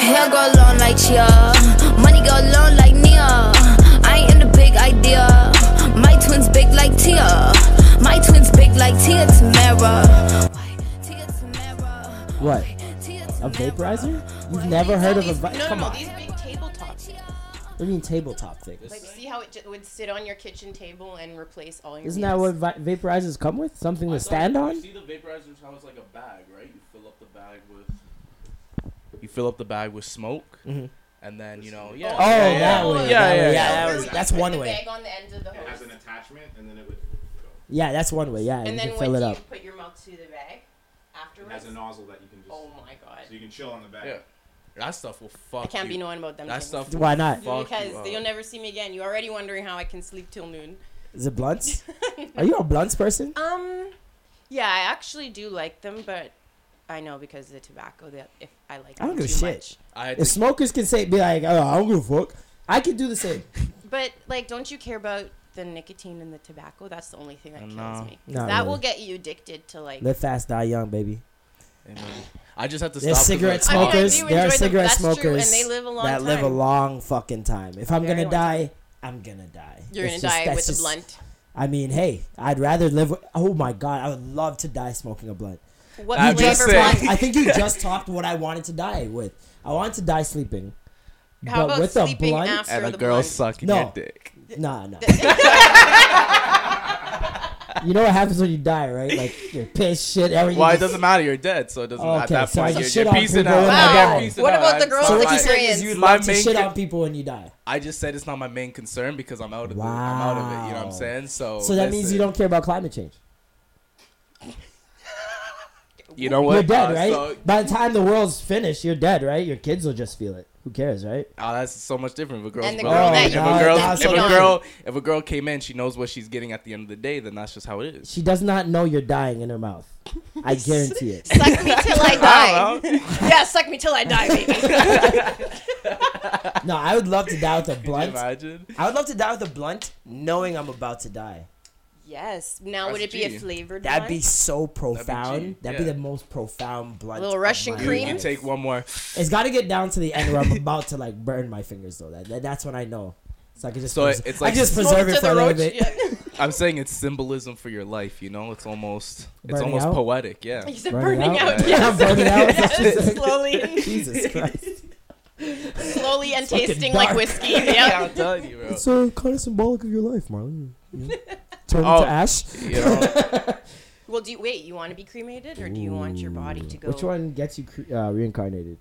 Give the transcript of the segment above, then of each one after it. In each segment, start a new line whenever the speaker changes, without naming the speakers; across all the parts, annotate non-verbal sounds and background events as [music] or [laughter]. Hair go long like Chia, money go long like Nia. I am the big idea. My twins big like Tia. My twins big like Tia Tamara. Why Tia Tamara?
What?
Tia
A
Tamara.
vaporizer? You've
Why
never heard of a
These-
vi-
no, no,
come
no,
on.
these big tabletop things.
What do you mean tabletop things?
Like, see how it j- would sit on your kitchen table and replace all your.
Isn't that what
meals?
vi- vaporizers come with? Something to stand
You
on?
see the vaporizers how it's like a bag, right? You fill up the bag with. You fill up the bag with smoke,
Mm-hmm.
and then you know, yeah.
Oh, that
yeah, yeah.
way.
Yeah,
that
yeah,
way,
yeah.
that was- that's
Oh, Put
one
the
way.
bag on the end of the
It has
hose.
an attachment, and then it would
Yeah, that's one way. Yeah,
And
you
then
can
when
fill it
you
up.
put your milk to the bag
it
afterwards.
has a nozzle that you can just
Oh my god!
so you can chill on the back.
Yeah. That stuff will fuck.
I can't
you.
be knowing about them.
That
things.
stuff.
Why not?
Fuck
because
you up.
you will never see me again. You're already wondering how I can sleep till noon.
Is it
[laughs]
blunts? Are you a blunts person?
Um, yeah, I actually do like them, but I know because of the tobacco that if I like
I don't
them too
give a shit.
much.
I had
If
to,
smokers can say, be like, oh, I don't give a fuck. I can do the same.
But like, don't you care about the nicotine and the tobacco? That's the only thing that kills
No.
me. 'Cause
Not
that will
really.
get you addicted to like.
Live fast, die young, baby.
Amen. I just have to
There's
stop. 'cause,
cigarette
I mean, I do
smokers. there are
enjoy them.
cigarette
That's true, and
smokers
they live a long
that live a
time.
long fucking time. If I'm
Very
gonna
long
die, I'm gonna die.
you're
It's
gonna
just-
die
that's
with a
just-
blunt.
I mean, hey, I'd rather live. With, oh my god, I would love to die smoking a blunt.
What
I'm
flavor
just
blunt?
saying.
I think you just topped what I wanted to die with. I wanted to die sleeping.
How
but
about
with a
sleeping
blunt-
after
And a
the
girl
blunt?
sucking
No.
your dick.
Nah, nah. [laughs] you know what happens when you die, right? Like you're pissed, shit, everything.
Why it
just-
doesn't matter. You're dead, so it doesn't.
Okay,
at that
so I
point,
just shit
you're, you're
on
piecing
people
out.
when I
I'm
die.
piecing
What
out.
about the
It's
girls
So
not
that
what
you
you're
like-
say
saying is you
My
love to
main
shit
con-
on people when you die.
I just said it's not my main concern because I'm out of the, I'm out of it. You know what
Wow.
I'm saying? So
So that means you
Oh, listen.
don't care about climate change.
You know what?
You're dead,
Uh,
right?
so-
By the time the world's finished, you're dead, right? Your kids will just feel it. Who cares, right?
Oh, that's so much different. If a girl's
And the
broke.
girl
that
if
you-
a girl,
That's
if a
what I'm
girl, if a girl came in, she knows what she's getting at the end of the day. Then that's just how it is.
She does not know you're dying in her mouth.
[laughs]
I guarantee it.
Suck me till
[laughs]
I die. yeah, suck me till I die, baby.
No, I would love to die with a
Can you
blunt.
imagine?
I would love to die with a blunt, knowing I'm about to die.
yes. Now would it
That's
be
G.
a flavored
That'd be [laughs]
blunt?
so profound. That'd be,
G, yeah.
the most profound blunt.
Little
of
Russian
my
You,
cream?
life.
you take one more.
It's got to get down to the end where I'm about to like burn my fingers though. That, that- that's when I know. So I can just
So
pres-
it's
I
like-
can
[laughs]
just
Smoke
preserve
to
it for
the
a little
roach.
bit. [laughs]
Yeah. [laughs]
I'm saying it's symbolism for your life. You know, it's almost it's
Burning
almost
out?
poetic. Yeah.
He said
Burning
burning,
out? [laughs]
out.
Yeah, burning
[laughs]
out.
Yes. slowly,
[laughs]
Jesus Christ.
slowly, and
fucking
tasting
dark. [laughs]
like whiskey. Yeah.
I'm telling you, bro.
So uh, kind of symbolic of your life, Marlon. You
[laughs]
know? Turn
Oh.
to ash.
You know,
Well, do you wait? You want to be cremated, or do you want your body to go?
Which one gets you cre- uh, reincarnated?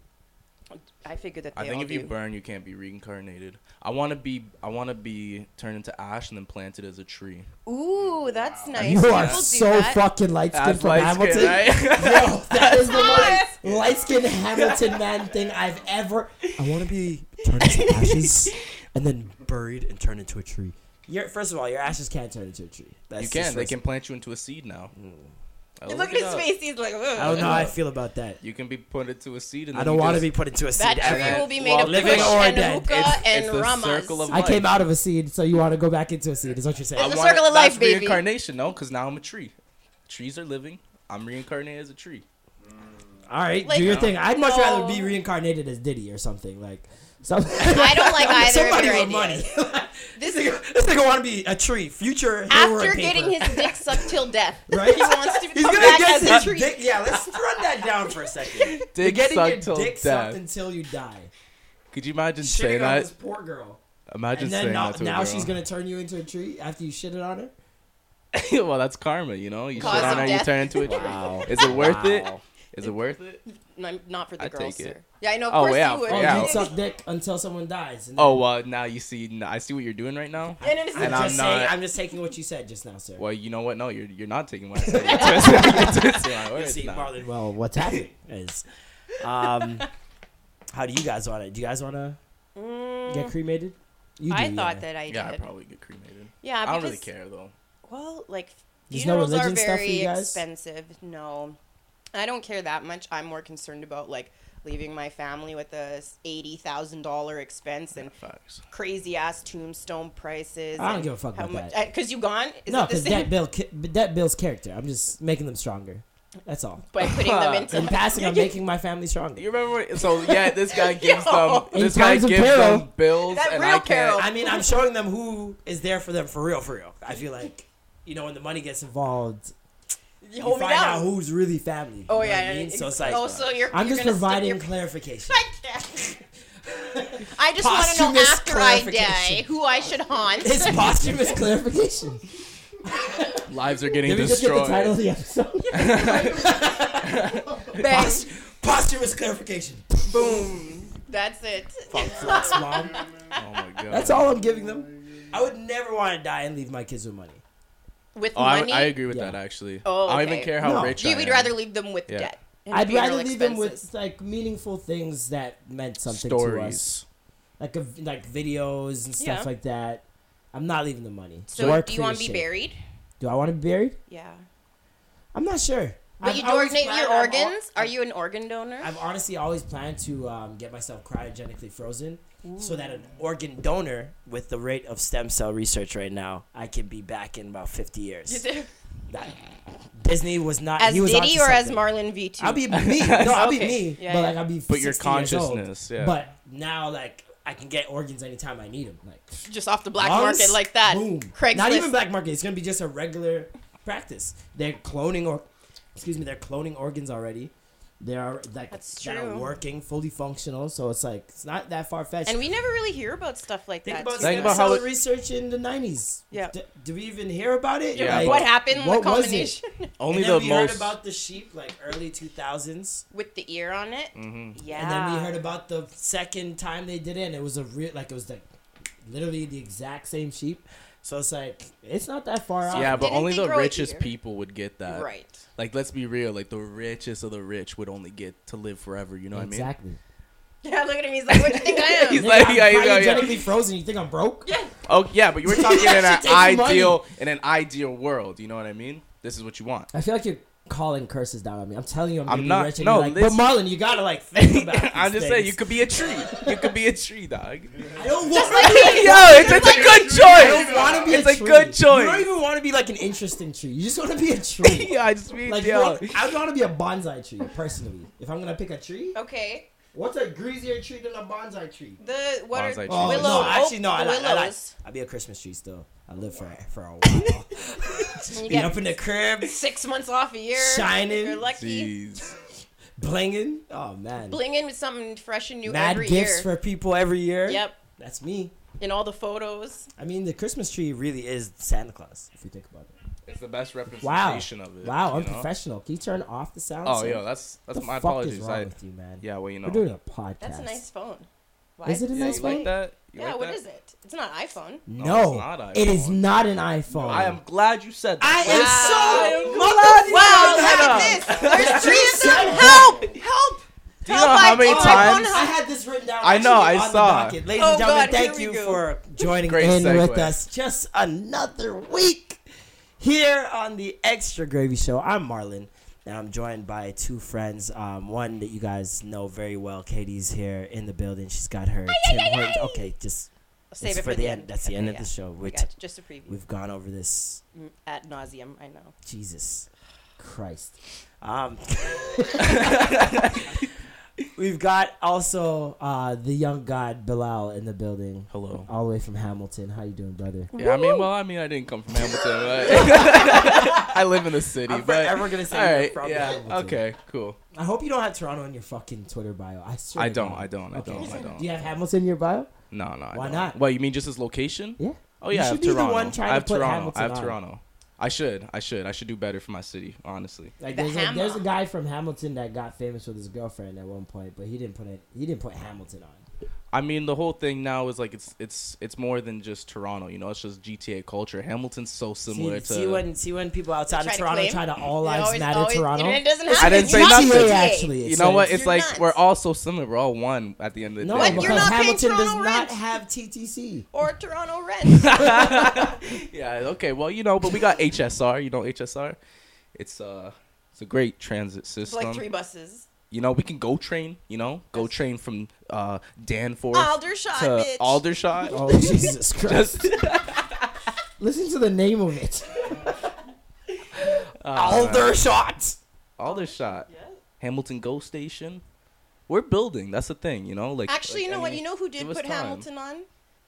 I figured that [laughs] they
I think
all
if you
do.
burn, you can't be reincarnated. I want to be I want to be turned into ash and then planted as a tree.
Ooh, that's nice.
You are
People do
so
that.
fucking light skinned
That's
from
light skin,
Hamilton.
right?
[laughs] Yo, that is the
Yes.
most light
[laughs]
skinned Hamilton man thing I've ever. I want to be turned into [laughs] ashes and then buried and turned into a tree. You're, first of all, your ashes can't turn into a tree. That's
you
just
can. They
first-
can plant you into a seed now. I
Look,
looked
at
it
his
up.
face. He's like, Ugh.
I don't know how I feel about that.
You can be put into a seed, and
I
then
don't
you
want to
just-
be put into a seed.
that
ever.
tree will be made
Well,
of
living
push
or
and
dead.
hookah
It's-
and
it's the
ramas.
circle of
I came
life.
out of a seed, so you want to go back into a seed, is what you're saying.
It's a
wanna-
circle of life,
that's
baby.
Reincarnation, no, because now I'm a tree. Trees are living. I'm reincarnated as a tree.
All right,
Like,
do your thing. I'd much rather be
no.
reincarnated as Diddy or something. Like, some,
I don't like either
[laughs]
of
somebody
your
with
ideas.
money.
This
[laughs] this nigga want to be a tree. Future
after getting his dick sucked till death,
[laughs] Right?
he wants to
He's
come
gonna
back
get
as a
his
tree.
dick. Yeah, let's run that down for a [laughs] second. You're
Dick
getting
sucked
your
till
dick sucked
death.
until you die.
Could you
Shitting
imagine
on
saying that?
this poor girl,
Imagine
and then
saying
now,
that to
now
a girl.
she's gonna turn you into a tree after you shitted on her.
[laughs] well, that's karma, you know. You shit
Cause
on
of
her, you
death.
turn into a tree. Is it worth it? Is it worth it?
No, not for the
I
girls,
take it.
sir. Yeah, I know. Of
Oh,
course
yeah,
you would.
fuck
Oh,
Yeah.
you suck dick until someone dies. and then-
Oh well, now you see. n- I see what you're doing right now.
And it's-
I'm
And I'm
just saying,
not-
I'm just taking what you said just now, sir.
Well, you know what? No, you're you're not taking what I said.
[laughs]
You're twisting, [laughs] you're twisting my
You
words
see,
now.
Marlon, well, what's happening is, um, how do you guys want it? Do you guys want to get cremated? You
Mm. I
do, yeah.
thought that I did.
Yeah, I probably get cremated.
Yeah,
I don't really
Uh, because-
care though.
Well, like
There's no
funerals are
religion stuff for
very
you guys?
expensive. No, I don't care that much. I'm more concerned about like leaving my family with a eighty thousand dollar expense and
Facts.
crazy ass tombstone prices.
I don't
and
give a fuck
how
about
much-
that.
uh, Cause you gone? Is
no,
it the
because
same?
that bill, ki- that bill's character. I'm just making them stronger. That's all.
[laughs] By putting them into [laughs]
In passing, I'm making my family stronger.
You remember? What, so yeah, this guy gives
Yo.
them.
In
This guy
times of
gives
peril.
them bills,
That
and
real
I can't.
peril.
I mean, I'm showing them who is there for them for real, for real. I feel like, you know, when the money gets involved,
you
you
hold me
find out
down.
who's really family. you know
[laughs] oh
what
yeah,
I
yeah,
mean?
yeah.
so it's like, uh,
oh, so you're,
I'm
you're
just
gonna stick
providing
your-
clarification. [laughs]
I can't. [laughs] I just want to know
Posthumous
after I die
clarification.
who I should haunt. [laughs]
It's posthumous clarification.
Lives are getting
Did we just get the title of
destroyed.
the
[laughs]
episode?
Bang.
posthumous clarification.
Boom. That's it.
Flex, mom.
Oh my god.
That's all I'm giving them. I would never want to die and leave my kids with money.
With
Oh, I,
money.
I agree with
Yeah.
that actually.
Oh,
I don't even
okay.
care how
No.
rich.
You
I
would
am.
rather leave them with
Yeah.
debt. and
I'd
funeral
rather leave them with
expenses.
like meaningful things that meant something to us,
stories.
like a, like videos and stuff
Yeah.
like that. I'm not leaving the money.
So
Or
do you want to be
creation.
buried?
Do I want to be buried?
Yeah.
I'm not sure.
But
I've
you
always
donate
planned
your
on-
organs? Are you an organ donor?
I've honestly always planned to um, get myself cryogenically frozen so that an organ donor, with the rate of stem cell research right now, I can be back in about 50 years. That- Disney was not.
[laughs] as
he was
Diddy
onto
or as
something.
Marlon V2?
I'll be
[laughs]
me. No, I'll be
Okay.
me.
Yeah,
but
yeah.
like I'll be.
But your
60 years old.
consciousness, yeah.
But now, like I can get organs anytime I need them. Like
just off the black
lungs,
market like that.
Boom.
Craigslist.
Not even black market. It's gonna be just a regular practice. They're cloning or, excuse me, they're cloning organs already. They're like
That's
that are
true.
working, fully functional. So it's like it's not that far fetched.
And we never really hear about stuff like
think
that.
about
too.
Think
stem
about how
cell
it-
research in the nineties.
Yeah.
D- do we even hear about it?
Yeah,
Like,
but-
what happened?
what
the
was it?
combination
Only
And then
the
we heard
most.
about the sheep like early two thousands.
with the ear on it.
Mm-hmm.
Yeah.
And then we heard about the second time they did it, and it was a real like it was like literally the exact same sheep. So it's like it's not that far off.
yeah, but
Didn't
only
they
the
grow it
richest
here?
people would get that.
Right.
Like, let's be real. Like, the richest of the rich would only get to live forever. You know what I mean?
exactly.
[laughs] Yeah, look at him. [laughs] He's like, what do you think I am?
He's [laughs] like,
I'm
yeah, yeah, yeah.
cryogenically frozen. You think I'm broke?
yeah.
Oh yeah, but you were talking in
Yeah,
an
she takes money.
ideal in an ideal world. You know what I mean? This is what you want.
I feel like you're calling curses down on me. I'm telling you, I'm,
I'm
gonna
not-
Be rich and
no,
you're like, but
listen.
Marlon, you gotta
[laughs]
like think about. These
I'm just saying you
things."
could be a tree. You could be a tree, dog.
I don't want.
like me.
Yo, it's, it's a good
I don't
choice.
want to be
It's
a,
a
tree.
good
You don't
choice.
even want to be like an interesting tree. You just want to be a tree.
[laughs] Yeah, I just mean
Like, you
yo.
want- I'd want to be a bonsai tree personally. If I'm gonna pick a tree,
Okay.
what's a greasier tree than a bonsai tree?
The what are
Bonsai
willow?
tree. Oh,
no, actually, no. I,
oak,
li- I, like.
willows.
I'd be a Christmas tree still. I live for for
[laughs]
a while.
And you
Being
get
up in the
[laughs]
crib,
six months off a year.
Shining.
You're lucky.
Jeez.
blinging. Oh man,
Blinging with something fresh and new
mad
every
gifts for
year.
people every year.
yep.
that's me.
In all the photos.
I mean, the Christmas tree really is Santa Claus if you think about it.
It's the best
Wow,
representation of it.
wow,
you know?
unprofessional. Can you turn off the sound?
Oh
sir?
yo, that's that's
the
my
fuck
apologies.
Is wrong
I,
with you, man?
yeah, well you know.
We're doing a podcast.
That's a nice phone. Why?
Is it a
Yeah,
nice
you
phone?
like that? You
Yeah,
like
what
that?
is it? It's not iPhone.
No,
No, it's not
it is
iPhone.
not an iPhone.
I am glad you said that.
I am so
glad
Wow, look
that.
at this. There's three
[laughs] Help!
of them. Help!
Do you know how many
Help, I-
times?
oh, I had this written down.
I know,
actually
I
on
saw.
The docket. Ladies
Oh,
and gentlemen,
God,
thank
here
you
we go.
for joining
Great
in
segue.
with us. Just another week here on the Extra Gravy Show. I'm Marlon, and I'm joined by two friends. Um, one that you guys know very well. Katie's here in the building. She's got her. Tim Hortons. Okay, just
Save
it's
it for the end.
That's the end
Okay,
of the
yeah.
show.
We
Which
got you. Just a preview.
we've gone over this.
Mm, At nauseum, I know.
Jesus Christ. Um, [laughs]
[laughs]
we've got also uh, the young god Bilal in the building.
Hello.
All the way from Hamilton. How you doing, brother?
Yeah, I mean, well, I mean, I didn't come
[laughs]
from Hamilton. But [laughs] I live in the city,
I'm
but
forever gonna say
all
you're
right,
from
yeah,
Hamilton.
okay, cool.
I hope you don't have Toronto in your fucking Twitter bio. I swear.
I
to
don't,
God.
I don't, I
Okay.
don't, I don't.
Do you have Hamilton in your bio?
No, no. I
Why
don't.
not?
Well, you mean just his location?
Yeah.
Oh
You
yeah, I
should
have
be the
Toronto.
one trying
I
to
have
put
Toronto.
Hamilton
I have
on.
Toronto. I should. I should. I should do better for my city, honestly.
Like
The
there's a, there's a
hammer.
guy from Hamilton that got famous with his girlfriend at one point, but he didn't put it. He didn't put Hamilton on.
I mean, the whole thing now is like it's it's it's more than just Toronto. You know, it's just GTA culture. Hamilton's so similar
See,
to.
see when see when people outside
Try
of
to
Toronto
claim.
try to all
It
lives
always-
matter
always-
Toronto.
and it doesn't happen.
didn't
It's
say
not
nothing.
GTA.
actually.
you
it's
know what?
like-
It's
You're
like
nuts.
we're all so similar. We're all one at the end of the
no,
day.
you're
because
not paying
Hamilton does
Toronto
not
rent.
have TTC.
Or Toronto Reds.
[laughs] Yeah, okay. Well, you know, but we got HSR. You know HSR? It's uh it's a great transit
It's
system.
like three buses.
you know, we can go train, you know? Go train from uh Danforth
Aldershot,
to
bitch.
[laughs]
Aldershot.
[laughs]
Oh Jesus Christ!
Just-
Listen to the name of it.
[laughs] uh,
shots.
Aldershot. Hamilton Go Station. We're building. That's the thing, you know? Like
Actually, you
like,
know
I
what?
mean,
You know who did
give us
put
time.
Hamilton on?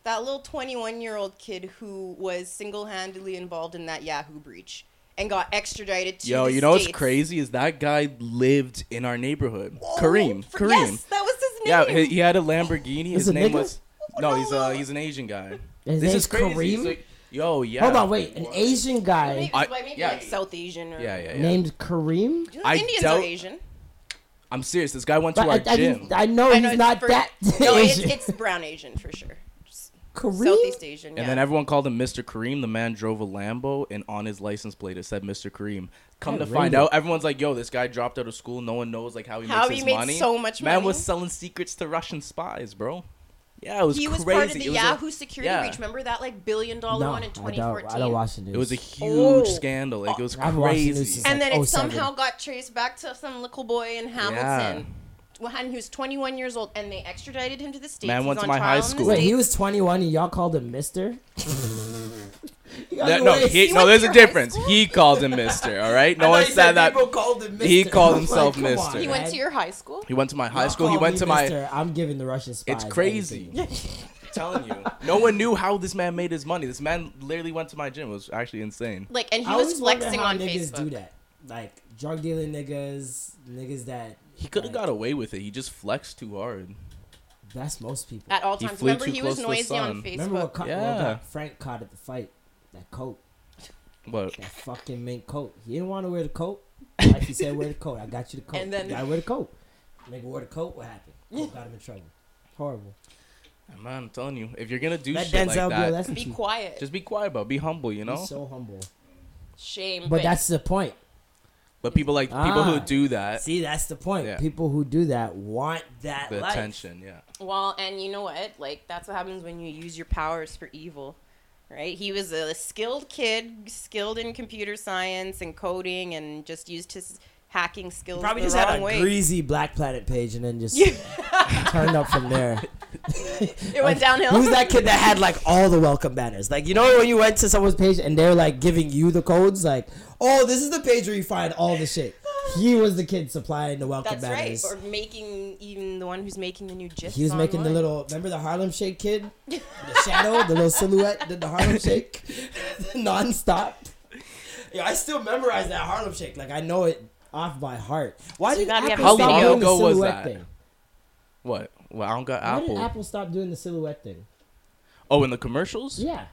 That little 21 year old kid who was single handedly involved in that Yahoo breach and got extradited to
Yo,
the
you know what's
States.
crazy is that guy lived in our neighborhood.
Oh,
Kareem.
for-
Kareem.
Yes, that was his
Yeah,
name.
he, he had a Lamborghini.
Is
His
it
name
nigga?
was no, he's uh
no.
he's an Asian guy.
His
this
name's
is crazy.
Kareem?
It's like- yo, yeah.
Hold on, wait. An Asian guy
Maybe,
I-
like, maybe
yeah.
like South Asian or
Yeah, yeah, yeah.
named Kareem.
You know,
I
Indians
doubt-
are Asian.
I'm serious. This guy went to
But
our
I, I,
gym.
didn't- I know
I
Oh, he's
know it's
not
for-
that
[laughs] No, it's,
Asian.
it's brown Asian for sure. Just
Kareem.
Southeast Asian. Yeah.
and then everyone called him Mr. Kareem. The man drove a Lambo, and on his license plate it said Mr. Kareem. Come to
Kareem.
find out, everyone's like, "Yo, this guy dropped out of school. No one knows like how he
How
makes
he
his
made
money."
so much
man
money.
was selling secrets to Russian spies, bro. Yeah, it was
he was
crazy.
part of the
It was a-
Yahoo security
yeah.
breach. Remember that like billion dollar
No,
one in
I
2014?
don't. I don't watch the news.
It was a huge
Oh.
scandal. Like it was
I've watched the news
crazy.
since
and
like
then it
07.
somehow got traced back to some little boy in Hamilton. Well, and he was 21 years old, and they extradited him to the states.
Man
He's
went to
on
my
trial
high
in the
school.
Wait, he
States.
was 21 and y'all called him
[laughs]
Mister? [laughs] You
No,
gotta
no,
wait.
he,
He
no
went
there's
to your
a
high
difference.
school?
He called him Mister. All right,
I
no
thought
one
you
said that.
people called him
He
Mr..
called
I'm [laughs] like,
himself
come on,
Mister.
He went
man.
to your high school.
He went to my high
Y'all
school. He
called
went
me
to my.
Mister. I'm giving the Russian spies.
It's crazy.
[laughs]
everything.
telling you, no one knew how this man made his money. This man literally went to my gym. It was actually insane.
Like, and he
I
was
always wonder
flexing
how
on
niggas Do
Facebook.
that, like drug dealing niggas, niggas that
He could have
like,
got away with it. He just flexed too hard.
That's most people.
At all
He
times.
flew
Remember,
too
he
close
was
to the
noisy on
sun.
Facebook.
Remember what, co-
Yeah.
what got Frank caught at the fight? That coat,
But
that fucking mink coat. He didn't want to wear the
[laughs]
coat. Like he said, wear the coat. I got you the coat.
And then-
you gotta wear the coat. Nigga wore the coat. What
[laughs]
happened? Coat got him in trouble. Horrible.
man, I'm telling you, if you're gonna do
Let
shit like
Denzel be a
that,
lesson to
Be
you.
quiet.
just be quiet about. it. Be humble, you know.
He's so humble.
Shame.
But that's the point.
But people like people who
Ah.
do that,
See, that's the point.
Yeah.
People who do that want that
the
life.
attention. Yeah.
Well, and you know what? Like that's what happens when you use your powers for evil, right? He was a skilled kid, skilled in computer science and coding, and just used his hacking skills
Probably
the
just
wrong
had a
way.
greasy Black Planet page and then
[laughs]
just
Yeah.
turned up from
[laughs]
there.
[laughs] it went downhill.
Who's that kid that had like all the welcome banners? Like you know when you went to someone's page and they're like giving you the codes, like, oh, this is the page where you find all the shit. He was the kid supplying the welcome
That's right.
banners.
Or making even the one who's making the new gifs.
He was making the
online.
little remember the Harlem Shake kid?
[laughs]
The shadow, the little silhouette, did the Harlem Shake [laughs] nonstop. Yeah, I still memorize that Harlem Shake. Like I know it off by heart. Why
So you
did
gotta
Apple
be
stop
How long
doing the
ago was
silhouette
that?
thing?
What? Well, I don't got
Why did
Apple.
Apple stop doing the silhouette thing?
Oh, in the commercials.
Yeah.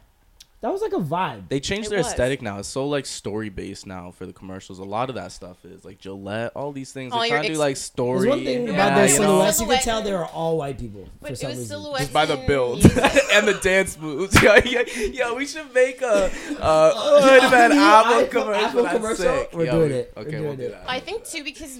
That was like a vibe.
They changed
It
their
was.
aesthetic now. It's so like story based now for the commercials. A lot of that stuff is like Gillette, all these things.
All
They're
your
trying to
ex-
do like story.
There's one thing
and,
about
uh,
those
you know.
silhouettes, you could tell
Silhouette.
they were all white people. for
But it
some
was
reason.
silhouette.
by the build [laughs] and the dance moves. [laughs] Yo, yo, yo, we should make a, a
Oh, Apple-
Hoodman Apple commercial.
Apple
That's
commercial?
sick.
We're
Yo,
doing
we-
it. We're
Okay,
doing
we'll do
it.
that.
I think too because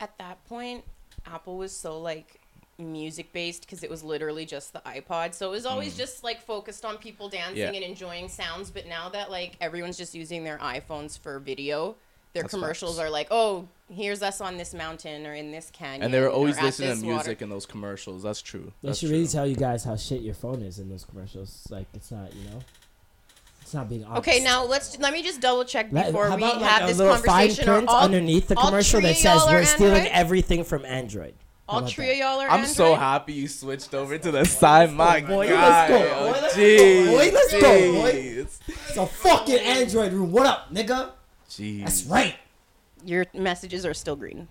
at that point Apple was so like music based because it was literally just the iPod. So it was always just like focused on people dancing
Mm. Yeah.
and enjoying sounds, but now that like everyone's just using their iPhones for video, their
That's
commercials
facts.
are like, "Oh, here's us on this mountain or in this canyon."
and they were always
or at
listening
this
to
water."
music in those commercials. That's true.
They
That's
should
true.
really tell you guys how shit your phone is in those commercials. Like it's not, you know, it's not being honest.
Okay, now let's let me just double check
Let-
before
how
we
about like
have
a
this
little fine
conversation. or
print
all-
underneath the
all
commercial
three
that
of
says
y'all
we're
are
stealing
Android?
everything from Android. How
All
about
three
that?
of y'all are.
I'm so
Android?
happy you switched over to the side. My
boy. Let's
God,
go, boy. Let's go,
jeez,
boy. Let's go, boy.
jeez.
It's a fucking Android room. What up, nigga?
Jeez.
That's right.
Your messages are still green.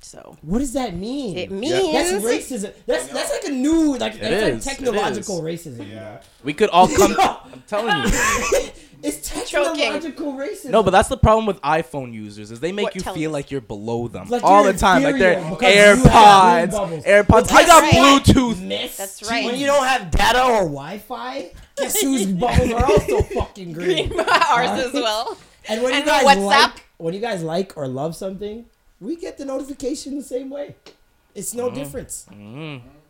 So
What does that mean?
it
that's
means
racism. That's that's like a new like
is,
that's
it
like technological
is.
racism. you [laughs] know?
Yeah.
We could all come. I'm telling you.
[laughs] It's
Choking.
technological racism.
No, but that's the problem with iPhone users is they make
What,
you
tell
feel
us.
like you're below them
Like
all
you're
the time. Like they're
inferior because you have
AirPods,
blue bubbles.
AirPods.
Well,
I got
that's right.
Bluetooth.
miss.
That's right.
When you don't have data or Wi-Fi, guess
[laughs]
whose bubbles are also fucking green.
ours as well.
And when you
And
guys
WhatsApp.
like, when you guys like or love something, we get the notification the same way. It's
Mm-hmm.
no difference.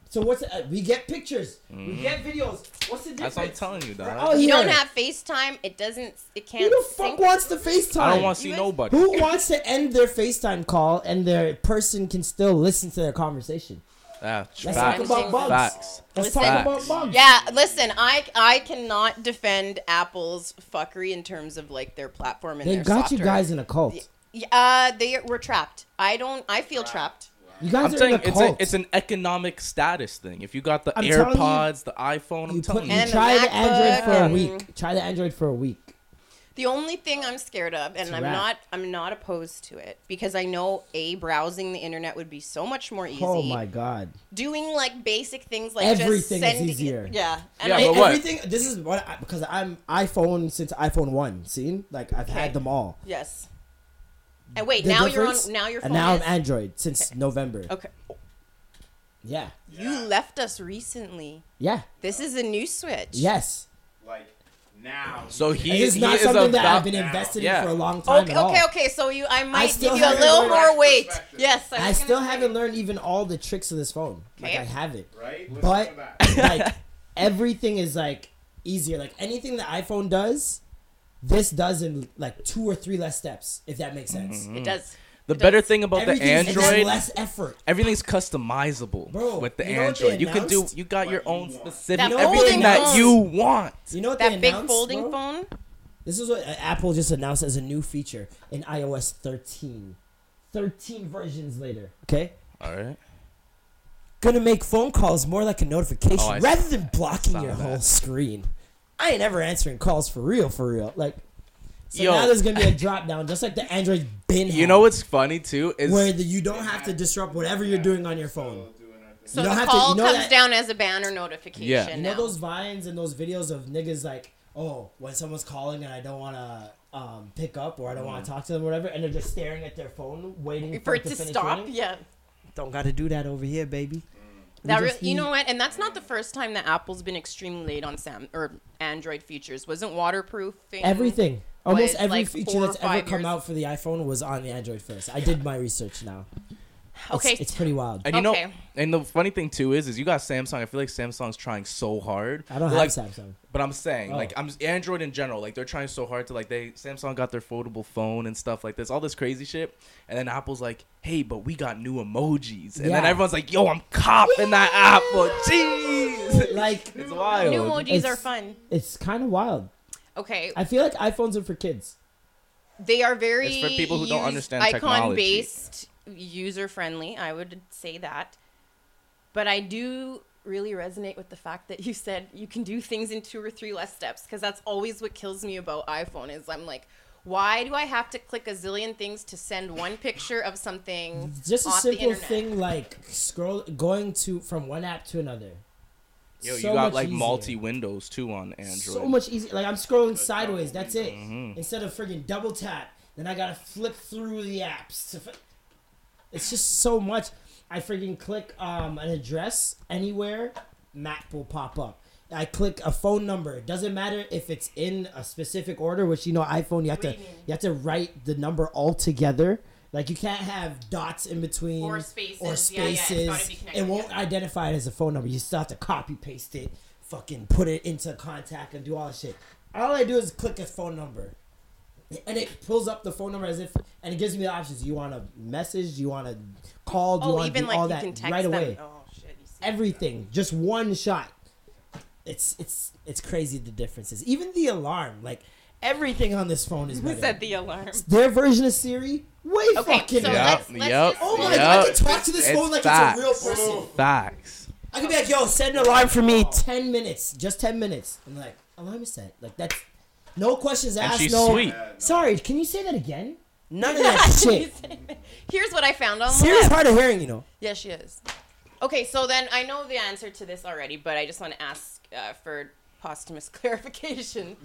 So what's uh, we get pictures, we get videos. What's the difference?
Mm-hmm. That's what I'm telling you,
We're
dog.
all
You don't
here.
have FaceTime. It doesn't.
Who
It can't.
the
sync.
fuck wants to FaceTime?
I don't want to see
You-
nobody.
Who wants to end their FaceTime call and their person can still listen to their conversation?
Yeah,
Let's
facts.
talk about bugs.
Facts.
Let's
Listen.
talk about
Facts.
bugs.
Yeah, listen, I I cannot defend Apple's fuckery in terms of like their platform and
They
their
got
software.
you guys in a cult.
Yeah, Uh, they were trapped. I don't. I feel trapped.
You guys
I'm
are in
saying
a
it's
cult.
a, it's an economic status thing. If you got the
I'm telling you-
AirPods, the iPhone, I'm
you put,
telling
you
you.
And the
try the Android
MacBook
for a
and-
week. Try the Android for a week.
The only thing I'm scared of, and
It's a
I'm
wrap.
not, I'm not opposed to it because I know a browsing the internet would be so much more easy.
Oh my god.
Doing like basic things like
Everything is
just sending,
easier.
Yeah, and
Yeah,
I,
but
Hey,
what?
Everything. This is what I, because I'm iPhone since iPhone one. Seen like I've
Okay.
had them all.
yes. And wait,
The
now
difference-
you're on. Now your phone
and now
is-
I'm Android since November.
okay.
Yeah,
You left us recently.
yeah,
This is a new switch.
yes.
Like now.
So he,
It is
he
not
is
something
a
that I've
val-
been invested
Yeah.
in for a long time
Okay,
at all.
okay, okay. So you, I might
still
give you a
haven't
little
learned-
more weight.
Perspective.
Yes, I,
I
was
still
gonna say.
haven't learned even all the tricks of this phone. Like
Okay.
I have it,
Right? Let's
but
go
[laughs]
back.
like everything is like easier. Like anything the iPhone does, this does in like two or three less steps. If that makes sense.
It does.
The better thing about the
Everything's- it's just
Android,
less effort.
everything's customizable
Bro,
with the
you know what they
Android. You can do
announced?
you got your
What
own
you want.
specific
That
everything
folding
that
phone.
you want.
You know what they
That big
announced,
folding
bro?
phone.
This is what uh, Apple just announced as a new feature in iOS 13. 13 versions later. Okay?
All right.
Gonna make phone calls more like a notification
Oh, I
rather
saw-
than blocking
saw
your
that.
whole screen. I ain't ever answering calls for real, for real. Like, so
Yo.
now there's gonna be a drop down, just like the Android bin.
You
had,
know what's funny too is
Where the, you don't have to disrupt whatever you're doing on your phone.
Still doing our thing.
So
don't
the
have to- you
call
know
comes
that-
down as a banner notification.
Yeah. You
You know
now.
those vines and those videos of niggas like, oh, when someone's calling and I don't want to um, pick up or I don't
Mm-hmm.
want to talk to them, or whatever, and they're just staring at their phone, waiting
for it to
finish
stop.
ringing?
Yeah.
Don't got to do that over here, baby.
That
We
re-
just
you know
need-
what? And that's not the first time that Apple's been extremely late on Sam or Android features. Wasn't waterproofing
Everything. Almost
Was,
every
like,
feature
four or
that's ever
five
come
years-
out for the iPhone was on the Android first. I did my research now. It's,
Okay.
It's pretty wild.
and you
Okay.
know and the funny thing too is is you got Samsung. I feel like Samsung's trying so hard.
I don't have
like,
Samsung.
But I'm saying,
Oh.
like, I'm Android in general. Like, they're trying so hard to like they Samsung got their foldable phone and stuff like this, all this crazy shit. And then Apple's like, hey, but we got new emojis. And then
Yeah.
everyone's like, yo, I'm copping that Apple. Jeez, [laughs]
Like,
it's wild.
New emojis are
It's-
fun.
it's kind of wild.
Okay.
I feel like iPhones are for kids.
They are very
It's for people who don't
use-
understand
icon-based, user-friendly. I would say that, but I do really resonate with the fact that you said you can do things in two or three less steps because that's always what kills me about iPhone is I'm like, why do I have to click a zillion things to send one picture of something?
Just a
off the
simple
internet?
thing like scroll going to from one app to another.
Yo,
So
you got
much
like
easier.
multi windows too on Android.
so much easier. Like I'm scrolling sideways. That's it.
Mm-hmm.
Instead of friggin' double tap, then I gotta flip through the apps. To fi- it's just so much. I friggin' click um, an address anywhere, map will pop up. I click a phone number. It doesn't matter if it's in a specific order, which you know iPhone you have to you have to write the number all together. Like you can't have dots in between
Or spaces.
or
Yeah, yeah, it's gotta be
spaces. it
connected,
won't
yeah.
identify it as a phone number. You still have to copy paste it, fucking put it into contact and do all that shit. All I do is click a phone number. And it pulls up the phone number as if, and it gives me the options. You want to message? You want to call? Do you
Oh,
want to
even
do
like
all
you
that
can text
right
them.
away?
Oh shit! You see.
Everything, just one shot. It's it's it's crazy the differences. Even the alarm, like everything on this phone is
Who
better.
said the alarm?
Their version of Siri, way
Okay, so
fucking. better.
let's,
Yep,
let's
yep.
just-
Oh my
Yep.
god, I can talk to this
It's
phone like it's
facts.
a real person.
Facts.
I could be like, yo, set an alarm for me. Ten minutes, just ten minutes. I'm like, oh, alarm is set. Like that's no questions
And
asked.
she's
no.
sweet.
[laughs] Sorry, can you say that again? None of that shit.
Here's what I found on the
Siri's
web.
hard of hearing, you know.
Yes, she is. Okay, so then I know the answer to this already, but I just want to ask uh, for
[laughs]
posthumous [laughs] clarification.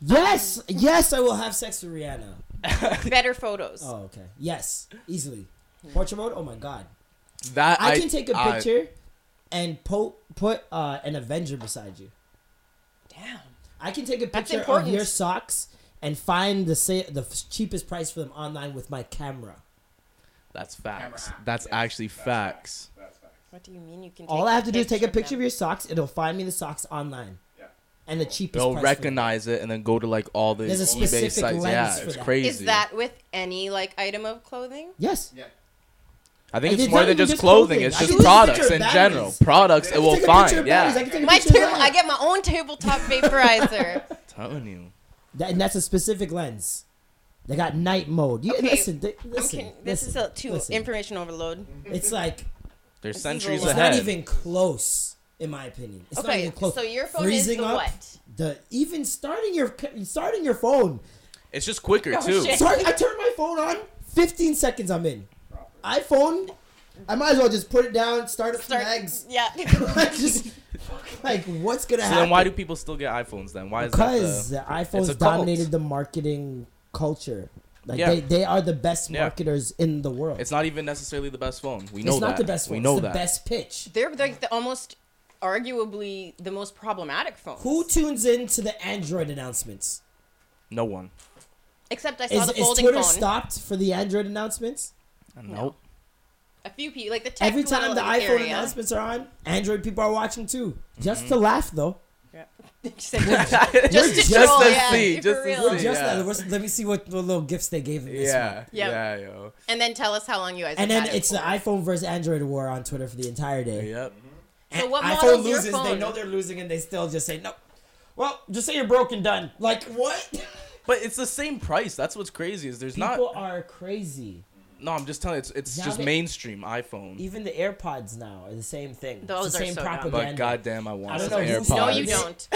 Yes, yes, I will have sex with Rihanna.
Better photos.
Oh, okay. Yes, easily. Portrait mode. Oh my god,
That
I, can take a
I-
picture and po- put uh, an Avenger beside you.
Damn.
I can take a
That's
picture of
important.
your socks and find the sa- the f- cheapest price for them online with my camera.
that's facts. That's actually facts.
That's facts.
What do you mean you can? Take
All I have to do is take a
of
picture
them?
of your socks. It'll find me the socks online
Yeah.
and the cheapest.
They'll
price for them.
recognize it and then go to like all the
There's a
eBay
specific
sites.
lens
Yeah,
for
it's
that.
crazy.
Is that with any like item of clothing?
[laughs] Yes.
Yeah.
I
And
think it's
it's
more
not
than
even
just
just
clothing.
clothing.
It's
I
just
can take a
products
picture
in
of
general.
batteries.
Products it
Take
will
a picture
find.
of batteries, I
Yeah,
can take a
My
picture of
table.
that.
I get my
[laughs]
own tabletop vaporizer.
telling you.
That, and that's a specific lens. They got night mode. You
Okay,
listen, they, listen,
okay, this is
listen,
a too
listen.
information overload.
It's like
They're
is
centuries
a lot.
it's
ahead.
not even close, in my opinion. It's not
Okay,
even close.
so your phone is
Freezing
the
up,
what?
The even starting your c- starting your phone.
it's just quicker
Oh,
too.
shit.
Sorry, I turned my phone on. Fifteen seconds, I'm in. iPhone. I might as well just put it down, start up
Start.
some eggs. [laughs]
[laughs] Yeah.
just like what's gonna
So
happen?
then why do people still get iPhones then? Why is
because
that?
the iPhones
uh, a cult.
dominated the marketing culture. Like
Yeah.
they, they are the best
Yeah.
marketers in the world.
The, it's not even necessarily the best phone. We know
It's
that.
not the best one.
We know
it's the
that.
best pitch.
They're like the almost arguably the most problematic phone.
Who tunes in to the Android announcements?
No one.
Except I saw
Is,
the
is
folding
Twitter
phone.
stopped for the Android announcements? [laughs]
Nope.
A few people like the tech
Every time
little
the iPhone
area.
announcements are on, Android people are watching too.
Mm-hmm.
Just to laugh though.
just to
Just
troll,
to
yeah,
see,
for
just to
real.
see.
Just
Yeah.
let- let's- let me see what, what little gifts they gave him this week. [laughs]
Yeah.
Yep.
Yeah, yo.
And then tell us how long you guys.
And
have
then
had it
it's the
for.
iPhone versus Android war on Twitter for the entire day.
Yep.
So what model
iPhone
is your
loses, they
phone?
know they're losing, and they still just say no. Well, just say you're broken, done. Like what? [laughs]
But it's the same price. That's what's crazy. Is there's
People
not.
are crazy.
No, I'm just telling. you, It's it's
Now
just
they-
mainstream iPhone.
Even the AirPods now are the same thing. It's
Those
the
are
same
so dumb.
propaganda.
But goddamn, I
I
want
don't
some
know
AirPods.
who's-
No, you don't.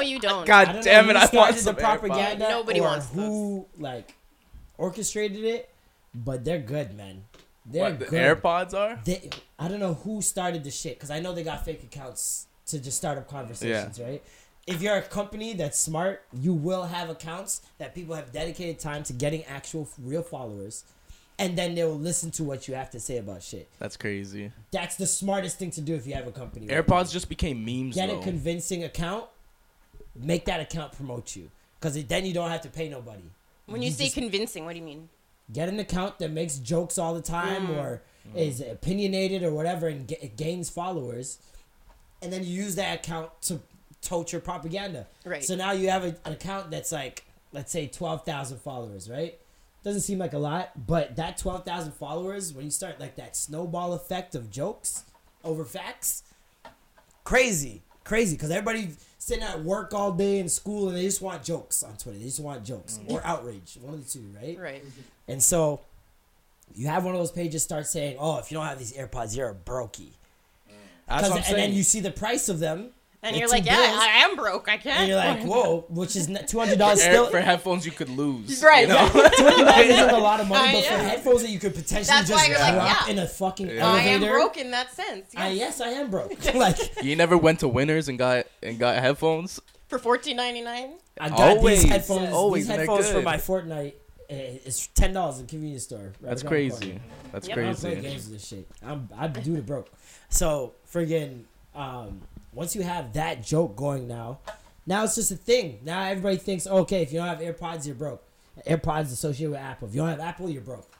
[laughs]
you don't.
I
God
don't
damn
know
it!
who
I want
started
some
the
AirPods.
propaganda.
Nobody
or
wants those.
who like orchestrated it, but they're good, man. They're
What the
good.
AirPods are?
They, I don't know who started the shit because I know they got fake accounts to just start up conversations, right? If you're a company that's smart, you will have accounts that people have dedicated time to getting actual real followers, and then they will listen to what you have to say about shit.
That's crazy.
That's the smartest thing to do if you have a company. right now
AirPods just became memes
get
though.
a convincing account, make that account promote you, because then you don't have to pay nobody.
When you
You
say
just-
convincing, what do you mean?
Get an account that makes jokes all the time or is opinionated or whatever, and ga- it gains followers, and then you use that account to tote your propaganda.
Right.
So now you have a, an account that's like, let's say, twelve thousand followers, right? Doesn't seem like a lot, but that twelve thousand followers, when you start like that snowball effect of jokes over facts, crazy, crazy, because everybody sitting at work all day in school and they just want jokes on Twitter. They just want jokes or outrage, one of the two, right?
Right.
And so, you have one of those pages start saying, "Oh, if you don't have these AirPods, you're a brokey,"
That's
'Cause-
what I'm
and then
saying.
you see the price of them,
And
It's
you're
in
like, yeah,
bills.
I am broke. I can't.
and you're like, "Whoa," which is two hundred dollars
[laughs] Air-
still. [laughs]
for headphones you could lose.
Right.
You know?
That isn't a lot of money,
I
but for
know.
headphones that you could potentially
That's
just
why you're like,
drop
yeah.
in a fucking
I
elevator.
am broke in that sense.
I- yes,
yes.
I am broke. [laughs] like
[laughs] you never went to Winners and got and got headphones.
For fourteen ninety nine.
I got
Always,
these headphones.
always,
these
and they're
headphones for
good.
my Fortnite. eh, It's ten dollars at the convenience store. right
That's
around the corner.
crazy. That's
Yep.
I don't play
crazy.
games with this shit. I'm I'm due to broke. So friggin' um, once you have that joke going now, now it's just a thing. Now everybody thinks, okay, if you don't have AirPods, you're broke. AirPods associated with Apple. If you don't have Apple, you're broke.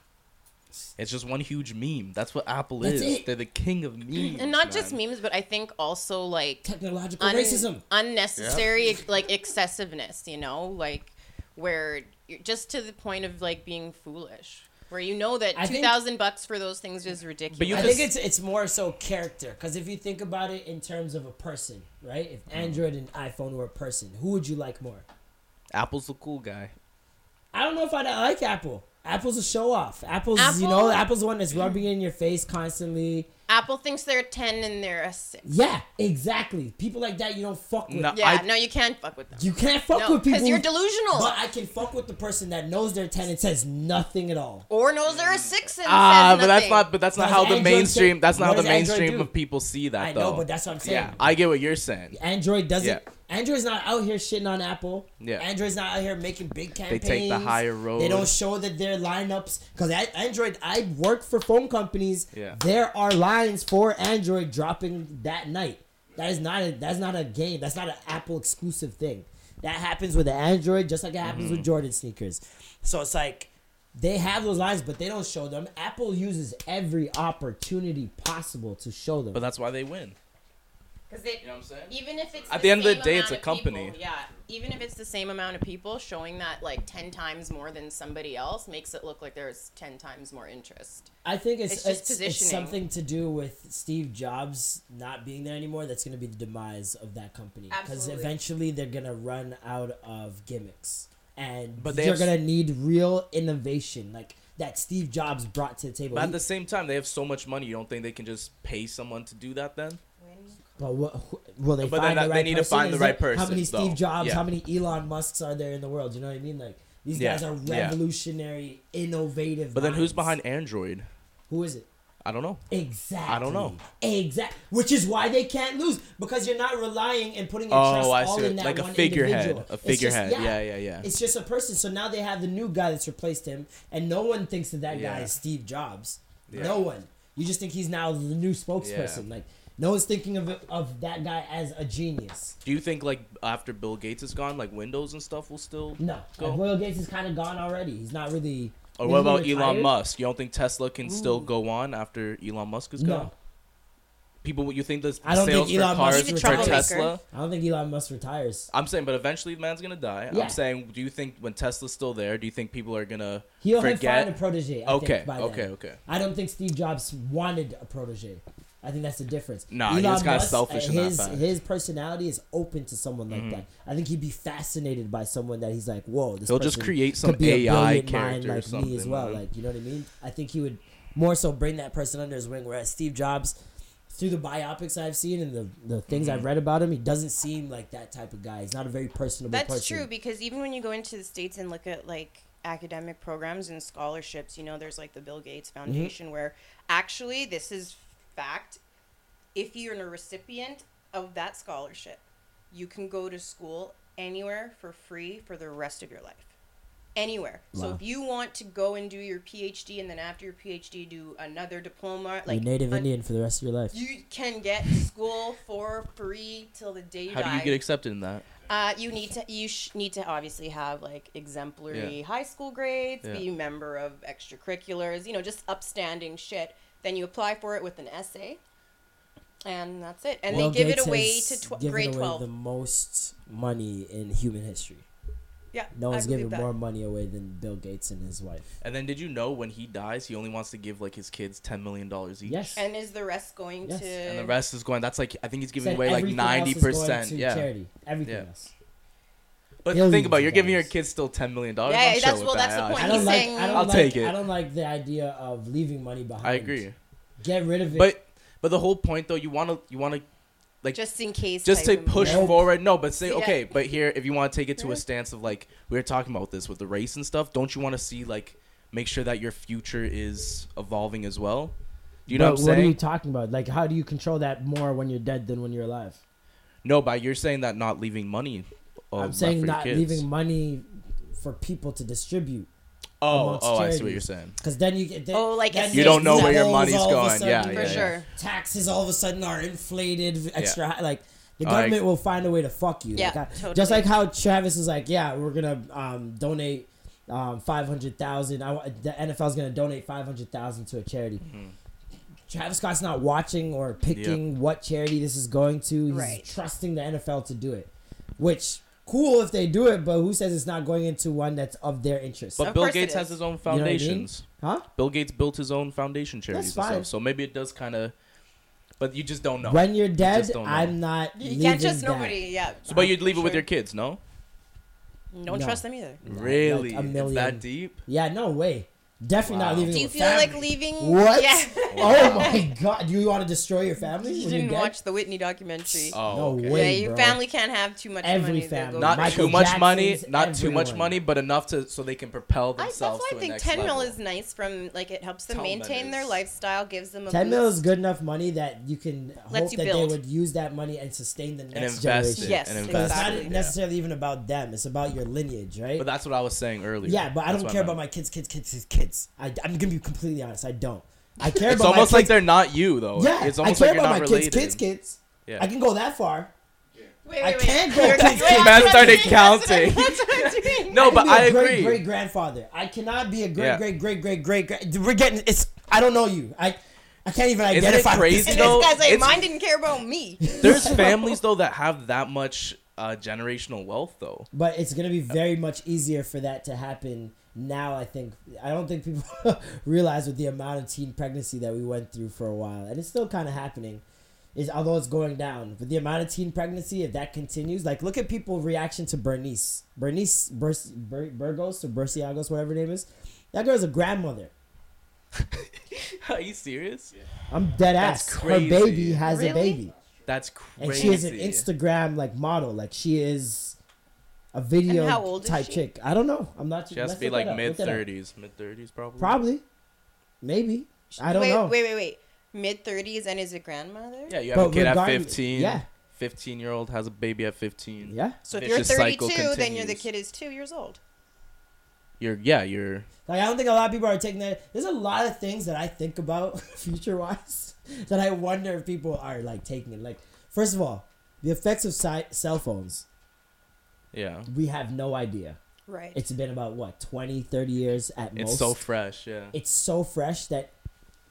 It's just one huge meme. That's what Apple
That's
is.
it.
They're the king of memes.
And not just
man.
memes, but I think also like
Technological
un-
racism.
unnecessary like excessiveness. You know, like where you're just to the point of like being foolish, where you know that
I think-
two thousand bucks for those things is ridiculous.
you
I
could-
think it's it's more so character because if you think about it in terms of a person, right? If Android and iPhone were a person, who would you like more?
Apple's the cool guy.
I don't know if I like Apple. Apple's a show off. Apple's you know
Apple-
Apple's the one that's rubbing it in your face constantly.
Apple thinks they're a 10 and they're a 6.
Yeah, exactly. People like that you don't fuck with.
No,
Yeah,
I-
no, you can't fuck with them.
You can't fuck
no,
with people.
because you're delusional.
But I can fuck with the person that knows their ten and says nothing at all.
or knows they're a 6 and
Ah,
says
but that's
nothing.
not. But that's not
What
how
does
the
Android
mainstream.
do?
That's not
What
how the
does Android
mainstream
do?
of people see that.
I
though.
know, but that's what I'm saying.
yeah. I get what you're saying.
Android doesn't.
Yeah.
Android's not out here shitting on Apple.
Yeah.
Android's not out here making big
take
campaigns.
the higher road.
They don't show that their lineups because Android. I work for phone companies.
Yeah.
There are lines for Android dropping that night. That is not a. That's not a game. That's not an Apple exclusive thing. That happens with the Android, just like it happens
Mm-hmm.
with Jordan sneakers. So it's like they have those lines, but they don't show them. Apple uses every opportunity possible to show them.
But that's why they win.
'Cause they-
You know what I'm saying?
Even if it's
At
the
the end of the
same
day, it's
amount
a
of people,
company.
yeah, even if it's the same amount of people showing that like ten times more than somebody else makes it look like there's ten times more interest.
I think it's
It's
it's,
just
it's
positioning.
something to do with Steve Jobs not being there anymore. That's going to be the demise of that company because
Absolutely.
eventually they're going to run out of gimmicks, and
But they
they're
have s-
going to need real innovation like that Steve Jobs brought to the table.
But
He-
at the same time, they have so much money. You don't think they can just pay someone to do that then?
But what, who, will they
But
find
then
the
they
right
need to
person?
find the
Is
right
there- How
person,
many Steve
though.
Jobs,
Yeah.
how many Elon Musks are there in the world? You know what I mean? Like these
Yeah.
guys are
Yeah.
revolutionary, innovative.
But then who's
minds.
behind Android?
Who is it?
I don't know.
Exactly.
know.
Exact. Which is why they can't lose because you're not relying and putting your
Oh,
trust
I
all
see.
in that
Like a
one
figurehead.
individual.
A
It's
figurehead. Yeah, yeah, yeah.
It's just a person. So now they have the new guy that's replaced him, and no one thinks that that guy
Yeah.
is Steve Jobs.
Yeah.
No one. You just think he's now the new spokesperson. Like no one's thinking of of that guy as a genius.
Do you think like after Bill Gates is gone, like Windows and stuff will still
No.
go?
Like Bill Gates is kind of gone already. He's not really.
or
he
Oh, what about
retired?
Elon Musk? You don't think Tesla can still go on after Elon Musk is
No.
gone? People, you think the
I don't
sales
think Elon
for cars
Musk
for
He's a troublemaker.
Tesla?
I don't think Elon Musk retires.
I'm saying, but eventually the man's gonna die.
Yeah.
I'm saying, do you think when Tesla's still there, do you think people are gonna
He'll have
forget?
find a protege. I
okay,
think, by
okay,
then.
okay.
I don't think Steve Jobs wanted a protege. I think that's the difference.
Nah, he was kinda selfish
uh,
in that
His
fact. Mm-hmm.
his personality is open to someone like that. I think he'd be fascinated by someone that he's like, whoa. This
He'll just
person
create
could
some
be a
AI
brilliant
character or
mind like me as
something,
well.
man.
Like you know what I mean? I think he would more so bring that person under his wing. Whereas Steve Jobs, through the biopics I've seen and the the things
Mm-hmm.
I've read about him, he doesn't seem like that type of guy. He's not a very personable
That's
person.
true because even when you go into the states and look at like academic programs and scholarships, you know, there's like the Bill Gates
Mm-hmm.
Foundation where actually this is fact. If you're a recipient of that scholarship, you can go to school anywhere for free for the rest of your life. Anywhere. So
Wow.
if you want to go and do your PhD and then after your PhD do another diploma,
You're
like
Native
un-
Indian for the rest of your life.
you can get school for free till the day you
How
die.
do you get accepted in that?
Uh, you need to you sh- need to obviously have like exemplary
Yeah.
high school grades,
Yeah.
be a member of extracurriculars, you know, just upstanding shit. Then you apply for it with an essay, and that's it. And
Bill
they give
Gates
it away
has
to tw-
given
grade
away
twelve.
The most money in human history.
yeah,
No
I
one's
believe
given
that.
more money away than Bill Gates and his wife.
And then did you know when he dies, he only wants to give like his kids ten million dollars each.
Yes.
And is the rest going
Yes.
to?
And the rest is going. That's like I think he's
Said
giving away like
everything else
ninety
is going
percent.
to
Yeah.
Charity. Everything
Yeah.
else.
But
Billions
think about it, you're
of
giving your
dollars.
kids still ten million dollars.
Yeah,
I'm
that's-
chill with
well,
that.
that's the
I-
point.
I
And
don't
he's
like.
saying-
I don't
I'll
like,
take it.
I don't like the idea of leaving money behind.
I agree.
Get rid of it.
But but the whole point though, you wanna you wanna like
just in case.
just to
type of
push
movie.
Nope.
forward. No, but say
See,
okay,
I-
but here if you want to take it to a stance of like we were talking about this with the race and stuff, don't you want to see like make sure that your future is evolving as well? Do you
But
know what I'm
what
saying?
are you talking about? Like, how do you control that more when you're dead than when you're alive?
no, by you're saying that not leaving money. uh,
I'm
left
saying
for your
not
kids.
leaving money for people to distribute.
Oh,
amongst
oh, I see what
charities.
you're saying.
Because then you get then,
Oh, like
then
a
You don't know where your
loopholes
money's
all of a
going. Yeah,
sudden,
yeah,
For yeah. sure.
Taxes all of a sudden are inflated, extra high. Like the
All right.
government will find a way to fuck you.
Yeah,
Like, I-
totally.
Just like how Travis was like, yeah, we're gonna um, donate um, five hundred thousand. I wa- the NFL's gonna donate five hundred thousand to a charity.
Mm-hmm.
Travis Scott's not watching or picking what charity this is going to. He's
Right.
trusting the NFL to do it, which cool if they do it, but who says it's not going into one that's of their interest?
But
Of
Bill
course it
Gates has
is.
his own
You know what I mean?
foundations.
Huh?
Bill Gates built his own foundation charities and
fine.
stuff, so maybe it does kind of. But you just don't know.
When you're dead,
just don't know.
I'm not.
You can't trust
leaving that.
nobody. Yeah.
so, but you'd leave it with
Sure.
your Mm. kids, no?
Don't
No.
trust them either.
Really?
like a
It's
million.
that deep?
Yeah, no way. Definitely not leaving.
Do you
with
feel
family.
like leaving?
What? [laughs]
Yeah.
Oh my god! Do you want to destroy your family?
you
when you're
didn't
dead?
watch the Whitney documentary.
Oh,
No
okay.
yeah,
way,
your
bro.
family can't have too much
Every
money. They'll
family.
go
Not
crazy.
Michael
too much money,
Jackson's
not too much
everyone.
money, but enough to so they can propel
I, that's why
themselves
I
to a
think
next
10
level.
mil is nice from like it helps them
Tell 'em that
maintain their
is-
lifestyle, gives them a
Ten
boost.
mil is good enough money that you can hope
you
that
build.
they would use that money and sustain the next
and invest
generation.
it.
Yes,
and
But it's
invest
exactly.
it,
not
yeah.
necessarily even about them. It's about your lineage, right?
But that's what I was saying earlier.
yeah, but I
That's
don't
what
care
meant.
about my kids, kids, kids, kids, kids. I, I'm gonna be completely honest. I don't. I care
It's
about
almost
my
like
kids.
they're not you though.
yeah.
it's
I
almost
care
like you're
about my
not related.
kids, kids, kids.
Yeah.
I can go that far.
Wait,
I
wait, wait.
can't go
You're-
kids,
wait,
kids.
Man
that's what
started
I'm doing, that's what I'm-
counting.
that's what I'm doing.
No, but
can be
I
a great
agree.
great grandfather. I cannot be a great
Yeah.
great great great great great. We're getting it's. I don't know you. I I can't even
it
identify. with
crazy,
this.
And [laughs]
though?
this guy's like,
It's-
mine didn't care about me.
There's families though that have that much uh, generational wealth though. [laughs]
But it's gonna be very much easier for that to happen now. I think I don't think people [laughs] realize with the amount of teen pregnancy that we went through for a while, and it's still kind of happening. Is although it's going down, but the amount of teen pregnancy, if that continues, like look at people's reaction to Bernice, Bernice Bur- Bur- Burgos or Bursiagos, whatever her name is. That girl's a grandmother.
Are you serious?
I'm dead
That's
ass.
crazy.
Her baby has a
Really?
baby,
That's
and
crazy.
she is an Instagram like model. Like she is a video
how old is
type
she?
chick. I don't know. I'm not.
She has to
let's
be
look that
like
up.
mid
Look that up.
thirties, mid thirties probably.
Probably, maybe. [laughs] I don't
wait,
know.
Wait, wait, wait. Mid 30s and is a grandmother?
Yeah, you have
But
a kid at
regardless-
fifteen.
yeah.
Fifteen year old has a baby at fifteen.
Yeah,
So if you're
Vicious cycle
32, then you're the
continues.
kid is two years old.
You're yeah, you're
like I don't think a lot of people are taking that. There's a lot of things that I think about [laughs] future wise [laughs] that I wonder if people are like taking it. Like first of all, the effects of si- cell phones.
yeah.
We have no idea.
Right.
It's been about what 20, 30 years at most.
It's so fresh, yeah.
it's so fresh that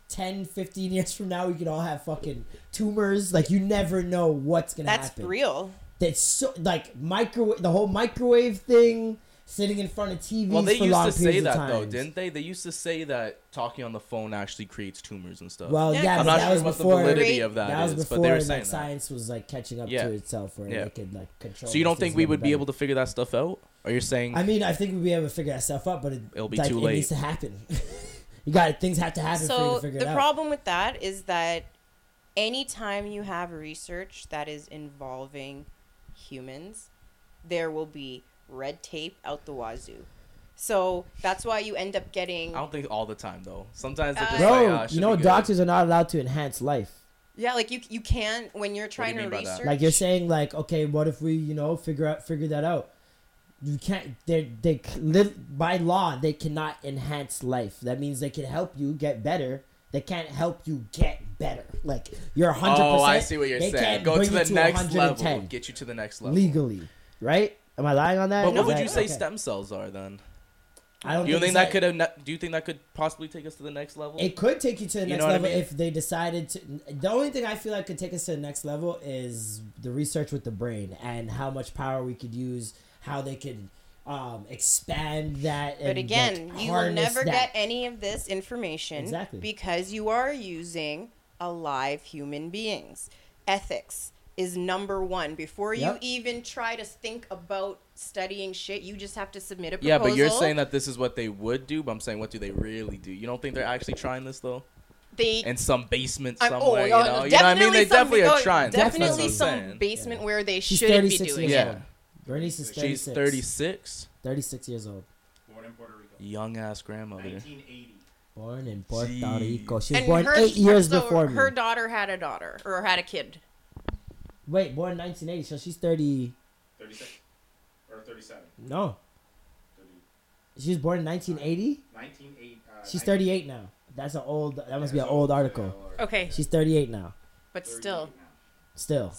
10 15 years from now we could all have fucking tumors like you never know what's gonna
That's
happen
real.
that's so like microwave the whole microwave thing sitting in front of tvs
Well, they
for
used
long
to say
periods of
that
time
though, didn't they? They used to say that talking on the phone actually creates tumors and stuff.
well
Yeah,
yeah,
I'm
but
I'm not
that
sure
was
what
before
the validity of
that,
that,
was
is,
before
but they were
like
saying that.
science was like catching up
Yeah.
to itself where
Yeah.
they could like control
So you don't
these
think
things a
we
little
would be
better.
able to figure that stuff out? Or you're saying
i mean i think we'd be able to figure that stuff out but it,
It'll be
like,
too
it needs
late.
to happen [laughs] you got things have to happen for you
So
to figure
the
it out
problem with that is that anytime you have research that is involving humans, there will be red tape out the wazoo. So that's why you end up getting
I don't think all the time though. Sometimes they're just
Uh,
like,
bro
ah, it
you
should
know
be good.
doctors are not allowed to enhance life
yeah, like you you can when you're trying to
mean by that?
research
Like you're saying, like okay, what if we, you know, figure out figure that out? You can't. They they c- live by law. They cannot enhance life. That means they can help you get better. They can't help you get better. Like you're hundred percent.
Oh, I see what you're saying. Go to the next level. Get you to the next level.
legally, right? Am I lying on that?
But what
Is
would
that-
you say
okay.
stem cells are then?
I don't
Do you think
it's
that
like-
could have? ne- Do you think that could possibly take us to the next level?
It could take you to the
You
next
know what I
level
mean?
if they decided to. The only thing I feel like could take us to the next level is the research with the brain and how much power we could use, how they could um, expand that. And,
But again,
like,
you will
harness
never
that.
get any of this information
Exactly.
because you are using alive human beings. Ethics is number one. Before
Yep.
you even try to think about studying shit, you just have to submit a proposal.
yeah, but you're saying that this is what they would do, but I'm saying, what do they really do? You don't think they're actually trying this though?
they
In some basement
I'm- oh, yeah,
somewhere, you know? You know what I mean? They
some-
definitely are
oh,
trying. That's what
Definitely
I'm
some
saying.
basement where they
She's
shouldn't be
36
doing
years
Yeah.
it.
old. Bernice is 36.
She's 36,
36 years old.
Born in Puerto Rico.
young ass grandmother.
1980.
Born in Puerto
Jeez.
Rico. She was
And
born
her,
eight years
so
before
her
me.
daughter had a daughter or had a kid.
Wait, born 1980, so she's 30.
36 or 37.
No.
30,
She was born in 1980?
1980. Uh,
She's
19
38 now. That's an old, that must be
yeah,
an
so-
old article.
yeah, or
Okay,
She's 38 now.
but
38
still,
now.
Still.
Born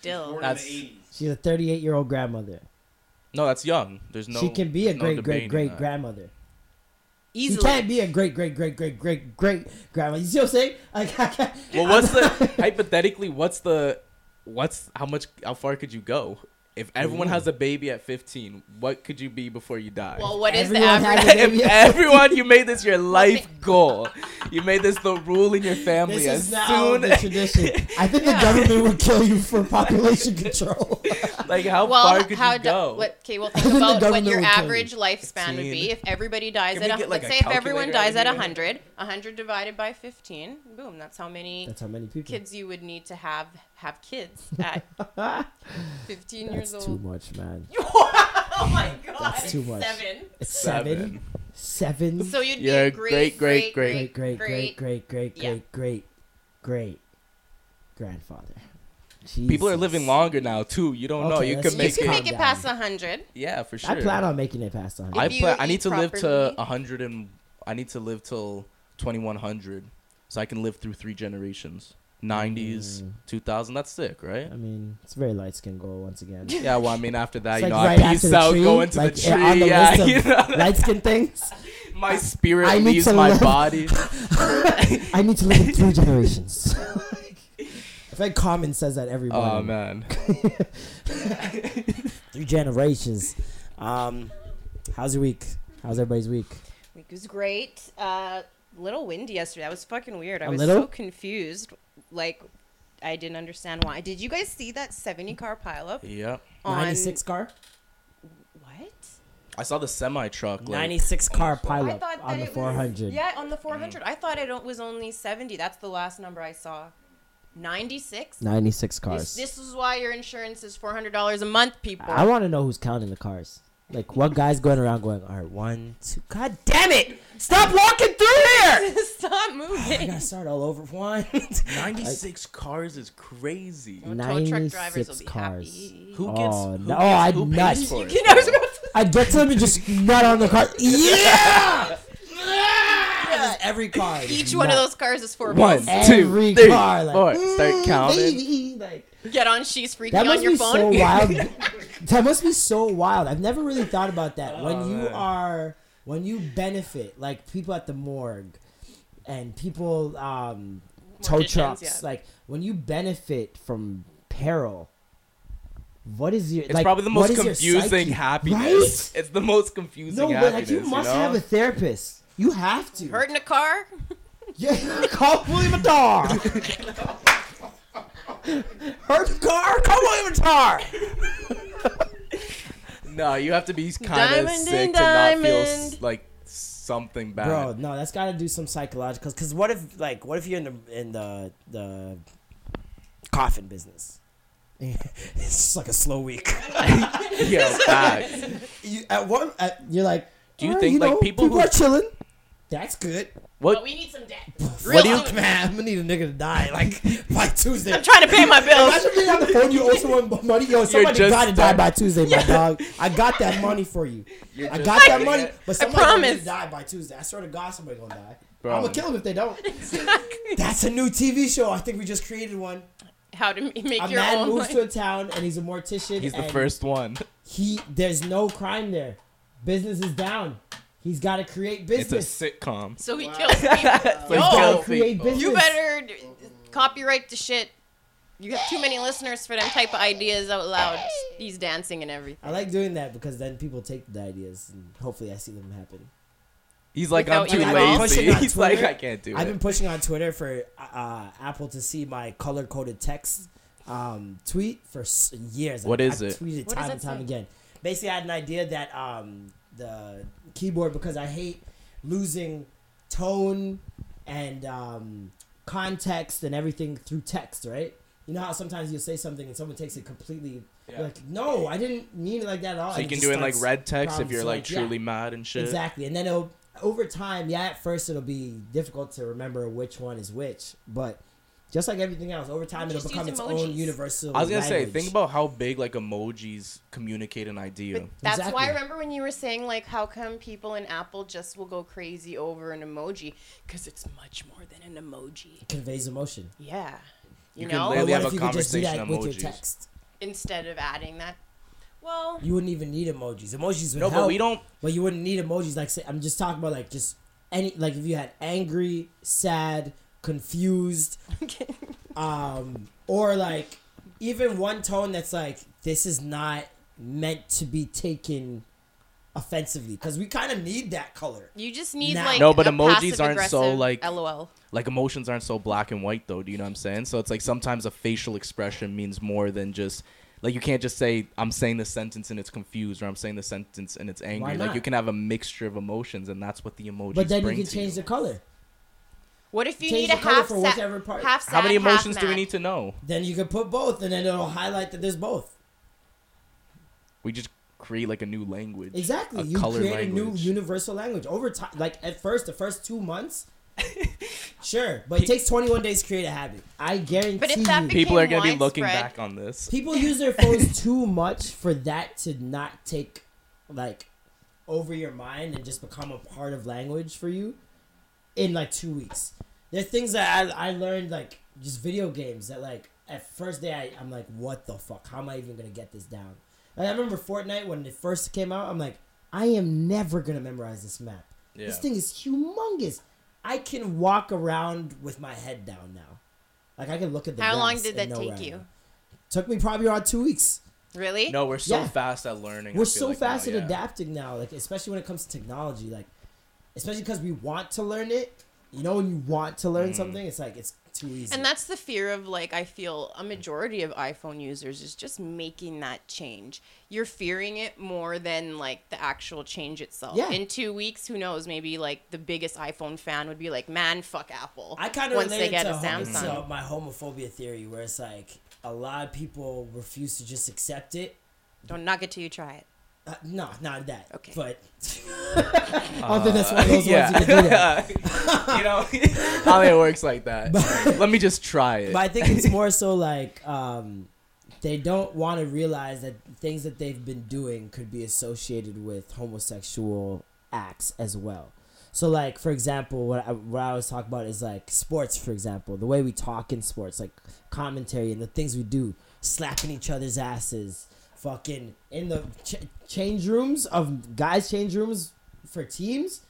still.
in
That's-
the 80s.
She's a 38 year old grandmother.
No, that's young. There's no.
she can be a
there's no
great, great,
debating
great
that.
grandmother. You
Easily.
can't be a great, great, great, great, great, great grandmother. You see what I'm saying? [laughs] Like, I can't, [laughs]
Well, what's the hypothetically? What's the? What's how much? How far could you go? If everyone has a baby at 15, what could you be before you die?
Well, what is
Everyone
the
has
[laughs]
average?
a
if [laughs]
baby.
everyone, you made this your life goal. You made this the rule in your family.
This
As
is now
soon
the tradition.
I think
[laughs]
the government would kill you for population control.
like how
Well,
far could
how
you
do-
go?
what, okay, well,
I think
think
the
about what
government
your
would tell you.
average lifespan would be
15.
if everybody dies at.
Can we
A,
get, like,
let's
a
say if everyone
calculator
dies
out
at
here?
100, 100 divided by 15, boom, that's how
[laughs]
many
That's how many people.
kids you would need to have have
[laughs]
kids at 15 years
That's too
old.
much, man.
oh my god,
That's too much.
seven.
It's seven, seven.
So you'd
You're
be a great, great,
great, great,
great,
great, great, great, great, great,
Yeah.
great, great, great grandfather. Jesus.
People are living longer now too. You don't know.
Okay,
You
that's
could
true.
You
make
can
it.
[laughs]
make it
Calm
past 100.
yeah, for sure.
I plan on making it past hundred.
I
If you
plan. I
eat
need to live to
properly-
100 and I need to live till 2100, so I can live through three generations. 90s,
Mm.
2000. That's sick, right?
I mean, it's a very light skin goal once again.
[laughs] Yeah. Well, I mean, after that,
It's
you
like
know, I
right after
peace
the
out,
tree,
go into
like,
the
yeah,
tree.
on the
[laughs] Yeah,
list of
you know,
light skin things.
my spirit
I need
leaves
to
my
live-
body.
[laughs] I need to live in
[laughs]
three generations. [laughs] If like Common says that every
Oh
morning.
man.
Three generations. Um, how's your week? How's everybody's week?
Week was great. Uh, little windy yesterday. That was fucking weird. I
A
was
little?
so confused. Like, I didn't understand why. Did you guys see that 70 car pileup
Yep.
on
96 car?
What?
I saw the semi truck. Like,
96 car
I
pileup
thought that
on the
it was-
400.
yeah, on the 400. I thought it o- was only 70. That's the last number I saw. 96.
96
This,
cars.
this is why your insurance is $400 a month, people.
I want to know who's counting the cars. Like, what guy's going around going, all right, one, two. God damn it! Stop walking through here!
[laughs] Stop
I [laughs]
moving.
gotta start all over for one.
96 cars is crazy.
Well, tow truck drivers will
96
be
cars.
happy. [laughs]
Who gets?
Oh,
who
no.
gets-
Oh, I'm
who pays
nuts.
for it?
You know, I was about to-
[laughs] I get to him and just nut on the car. Yeah! Just every car.
each one of
Nut.
those cars is four
One,
bucks.
[laughs] Every
two, three,
car, like, mm,
four. Start counting.
Baby, like,
Get on, she's freaking
That
on
must
your
be
phone.
so
[laughs]
wild. that must be so wild. I've never really thought about that.
Oh,
when you are, when you benefit, like people at the morgue, and people, um, tow
Morticians,
trucks,
yeah.
like when you benefit from peril. What is your?
It's
like,
probably the
what
most
is your
confusing
psyche?
happiness. It's the most confusing
Right? No, but
happiness.
like you must
know?
have a therapist. You have to.
Hurt in a car?
Yeah, [laughs] call William a tar. Hurt the car. Call William a tar.
No, you have to be kind of
Diamond
sick
in
to not feel
diamond.
s- like something bad.
Bro,
[laughs]
no, that's got to do some psychological. Cause what if like what if you're in the in the the coffin business? [laughs] it's just like a slow week.
Yeah,
[laughs]
facts.
You, at one, at, you're like,
Do you
"Alright,
think, like,
know,
people
people
who-
are chilling? That's good.
But
What?
we need some debt.
What do you-
Fuck, man? I'm gonna need a nigga to die like [laughs] by Tuesday.
I'm trying to pay my bills.
Imagine being on the phone. You also want money. Yo, somebody
just
got to die
starting.
by Tuesday, my dog. I got that money for you.
You're
I
just
got that
doing
money,
it.
but somebody gonna
promise.
die by Tuesday. I swear to God, somebody gonna die.
Bro.
I'm gonna kill them if they don't. That's a new TV show. I think we just created one.
[laughs] How to m- make
A
your
man
own
moves
life.
to a town and he's a mortician.
He's the
and
first one.
He there's no crime there. Business is down. He's got to create
It's a
business.
sitcom.
so he kills people.
Like,
gotta
kill
Yo,
create
people.
business.
you better d- copyright the shit. You have too many listeners for them type of ideas out loud. He's dancing and everything.
I like doing that because then people take the ideas and hopefully I see them happen.
He's like, I'm
Without
too
you involved?
lazy.
Pushing on
[laughs] He's like,
Twitter.
I can't do
I've been
it.
pushing on Twitter for uh, Apple to see my color coded text um, tweet for s- years.
What
I,
is
I
it?
Tweeted
What does
time
that
and time
say?
again. Basically, I had an idea that um, the keyboard because I hate losing tone and um, context and everything through text, right? You know how sometimes you'll say something and someone takes it completely. you're
Yeah.
like, no, I didn't mean it like that at all.
So
and
you
it
can
just
do it in like
starts
red text if
problems.
you're
So,
like
yeah.
truly mad and shit.
Exactly, and then it'll over time. Yeah, at first it'll be difficult to remember which one is which, but just like everything else, over time it'll
Just
become
use
its
emojis.
own universal.
I was gonna say,
language.
think about how big like emojis communicate an idea.
But that's why
Exactly.
I remember when you were saying like, how come people in Apple just will go crazy over an emoji? Because it's much more than an emoji.
conveys emotion.
Yeah, you,
You can
know.
They
But
have
what if
a
you could just do that
conversation
with your
emojis.
text?
Instead of adding that, well,
You wouldn't even need emojis. Emojis would
No,
help,
but we don't.
But you wouldn't need emojis. Like say, I'm just talking about like just any like if you had angry, sad, confused, um, or like even one tone that's like this is not meant to be taken offensively because we kind of need that color.
You just need
Nah.
like
No, but
a
emojis aren't so,
passive-aggressive
like-
LOL.
like emotions aren't so black and white though do you know what i'm saying so it's like sometimes a facial expression means more than just like you can't just say i'm saying this sentence and it's confused or i'm saying this sentence and it's angry like
not?
you can have a mixture of emotions and that's what the emojis
But then you
bring
can
to
change the color.
What if you
Change
need
the
a
color
half
for
sad,
whatever part.
half sad,
how many
half
emotions do we
mad?
need to know
Then you could put both, and then it'll highlight that there's both.
we just create like a new language
Exactly.
a
you
color
create a new
language.
universal language over time. Like at first, the first two
[laughs]
months, sure, but it takes 21 days to create a habit. I guarantee.
But if that
you.
becomes
people are
became
going to be looking
widespread.
back on this
people use their phones too much for that to not take like over your mind and just become a part of language for you in like two weeks there's things that i, I learned like just video games that like at first day I, i'm like what the fuck how am i even gonna get this down like, i remember fortnite when it first came out i'm like i am never gonna memorize this map this
Yeah.
thing is humongous i can walk around with my head down now like i can look at the
How long
grass
did
and
that
know
take
where I
you?
am. took me probably around two weeks
Really?
no we're so
Yeah.
fast at learning I
we're
feel
so
like now,
fast
yeah.
at adapting now like especially when it comes to technology like especially because we want to learn it you know when you want to
Mm.
learn something it's like it's too easy
And that's the fear of like I feel a majority of iPhone users is just making that change. You're fearing it more than like the actual change itself.
Yeah.
In two weeks, who knows? Maybe like the biggest iPhone fan would be like, "Man, fuck Apple."
i kind of
once
relate
they
it
get
to,
a
hom-
Samsung.
to my homophobia theory where it's like a lot of people refuse to just accept it
Don't knock it till you try it.
uh, no not that
Okay.
[laughs]
but [laughs] i don't think that's one of those
Uh, yeah.
ones you can do that
you know
[laughs]
[laughs] how it works like that [laughs] let me just try it
but i think it's more so like um they don't want to realize that things that they've been doing could be associated with homosexual acts as well. So, like for example, what I, what I always talk about is like sports. For example, the way we talk in sports, like commentary and the things we do, slapping each other's asses, fucking in the ch- change rooms of guys' change rooms for teams.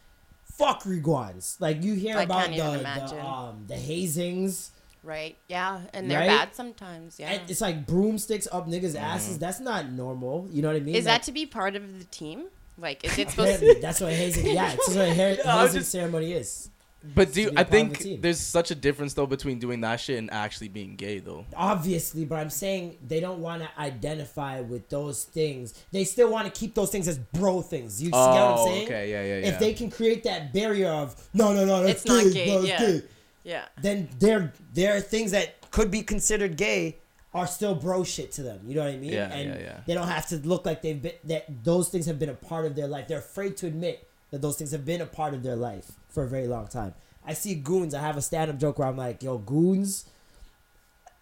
Fuck reguans. Like you hear
I
about
can't
the,
even
the
imagine.
um the hazings.
Right? Yeah. And they're
Right?
bad sometimes. Yeah.
And it's like broomsticks up niggas' asses. That's not normal. You know what I mean?
is
Like,
that to be part of the team? Like, is
[laughs]
it supposed to?
Apparently, that's what hazing. Yeah, it's what a hair,
I was
hazing
just-
ceremony is.
But do
be a
I
part of the
think
team.
there's such a difference though between doing that shit and actually being gay though?
Obviously, but I'm saying they don't want to identify with those things. They still want to keep those things as bro things. You see what
Oh,
I'm saying?
okay, yeah, yeah, yeah.
If they can create that barrier of no, no, no, that's
It's not
gay,
gay,
bro, it's
yeah.
gay,"
Yeah.
then there there are things that could be considered gay are still bro shit to them. You know what I mean?
Yeah,
and
yeah, yeah.
they don't have to look like they've been that those things have been a part of their life. They're afraid to admit that those things have been a part of their life for a very long time. I see goons. I have a stand up joke where I'm like, yo, goons,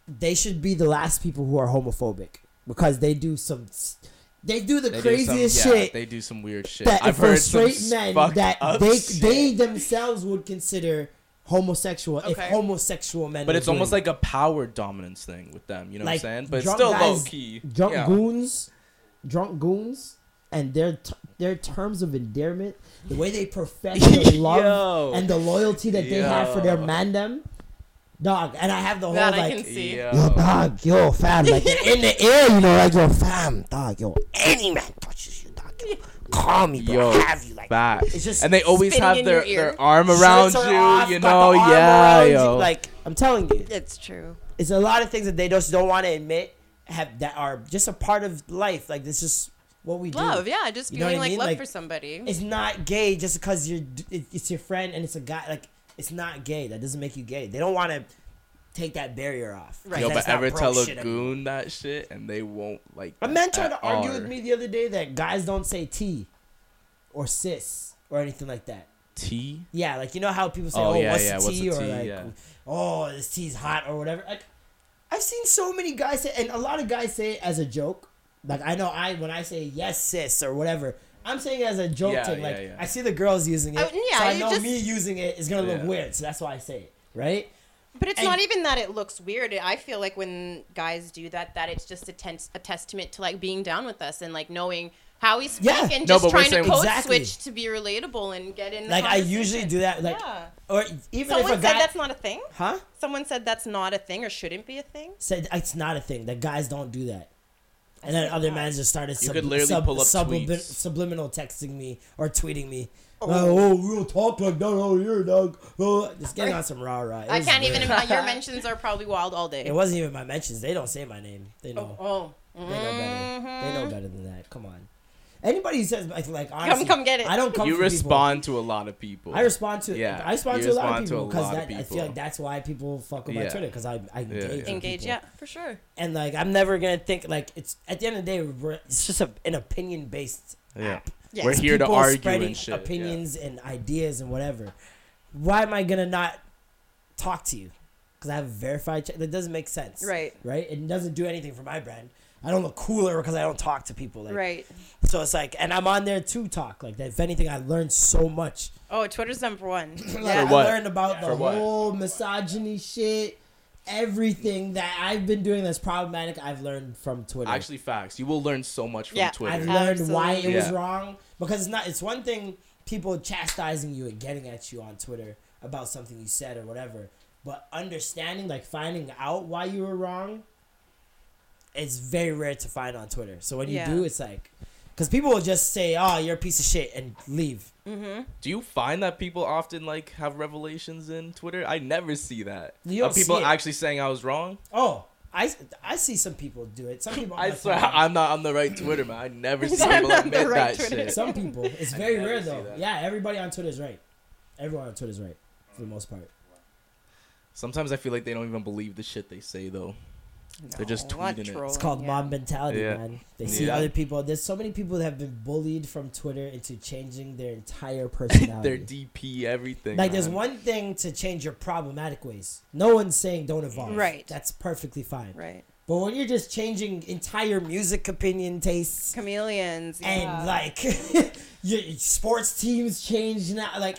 they should be the last people who are homophobic because they do some s- they do the
They do some-
craziest
yeah,
shit
they do some weird shit.
that
I've
for
heard some
straight men
fucked
that
up
they
shit.
they themselves would consider homosexual if
Okay.
homosexual men.
But
were
it's almost
doing
like a power dominance thing with them, you know
Like,
what I'm saying? But it's
drunk
still
guys-
low key.
it. drunk
yeah.
goons, drunk goons, and their t- their terms of endearment, the way they profess
[laughs]
their love
Yo.
and the loyalty that they have for their
Yo.
mandem, dog. And I have the whole
That I
like.
can see.
Yo,
Yeah.
Dog, yo, fam, like they're in the air, you know, like yo, fam, dog, yo, any man touches you, dog, yo, call me, bro,
Yo,
have you, like,
Facts.
It's just
and they always
spitting
have
in
their,
your ear.
their arm around
shirts
you,
are off,
you
got
know?
the arm
Yeah,
around you.
yo.
Like I'm telling you,
It's true.
it's a lot of things that they just don't want to admit have that are just a part of life. Like this is what we do.
Love. Yeah. Just
You know what
feeling
I
like
mean?
love
Like,
for somebody.
it's not gay just because you're it, it's your friend and it's a guy like it's not gay that doesn't make you gay they don't want to take that barrier off
Right.
Yo,
That's
but
not
ever
bro
tell a
shit anymore.
goon that shit and they won't like.
a man tried to
at
argue
all.
with me the other day that guys don't say t or cis or anything like that
T.
yeah like you know how people say oh,
Oh, yeah,
what's
yeah,
the
what's
tea
the
or
tea,
like
yeah.
oh this tea's hot or whatever like i've seen so many guys say and a lot of guys say it as a joke like i know i when i say yes sis or whatever i'm saying it as a joke
Yeah,
thing like
yeah, yeah.
i see the girls using it
Oh, yeah,
so i
you
know
just-
me using it is gonna look
Yeah.
weird so that's why i say it right
But it's
And-
not even that it looks weird. I feel like when guys do that, that it's just a, ten- a testament to like being down with us and like knowing how we speak
Yeah.
and
No,
just
but we're
trying to
saying-
code
Exactly.
switch to be relatable and get in. The
Like I usually
conversation.
do that. Like
yeah.
or even
Someone
if a
said
guy
that's not a thing.
huh
Someone said that's not a thing or shouldn't be a thing.
said it's not a thing that guys don't do that. And then other men just started
You could literally pull up tweets.
subliminal texting me or tweeting me. Oh, oh we don't talk like that out here, dog. Oh, just getting on some rah rah.
I can't even imagine.
[laughs]
Your mentions are probably wild all day.
It wasn't even my mentions. They don't say my name. They know.
oh.
They know better. They know better than that. Come on. Anybody who says like, like honestly,
come get it.
I don't come.
you
for people.
respond to a lot of people.
I respond to
Yeah,
I respond
you
to a lot of
respond to a
people because
lot of
that I
people.
feel like that's why people fuck with my
Yeah.
Twitter because I I engage.
yeah.
with
Engage,
people.
yeah, for sure.
And like I'm never gonna think like it's at the end of the day we're, it's just a, an opinion based
Yeah.
app.
Yes.
We're
It's
here to
People
argue
spreading
and shit. yeah.
opinions and ideas and whatever. Why am I gonna not talk to you? Because I have a verified. Ch- that doesn't make sense.
Right.
Right. It doesn't do anything for my brand. I don't look cooler because I don't talk to people. Like,
Right.
So it's like, and I'm on there to talk. Like, that. if anything, I learned so much.
Oh, Twitter's number
[laughs]
one.
Like,
For
yeah.
what?
I learned about the
For what?
whole misogyny shit. Everything that I've been doing that's problematic, I've learned from Twitter.
Actually, facts. You will learn so much from
Yeah.
Twitter.
I've learned why it was
Yeah.
wrong because it's not. It's one thing people chastising you and getting at you on Twitter about something you said or whatever, but understanding, like finding out why you were wrong, is very rare to find on Twitter. So when you
Yeah.
do, it's like, because people will just say, "Oh, you're a piece of shit" and leave.
Do you find that people often like have revelations in Twitter? I never see that.
You
Are
don't see
people
it.
actually saying I was wrong?
Oh, I I see some people do it. Some people.
I
like,
swear
"Oh,
I'm not on the right Twitter, man.
[laughs]
I never see
not
people
on the
admit
right
that
Twitter.
shit.
Some people.
[laughs]
It's very
never
rare
see
though.
that.
Yeah, everybody on Twitter is right. Everyone on Twitter is right for the most part.
Sometimes I feel like they don't even believe the shit they say though. They're just
No, what
tweeting it.
troll.
It's called
Yeah.
mob mentality,
Yeah.
man. They see
Yeah.
other people. There's so many people that have been bullied from Twitter into changing their entire personality.
[laughs] Their DP, everything.
like, there's
man.
one thing to change your problematic ways. No one's saying don't evolve.
Right.
That's perfectly fine.
Right.
But when you're just changing entire music opinion tastes
Chameleons.
and
yeah.
like [laughs] your your sports teams change now, like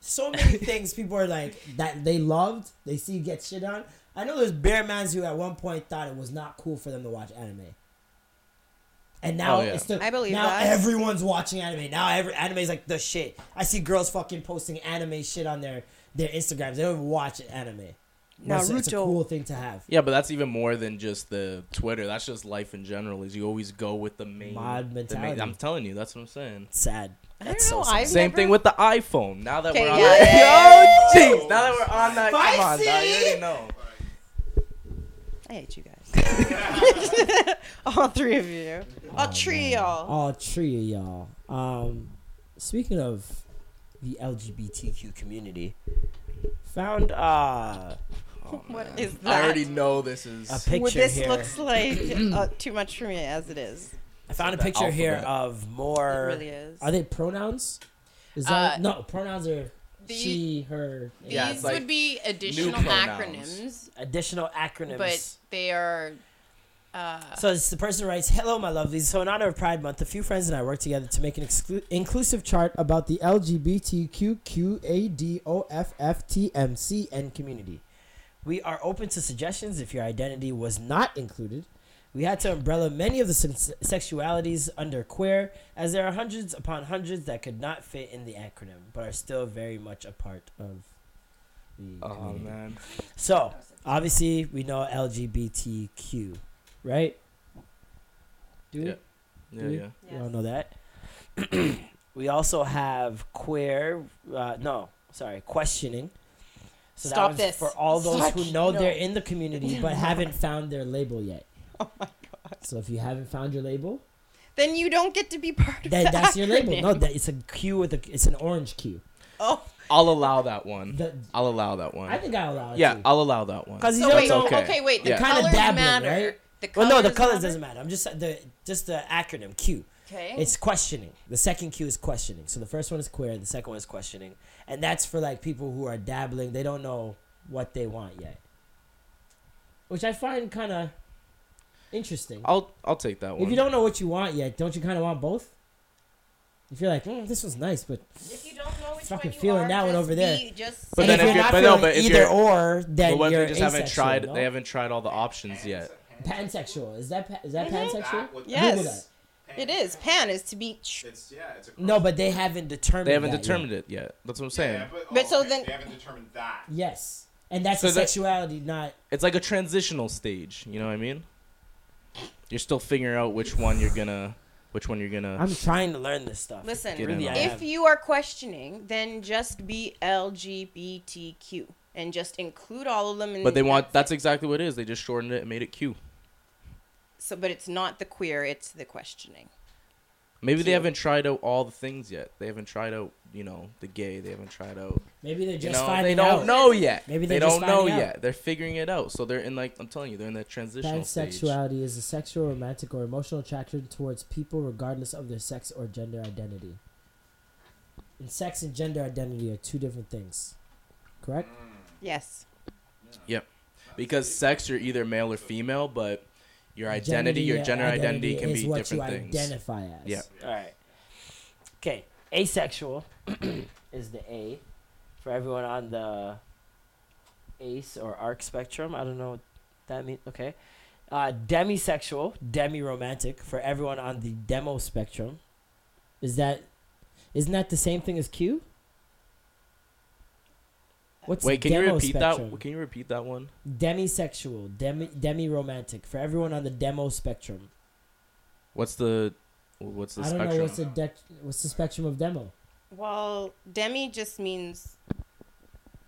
so
[laughs]
many things people are like that they loved, they see get shit on. I know there's bear mans who at one point thought it was not cool for them to watch anime. And now
Oh, yeah.
it's the
I believe
now
that.
everyone's watching anime. Now every anime is like the shit. I see girls fucking posting anime shit on their their Instagrams. They don't even watch anime. It's, it's a
Naruto.
cool thing to have.
Yeah, but that's even more than just the Twitter. That's just life in general. Is you always go with the main
Mod
the main-
mentality.
I'm telling you, that's what I'm saying.
Sad.
I don't
That's so
know.
sad.
I've
Same
never-
thing with the iPhone. Now that
Okay,
we're on,
yeah.
yo, jeez. Now that we're on that, come on, dog, you already know.
I hate you guys. [laughs] All three of you. A trio.
all three of y'all. Um, speaking of the LGBTQ community, found uh,
What is that?
I already know this is.
a
Well,
picture
this
here.
looks
[clears throat]
like uh, too much for me as it is.
I found a
the
picture here
alphabet.
of more.
It really is.
Are they pronouns? Is that
Uh,
no pronouns are
the-
she, her,
These
Yeah, it's like
would be additional
pronouns.
acronyms,
additional acronyms.
but they are.
So it's the person writes, "Hello, my lovelies. So in honor of Pride Month, a few friends and I worked together to make an exclu- inclusive chart about the LGBTQQADOFFTMCN community. We are open to suggestions if your identity was not included. We had to umbrella many of the sen- sexualities under queer, as there are hundreds upon hundreds that could not fit in the acronym, but are still very much a part of the
Oh
community.
man.
So obviously we know LGBTQ, right? Do we?
Yeah. Yeah,
We-
yeah.
We all know that. [clears throat] we also have queer. Uh, no, sorry, questioning. So that
Stop
one's
this.
for all those who
Such-
know they're
no.
in the community but haven't found their label yet. Oh my god! So if you haven't found your label,
Then you don't get to be part of
that,
the
that's your label. No,
acronym.
that it's a Q with a it's an orange Q.
oh,
I'll allow that one.
The-
I'll allow that
I
one.
think I allow it.
Yeah,
too.
I'll allow that one.
Cause you
so
don't
wait,
know-
okay. wait. The
Yeah.
Kinda
colors
dabbling,
matter.
right?
The
Well,
colors
no, the colors doesn't matter. I'm just the just the acronym Q.
Okay.
It's questioning. The second Q is questioning. So the first one is queer. The second one is questioning, and that's for like people who are dabbling. They don't know what they want yet, which I find kind of interesting.
I'll I'll take that one.
if you don't know what you want yet, don't you kind of want both? If you're like, mm, this was nice, but
If you don't know which
Fucking
one you
feeling
are,
that one
just
over there.
Be, just
But
and
then
if
if
you're
you're-
not
but no,
feeling
but if
either
you're-
or, then
but what if
you're
they just haven't
asexual,
tried?
no?
They haven't tried all the options yet.
pansexual. Is that pa- is that pansexual?
That was
Yes.
Google that.
It is. Pan is to be.
It's yeah. It's a
No, but they haven't determined.
They haven't
that yet.
determined it yet. That's what I'm saying.
Yeah, but,
But
oh,
so
okay,
then-
they haven't determined that.
Yes, and that's
So
a
that-
sexuality, not
It's like a transitional stage. You know what I mean? You're still figuring out which one you're gonna, which one you're gonna.
I'm trying to learn this stuff.
Listen,
Get in on
it.
if you are questioning, then just be LGBTQ and just include all of them. In
but they
that.
want. That's exactly what it is. They just shortened it and made it Q.
So, but it's not the queer; it's the questioning.
Maybe they haven't tried out all the things yet. They haven't tried out, you know, the gay. They haven't tried out.
Maybe they're
You
just
know,
finding
they don't
out.
know yet.
Maybe
Maybe
they're
they
just
don't know
finding out.
yet. They're figuring it out. So they're in like I'm telling you, they're in that transitional stage.
Pansexuality is a sexual, romantic, or emotional attraction towards people regardless of their sex or gender identity. And sex and gender identity are two different things. Correct?
Yes.
Yep. Because sex, you're either male or female, but your identity, your
yeah,
gender identity, can
is
be
what
different
you
things.
identify as.
Yeah.
All right. Okay. Asexual [clears throat] is the A for everyone on the ace or arc spectrum. I don't know what that means. Okay. Uh, demisexual, demi-romantic for everyone on the demo spectrum. Is that isn't that the same thing as Q? What's
Wait, can you
demo
repeat
spectrum?
that? Can you repeat that one?
Demisexual, demi demi-romantic for everyone on the demo spectrum.
What's the what's the
I don't
spectrum?
know what's the dec- what's the spectrum of demo.
Well, demi just means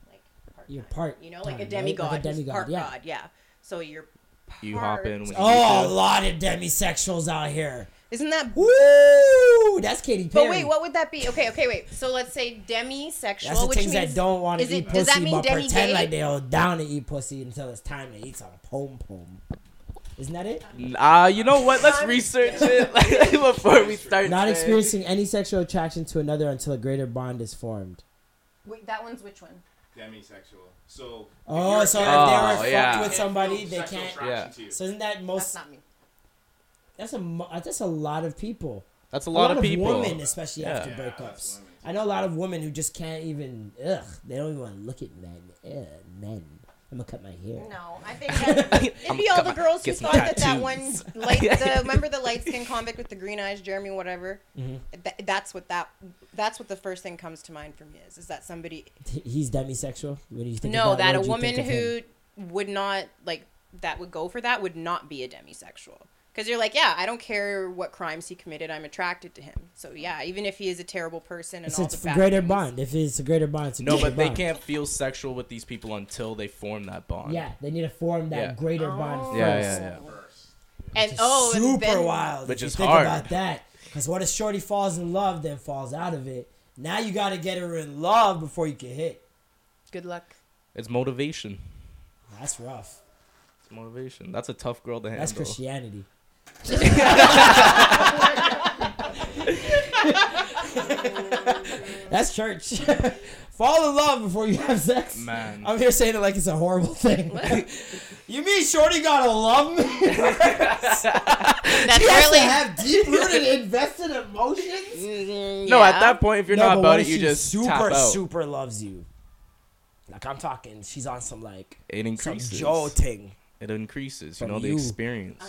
like part.
Your
time,
part
You know, like
time,
a
right?
demigod.
Like a
he's
demigod,
Part
yeah.
god. Yeah. So you're. Part,
You hop in when you-
Oh, a lot of demisexuals out here.
Isn't that?
Woo! That's Katy Perry.
But wait, what would that be? Okay, okay, wait. So let's say demisexual,
That's the
which
things
means
that don't want
is
to eat
it-
pussy,
does that mean
but pretend
demi-gay?
like they'll down to eat pussy until it's time to eat some pom pom. Isn't that it?
Ah, you know what? Let's
[laughs]
research it [laughs] before we start.
Not
saying-
experiencing any sexual attraction to another until a greater bond is formed.
Wait, that one's which one?
Demisexual. So. if
Oh,
you're
so
gay,
Oh,
if they were
yeah.
fucked with
you
somebody,
feel
they
sexual
can't.
attraction
Yeah.
to you.
So isn't that
That's
most?
not me.
That's a mo- that's a lot of people.
That's a lot, of people.
women, especially after
Yeah,
that's
breakups.
women.
I know a lot of women who just can't even. Ugh, they don't even want to look at men. Ugh, men. I'm gonna cut my hair.
No, I think that, it'd be all the girls who
get some
thought that that one,
[laughs]
tattoos.
light, the, remember the light skinned convict with the green eyes, Jeremy, whatever.
Mm-hmm.
Th- that's what that. That's what the first thing comes to mind for me is is that somebody
[laughs] He's demisexual. What do you think?
no
of
that a
What do you
woman
think of him?
who would not like that would go for that would not be a demisexual because you're like yeah I don't care what crimes he committed I'm attracted to him so yeah even if he is a terrible person and
It's,
all
it's
the bad
greater
things-
bond. If it's a greater bond, it's a
No,
greater
but they
bond.
can't feel sexual with these people until they form that bond.
Yeah, they need to form that
Yeah.
greater bond first.
Yeah, yeah, yeah.
and oh and
Super
then-
wild.
Which
if
is
you think
hard.
about that. Because what if Shorty falls in love, then falls out of it? Now you got to get her in love before you can hit.
good luck
It's motivation.
That's rough.
It's motivation. That's a tough girl to handle.
That's Christianity. That's church. [laughs] Fall in love before you have sex.
Man.
I'm here saying it like it's a horrible thing. [laughs] you mean Shorty gotta love [laughs] me? she [laughs]
that's
has
really [laughs]
to have deep rooted invested emotions?
Mm,
No, at that point, if you're not
what
about it,
if
you
she
just
super,
tap out.
super loves you. Like I'm talking, she's on some like
It
some
increases.
Joe thing.
It increases. You
From
know the
you.
experience.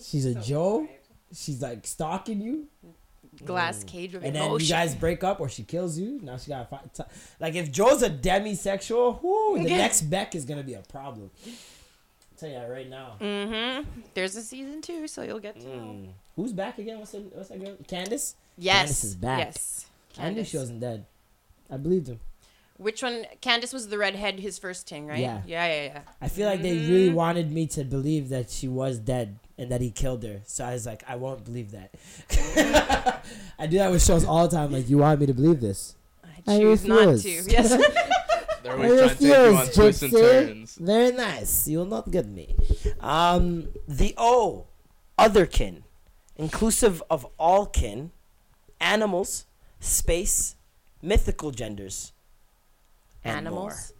She's a Joe. She's like stalking you.
glass cage of
Mm. and then you
emotion.
guys break up or she kills you. Now she got to fight. Like if Joe's a demisexual, whoo, the next Beck is gonna be a problem. I'll tell you that right now.
There's a season two, so you'll get to
Mm.
know.
Who's back again? What's that, what's that girl? Candace.
Yes,
Candace is back.
Yes,
I knew she
Candace.
wasn't dead. I believed him.
Which one? Candace was the redhead, his first ting, right?
Yeah.
yeah, yeah, yeah.
I feel like they really wanted me to believe that she was dead and that he killed her. So I was like, I won't believe that. [laughs] I do that with shows all the time. Like you want me to believe this?
I choose not to.
refuse.
Yes,
[laughs]
They're
I
always trying to take you on
refuse,
twists and
Gypsy.
turns.
Very nice. You will not get me. Um, the O, other kin, inclusive of all kin, animals, space, mythical genders. and
animals,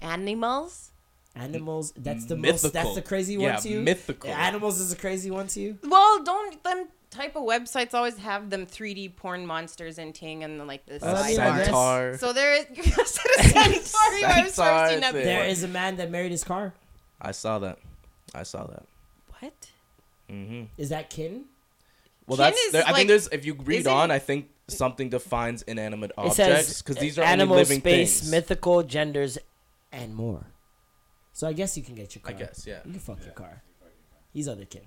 animals.
more. Animals. That's the most. That's
Mythical.
the crazy one
Yeah,
to you.
mythical.
Animals is a crazy one to you.
Well, don't them type of websites always have them 3D porn monsters and ting and like this.
Well, I mean, I guess-
Centaur.
So there is [laughs] you said
[laughs]
a centaur. You I was
Centaur
first, you know-
thing.
There is a man that married his car.
I saw that. I saw that.
What?
hmm
Is that kin?
Well,
Kin
that's.
is
there- I
like-
think there's. If you read
isn't-
on, I think something defines inanimate
It says
objects because these are
animal,
only living
space,
things.
mythical, genders, and more. So I guess you can get your
I
car.
guess, yeah.
You can fuck your car. He's other kin.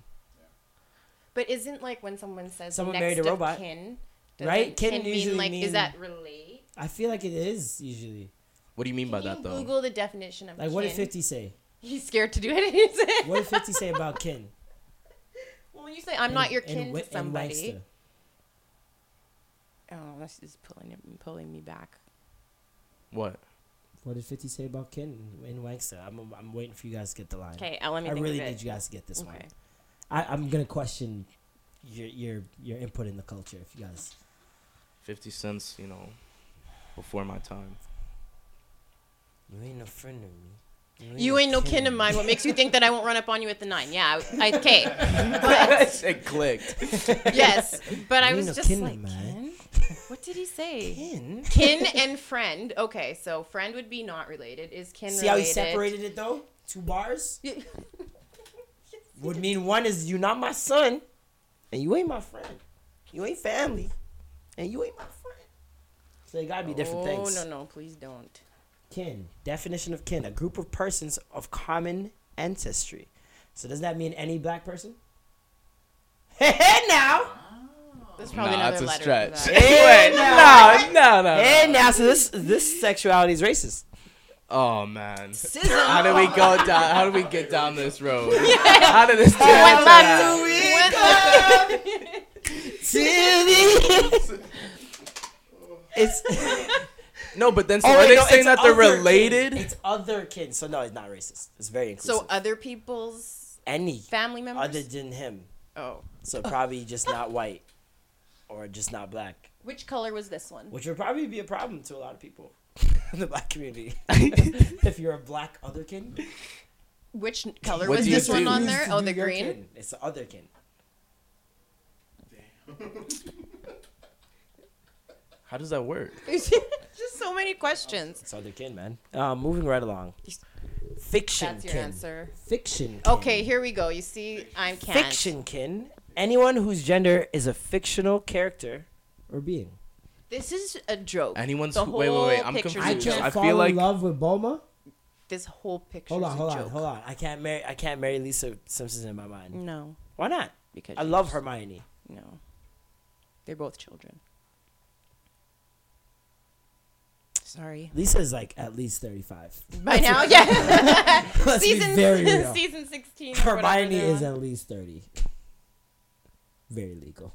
But isn't like when someone says
Someone
next
married a
of
robot.
kin,
Right?
doesn't
Kin
Kin,
usually
mean like
mean-
is that relay?
I feel like it is usually.
What do you mean by
Can you
that though?
Google the definition of
Like, what did
kin?
50 say?
He's scared to do it. [laughs]
What did 50 say about kin?
well, when you say [laughs] I'm not your kin
Wi-
to somebody,
Wangster.
oh, this is pulling it, pulling me back.
What?
What did 50 say about kin in Wangster? I'm, I'm waiting for you guys to get the line.
Okay, uh, let me
I
think of
really
it.
need you guys to get this one.
Okay.
I, I'm going to question your, your, your input in the culture if you guys.
Fifty cents, you know, before
[laughs]
my time.
You ain't no friend of me.
You ain't no kin of mine. What makes you think that I won't run up on you with the nine? Yeah, I, I, okay.
[laughs]
But,
It clicked.
yes, but I
You ain't
was
no
just
kin of
like,
mine.
kin?
[laughs]
What did he say?
Kin? [laughs]
Kin and friend. Okay, so friend would be not related. Is kin
See how he
related?
separated it though? Two
[laughs]
bars?
Yeah.
Would mean one is you not my son, and you ain't my friend. You ain't family, and you ain't my friend. So they gotta be different
oh,
things.
no, no, please don't.
Kin. Definition of kin. A group of persons of common ancestry. So does that mean any black person? [laughs] Hey now!
That's
Nah,
probably
that's
another
a
letter.
stretch.
For that.
Wait, no, no, no.
Hey now, so this this sexuality is racist.
[laughs] Oh man.
Sizzle.
How do we go
[laughs]
down? How do we get down this road? How did this turn?
[laughs] It's
No, but then so
Oh,
are
wait,
they
no,
saying
it's
that they're
other kin.
related?
It's other kin, so no, it's not racist. It's very inclusive.
So uh, other people's
any
family members.
other than him,
oh,
so probably just not white or just not black,
which color was this one?
which would probably be a problem to a lot of people [laughs] in the black
[laughs]
community. if you're a black other kin,
Which color
What
was
do you
this one
do?
on
who's
there?
to
Oh,
do
the
your
green.
kin? It's the other kin.
How does that work?
[laughs] Just so many questions.
It's other kin, man. Uh, moving right along. Fiction
That's your
kin.
answer.
Fiction. Kin.
Okay, here we go. You see, I'm can't.
Fiction kin. Anyone whose gender is a fictional character or being.
This is a joke.
Anyone's
the
who- wait, wait, wait,
whole
I'm
picture's a
confused. I
joke.
can't- feel like-
love with Bulma.
This whole picture.
Hold on, hold
a
on,
joke.
hold on. I can't marry. I can't marry Lisa Simpson in my mind.
No,
Why not?
because
I
you-
love Hermione.
No, they're both children. Sorry.
Lisa is like at least
[laughs]
thirty-five. [laughs]
By now, yeah.
Let's
season
be very real.
[laughs] season sixteen. or whatever
Hermione
they're
is
on.
at least thirty. Very legal.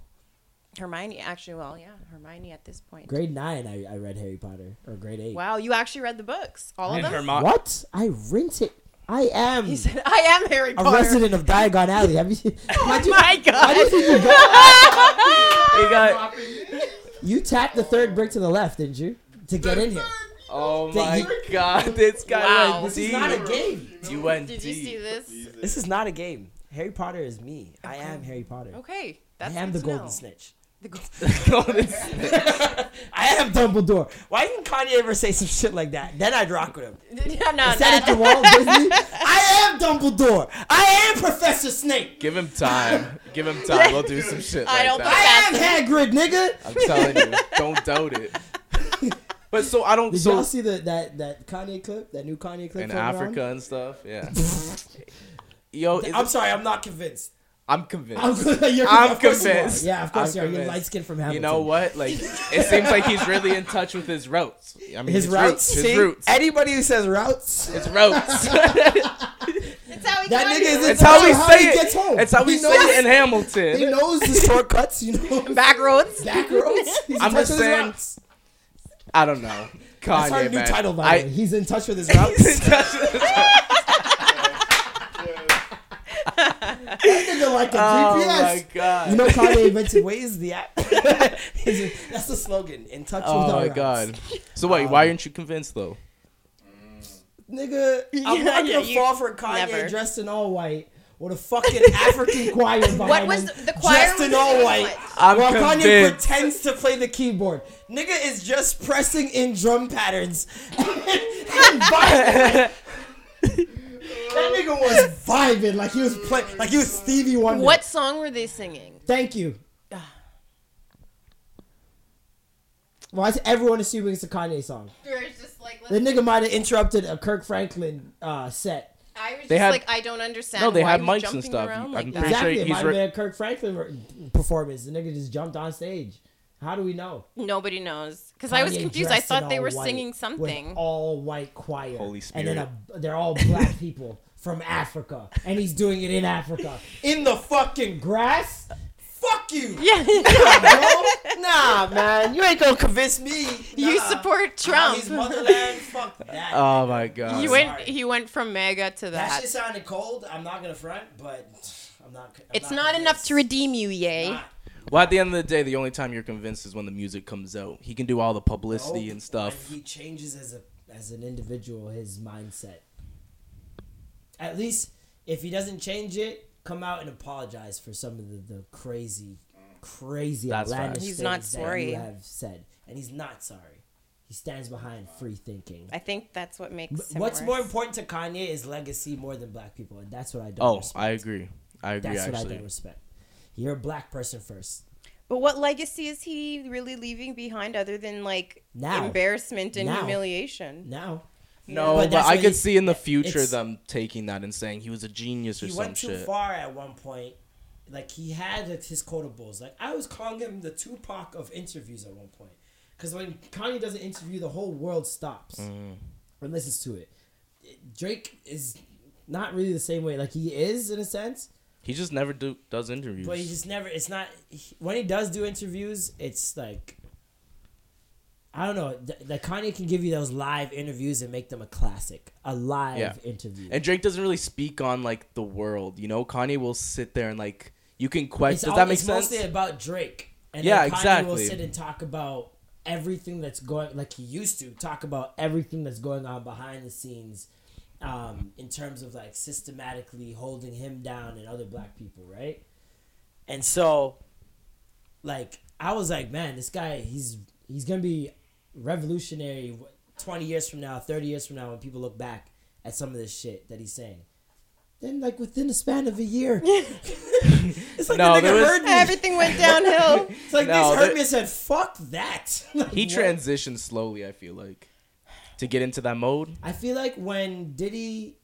Hermione. Actually, well, yeah, Hermione at this point.
Grade nine, I, I read Harry Potter or grade eight.
Wow, you actually read the books, all of
And
them.
her mom.
What? I rent it. I am
He said, "I am Harry
a
Potter." Oh
resident of Diagon Alley. Have you?
[laughs]
seen- Why'd you-
My
why do you
God.
think you got-
You got-
You tapped the third brick to the left, didn't you? To get in here.
oh
That
my
you-
god, this guy
Wow.
went
This
deep.
game.
you went
Did you
deep. [laughs]
see this?
This is not a game. Harry Potter is me. I am Harry Potter.
Okay,
I
that's
am the
good to
golden
know.
snitch. [laughs]
The gold-
I am Dumbledore. Why didn't Kanye ever say some shit like that? Then I'd rock with him.
[laughs] no, no,
Instead of the
no. [laughs]
Walt Disney, I am Dumbledore. I am Professor Snape.
Give him time. Give him time. We'll do some shit
I
like
don't
that.
I am Hagrid, nigga.
I'm telling you, don't doubt it.
[laughs]
But so I don't.
Did
so
y'all see the, that that Kanye clip? That new Kanye clip
in
floating around?
Africa and stuff.
[laughs]
Yeah. Yo, is-
I'm sorry, I'm not convinced.
I'm convinced.
I'm, [laughs] you're,
I'm
of course you are.
convinced.
Yeah, of course
I'm
you are. You're
convinced.
light skinned from Hamilton. [laughs]
you know what? Like, it seems like he's really in touch with his roots. I mean,
His, routes.
His
see?
roots.
Anybody who says routes,
His roots.
[laughs]
[laughs]
That's how he
that
got
nigga is
here.
in
It's how we
touch with
say
he
it.
Gets home.
That's how
He
we say
knows-
it in
He
Hamilton.
knows the
[laughs]
shortcuts. You know.
back roads.
back roads. He's in
I'm
touch
just
with his
saying,
routes.
I don't know. Kanye,
That's our new
man.
title, by
I-
the way. He's in touch with his
He's [laughs]
routes.
in touch
[laughs]
with his
Nigga like a
Oh
GPS.
my god.
You know
[laughs]
Kanye invented Waze, the app. [laughs] That's the slogan. In touch with
oh
our
my
routes.
god. So wait, why
Um,
aren't you convinced though?
Nigga, I'm
[laughs] Yeah,
not
yeah,
gonna
you-
fall for Kanye
never.
dressed in all white with a fucking
[laughs]
African choir behind
What was
him,
the, the choir?
dressed
was
in all white.
I'm
while Kanye
convinced.
pretends to play the keyboard. Nigga is just pressing in drum patterns. [laughs] And vibing. that nigga was vibing like he was play, like he was Stevie Wonder.
What song were they singing?
Thank you. Why is everyone assuming it's a Kanye song?
Or it's just like,
The
let's-
nigga might have interrupted a Kirk Franklin uh, set.
I was just
They had-
like, I don't understand.
No, they
why
had
he's
mics and
jumping
stuff.
around
I'm
like that.
pretty sure-
Exactly, it
he's
might have
re-
been a Kirk Franklin re- performance. The nigga just jumped on stage. How do we know?
Nobody knows because I was
Kanye
confused. I
dressed in
thought they
all
were
white
singing
with
something.
all white choir.
Holy
And
Spirit.
then a, they're all black people from Africa, and he's doing it in Africa in the fucking grass. Fuck you, [laughs]
[laughs] yeah,
bro.
Nah, man, you ain't gonna convince me.
[laughs] you
Nah.
[laughs] support Trump.
Chinese motherland. Fuck that.
Oh my god.
You
I'm
went.
sorry.
He went from mega to
that
that.
shit sounded cold. I'm not gonna front, but I'm not. I'm
it's not enough to
convinced.
redeem you, yay.
Not.
Well, at the end of the day, the only time you're convinced is when the music comes out. He can do all the publicity
Nope.
and stuff.
When Oh, he changes as a as an individual his mindset. At least if he doesn't change it, come out and apologize for some of the, the crazy, crazy
That's
outlandish
facts.
He's
things
not
that you
sorry.
have said, and he's not sorry. He stands behind free thinking.
I think that's what makes.
But
him
What's
worse.
more important to Kanye is legacy more than black people, and that's what I don't.
Oh,
respect.
I agree. I agree.
that's what I
actually,
don't respect. You're a black person first.
But what legacy is he really leaving behind other than like
Now.
embarrassment and
Now.
humiliation?
Now
no,
But
but,
that's
I
what
could
he-
see in the future
it's-
them taking that and saying he was a genius or
he
some
went too
shit.
far at one point. Like he had like, his quotables. Like I was calling him the Tupac of interviews at one point, because when Kanye does an interview, the whole world stops
Mm-hmm.
and listens to it. Drake is not really the same way. Like he is in a sense,
He just never do, does interviews.
but he just never. It's not he- when he does do interviews. It's like I don't know. Th- That Kanye can give you those live interviews and make them a classic, a live
Yeah.
interview.
and Drake doesn't really speak on like the world. You know, Kanye will sit there and like you can
It's,
question. Does
all,
that make
it's
sense?
mostly about Drake. And
Yeah,
then Kanye will
exactly.
sit and talk about everything that's going like he used to talk about everything that's going on behind the scenes um, in terms of like systematically holding him down and other black people, right?
And so
Like I was like, man, this guy he's he's going to be revolutionary wh- 20 years from now, 30 years from now when people look back at some of this shit that he's saying. Then like within the span of a year. [laughs] it's like
No,
the nigga
there was-
heard me. [laughs]
Everything went downhill.
It's like
No,
this heard
there-
me and said, "Fuck that." [laughs] Like,
he
what?
transitions slowly. I feel like to get into that mode.
I feel like when Diddy,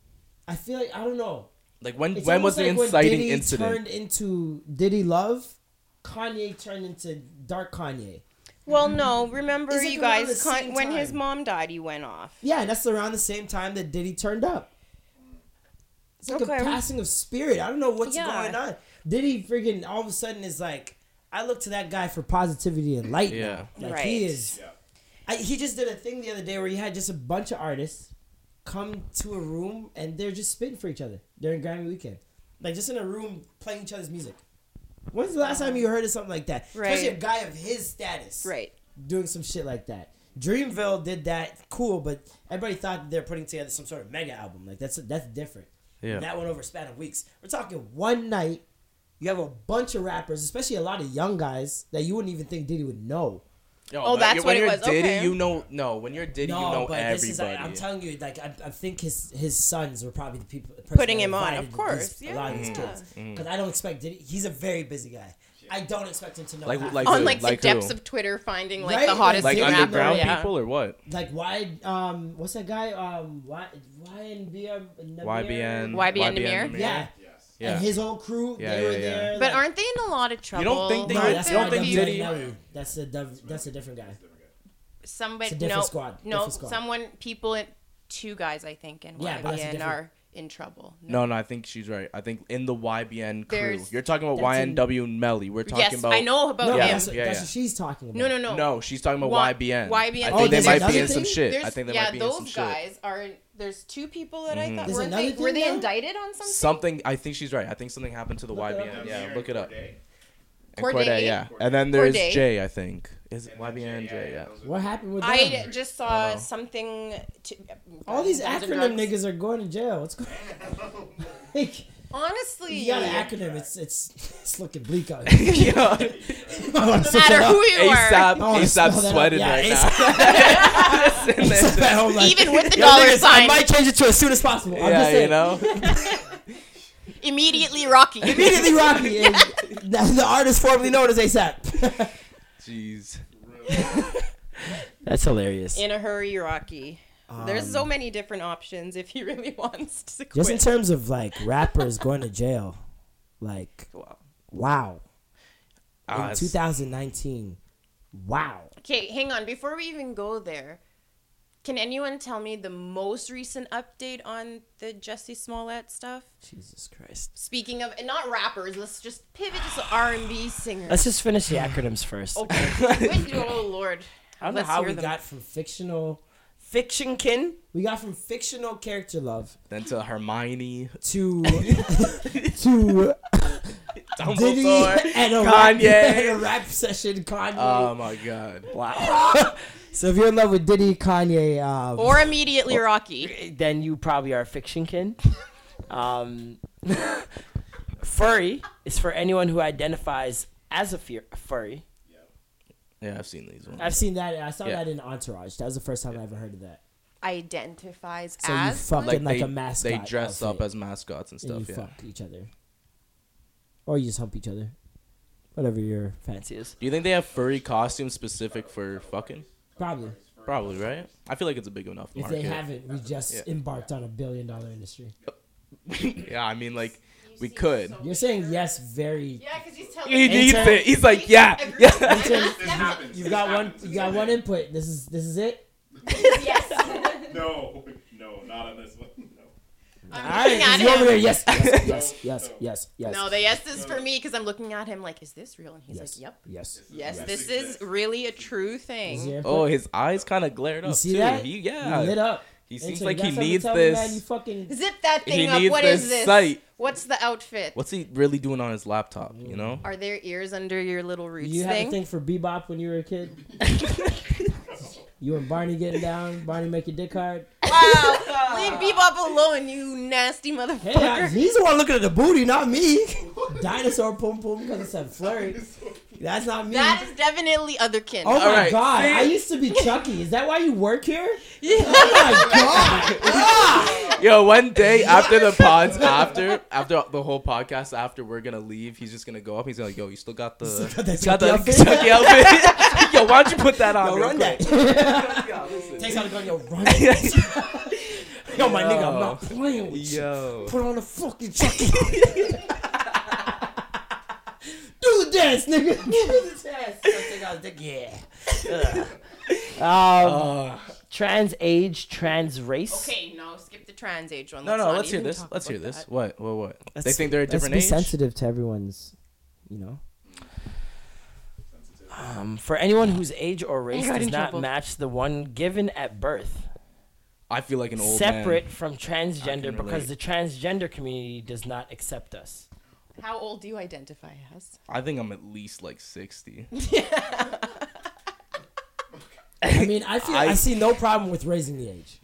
I feel like I don't know.
Like when
It's
when was
almost
the
like when
inciting
Diddy
incident?
Turned into Diddy Love. Kanye turned into Dark Kanye.
well, no. Remember,
Is it
you
around
guys,
the
con-
same
when his
time?
mom died, he went off.
Yeah, and that's around the same time that Diddy turned up. It's like
Okay.
a passing of spirit. I don't know what's
Yeah.
going on. Diddy freaking all of a sudden is like, I look to that guy for positivity and light.
Yeah.
Yeah, like
Right.
he is
Yeah.
I, he just did a thing the other day where he had just a bunch of artists come to a room and they're just spitting for each other during Grammy weekend, like just in a room playing each other's music. When's the last time you heard of something like that? Especially a
Right.
guy of his status,
Right.
Doing some shit like that. Dreamville did that, cool, but everybody thought they're putting together some sort of mega album. Like that's that's different.
Yeah.
That went over a span of weeks. We're talking one night. You have a bunch of rappers, especially a lot of young guys that you wouldn't even think Diddy would know.
Yo,
Oh,
but
that's
you-
what
when
it
you're
was,
Diddy,
okay.
you know. No, when you're Diddy, you know everybody.
I, I'm telling you, like I, I think his his sons were probably the people the person
Putting
that
him on,
invited
of course,
these- a lot of these
Mm-hmm.
yeah.
kids. Because I don't expect Diddy. He's a very busy guy. I don't expect him to know.
Like-
half-
like-
On like,
Like
the
who?
depths of Twitter, finding like
Right?
the hottest
like
Diddy,
rapper.
underground
yeah.
people or what?
like why? Um, what's that guy? Um, why? YNBM.
YBN,
YBN
Yeah.
Namir?
yeah.
Yes.
Yeah.
And his whole crew.
Yeah,
they
yeah,
were
yeah.
there.
But
like-
aren't they in a lot of trouble?
think they-
no,
aren't
that's
you don't
not
think
Dom
Diddy-
Nelly. That's a dov- that's a different guy.
somebody
It's a different
no
squad,
no
different squad.
someone people in two guys I think in
Yeah, but that's a
YBN
different-
are in trouble.
No, no, I think she's right. I think in the YBN crew,
There's-
you're talking about
That's in-
YNW and Melly. We're talking
yes,
about.
I know about
No,
Yeah.
that's,
him.
what,
Yeah,
that's
yeah.
what she's talking about.
Oh, No, no, no.
No, she's talking about
Why-
YBN.
YBN.
I
Oh,
think
there's
they might be
another
in some
thing?
shit.
There's,
I think they
yeah,
might be in
those
some
guys
shit. Mm-hmm.
are. in- There's two people that I thought
There's
weren't
another
they,
thing
were they
now?
indicted on something.
Something. I think she's right. I think something happened to the YBN.
Namir
yeah,
and
look it up.
Cordae,
And
Cordae.
Cordae, yeah. And then there's
Cordae.
Jay. I think is it
and then
YBN Jay. [laughs] Yeah.
those are-
What happened with them?
I just saw
know.
something. To,
All these
Guns and
acronym
Drugs.
niggas are going to jail. What's going? [laughs] like,
Honestly,
you got an acronym. It's it's it's looking bleak out [laughs] here.
Yeah. [laughs]
no
no matter who you are,
ASAP.
wanna smell
ASAP
that up.
sweating
Yeah,
right
ASAP. [laughs]
now. [laughs] Sitting there just-
even with the dollar sign,
I might change it to as soon as possible. I'm just
Yeah,
saying. [laughs]
you know.
immediately Rocky.
Immediately [laughs] Rocky and the, the artist formerly known as ASAP.
Jeez.
That's hilarious.
in a hurry, Rocky. There's
Um,
so many different options if he [laughs] really wants to quit.
Just in terms of like rappers going to jail, like
Wow.
wow,
Ah,
in
it's-
2019, wow.
Okay, hang on. Before we even go there, can anyone tell me the most recent update on the Jesse Smollett stuff?
Jesus Christ.
Speaking of, and not rappers, let's just pivot to R&B singers.
Let's just finish the acronyms first.
okay. [laughs] Wait, oh Lord.
I don't
Let's
know how
hear
we
them.
got from fictional.
Fiction kin.
We got from fictional character love
Then to Hermione,
[laughs] to to Diddy
Dumbledore.
and a rap, [laughs]
Kanye.
and a rap session. Kanye.
[laughs] oh my god.
[laughs] so if you're in love with Diddy, Kanye, um,
Or immediately Rocky.
Then you probably are fiction
[laughs]
kin. Um, [laughs] furry is for anyone who identifies as a fur- furry.
Yeah, I've seen these ones.
I've seen that. I saw
Yeah.
that in Entourage. That was the first time I ever heard of that.
Identifies
So you
as.
fucking like
they,
a mascot.
They dress
outfit,
up as mascots and
and
stuff.
you
yeah.
fuck each other, or you just hump each other, whatever your fancy is.
Do you think they have furry costumes specific for fucking?
Probably.
Probably, right? I feel like it's a big enough
If
market.
they haven't, we just
Yeah.
embarked on a billion dollar industry.
[laughs] yeah, I mean, like we could.
You're saying yes, very.
Yeah, because he's telling
He needs
Intern-
it. He's like, yeah, yeah.
This happens.
You
This
got one.
happens.
You got one input. This is this is it.
No, [laughs] no, not on this one. [laughs] No.
All right, you over there. Yes, yes, yes, yes, yes, yes.
No, the yes is for me because I'm looking at him like, is this real? And he's
yes,
like, yep.
Yes.
Yes, this is really a true thing.
Is your input?
Oh, his eyes kind of glared up
see
too.
that?
He,
You lit
yeah.
up.
He
Intern,
seems like he
next time you
needs
tell me,
this.
man, you fucking.
Zip that thing
He
up.
needs
What is
this
this?
sight.
What's the outfit?
What's he really doing on his laptop?
[laughs]
You know?
Are there ears under your little roots
You had
thing?
a thing for bebop when you were a kid. you and Barney getting down. Barney make your dick hard.
Leave Bebop alone, you nasty motherfucker.
Hey, I- he's the one looking at the booty, not me. Dinosaur pum pum because it said flurry. That's not me.
that is definitely otherkin.
Oh my
right,
god!
see?
I used to be Chucky. Is that why you work here? Oh my god!
Yo, one day after the
[laughs]
pods, after after the whole podcast, after we're gonna leave, he's just gonna go up. He's like, "Yo, you still got the
still got that
you
Chucky
the Chucky
[laughs]
outfit? [laughs] Yo, why don't you put that on?
Yo,
real
run
quick?
that.
[laughs]
Takes out the gun. [laughs] Yo, run. Yo, my nigga, I'm not playing with you.
Yo,
Put on a fucking Chucky. [laughs] Do the dance, nigga. [laughs] Do the dance. Yo, take out the dick. Yeah. [laughs] Um,
Uh,
Trans age, trans race.
Okay, no, skip the trans age one.
no, no,
not
let's hear
even
this.
talk
Let's
about
hear this.
that.
What? What? What? they
Let's-
think they're a
Let's
different
be
age.
sensitive to everyone's, you know.
Um, for anyone whose age or race
got
does
in
not
trouble.
match the one given at birth,
I feel like an old
separate from
I
transgender
can
because the transgender community does not accept us.
How old do you identify as?
Man. I think I'm at least like sixty.
I mean, I feel I,
I-
see no problem with raising the age.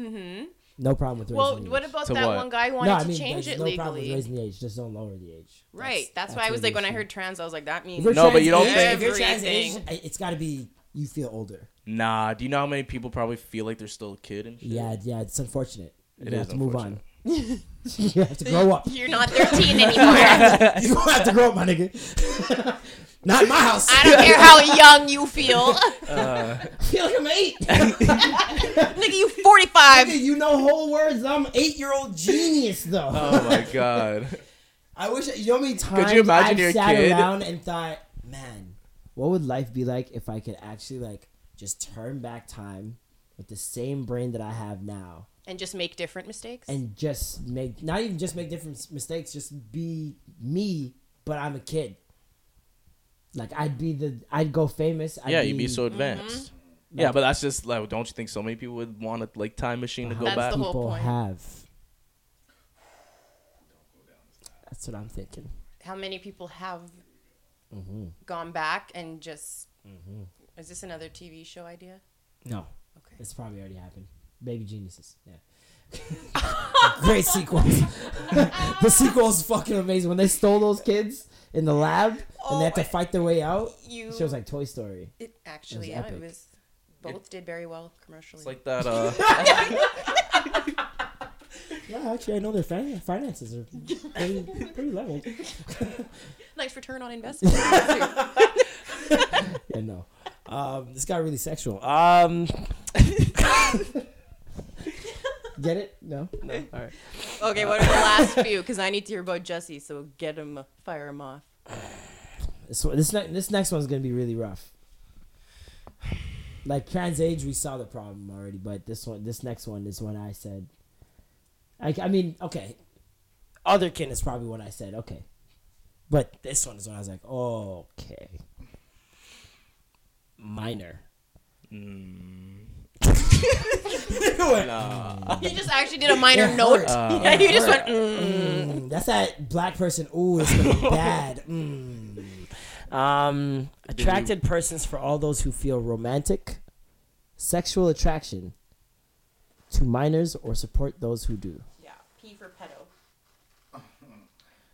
Mm-hmm. No problem with raising
Mm-hmm. Well,
the
what
age.
about
To
that
what?
one guy who wanted
no, I
to
mean,
change
there's
it
no problem with
legally?
raising the age. Just don't lower the age.
right. That's, why I
that's
was
where
like, when
the
I
issue-
heard trans, I was like, that
If
means
you're
No, but you don't
trans-
think-
if you're trans age,
Everything.
I- it's got to be you feel older.
Nah, do you know how many people probably feel like they're still a kid and shit?
Yeah, yeah, it's unfortunate. You
It
have
is
to move on. [laughs] you have to grow
[laughs]
up. [laughs]
[laughs] you're not 13 anymore.
You don't have to grow up, my nigga. [laughs] Not in my house.
I
I
don't care how young you
[laughs]
feel.
feel like I'm eight.
Nigga, you 45.
you know whole words. I'm eight year old genius though.
[laughs] Oh my
[laughs]
god.
I wish you know how many times
you imagine
I've
your
sat
kid-
around and thought, man, what would life be like if I could actually like just turn back time with the same brain that I have now
And just make different mistakes.
and just make not even just make different s- mistakes, just be me, but I'm a kid. Like I'd be the I'd go famous. I'd
yeah, you'd be so advanced.
mm-hmm.
Yeah, but that's just like, don't you think so many people would want a like time machine to go
That's
back?
the whole
people
point.
have. That's what I'm thinking.
how many people have
Mm-hmm.
gone back and just is this another TV show idea?
No.
Okay.
It's probably already happened. Baby Geniuses. Yeah.
[laughs]
Great sequels. [laughs] the sequels fucking amazing. When they stole those kids in the lab and they had to
Oh,
fight their way out,
You
it was like Toy Story.
it actually
it
yeah,
was
it
epic.
was both did very well commercially.
It's [laughs] like that. Uh,
[laughs]
[laughs]
Yeah, actually, I know their fin- finances are pretty, pretty [laughs] leveled.
nice return on investment.
Yeah, no. Um, this got really sexual.
[laughs]
Um, [laughs] get it? No.
[laughs]
No. All right.
Okay, what are the last few? Because I need to hear about Jesse. So get him, fire him off.
This one- this ne- this next one's gonna be really rough. Like trans age, we saw the problem already, but this one, this next one is one I said. I, I mean, okay. Other kin is probably one I said okay, but this one is when I was like, okay. Minor.
You just actually did a minor
[laughs]
note.
Uh,
[laughs] yeah, you just went. Mm.
Mm, that's that black person. Ooh, it's gonna be
[laughs]
bad. Mm. Um, attracted persons for all those who feel romantic, sexual attraction to minors or support those who do.
Yeah, P for pedo.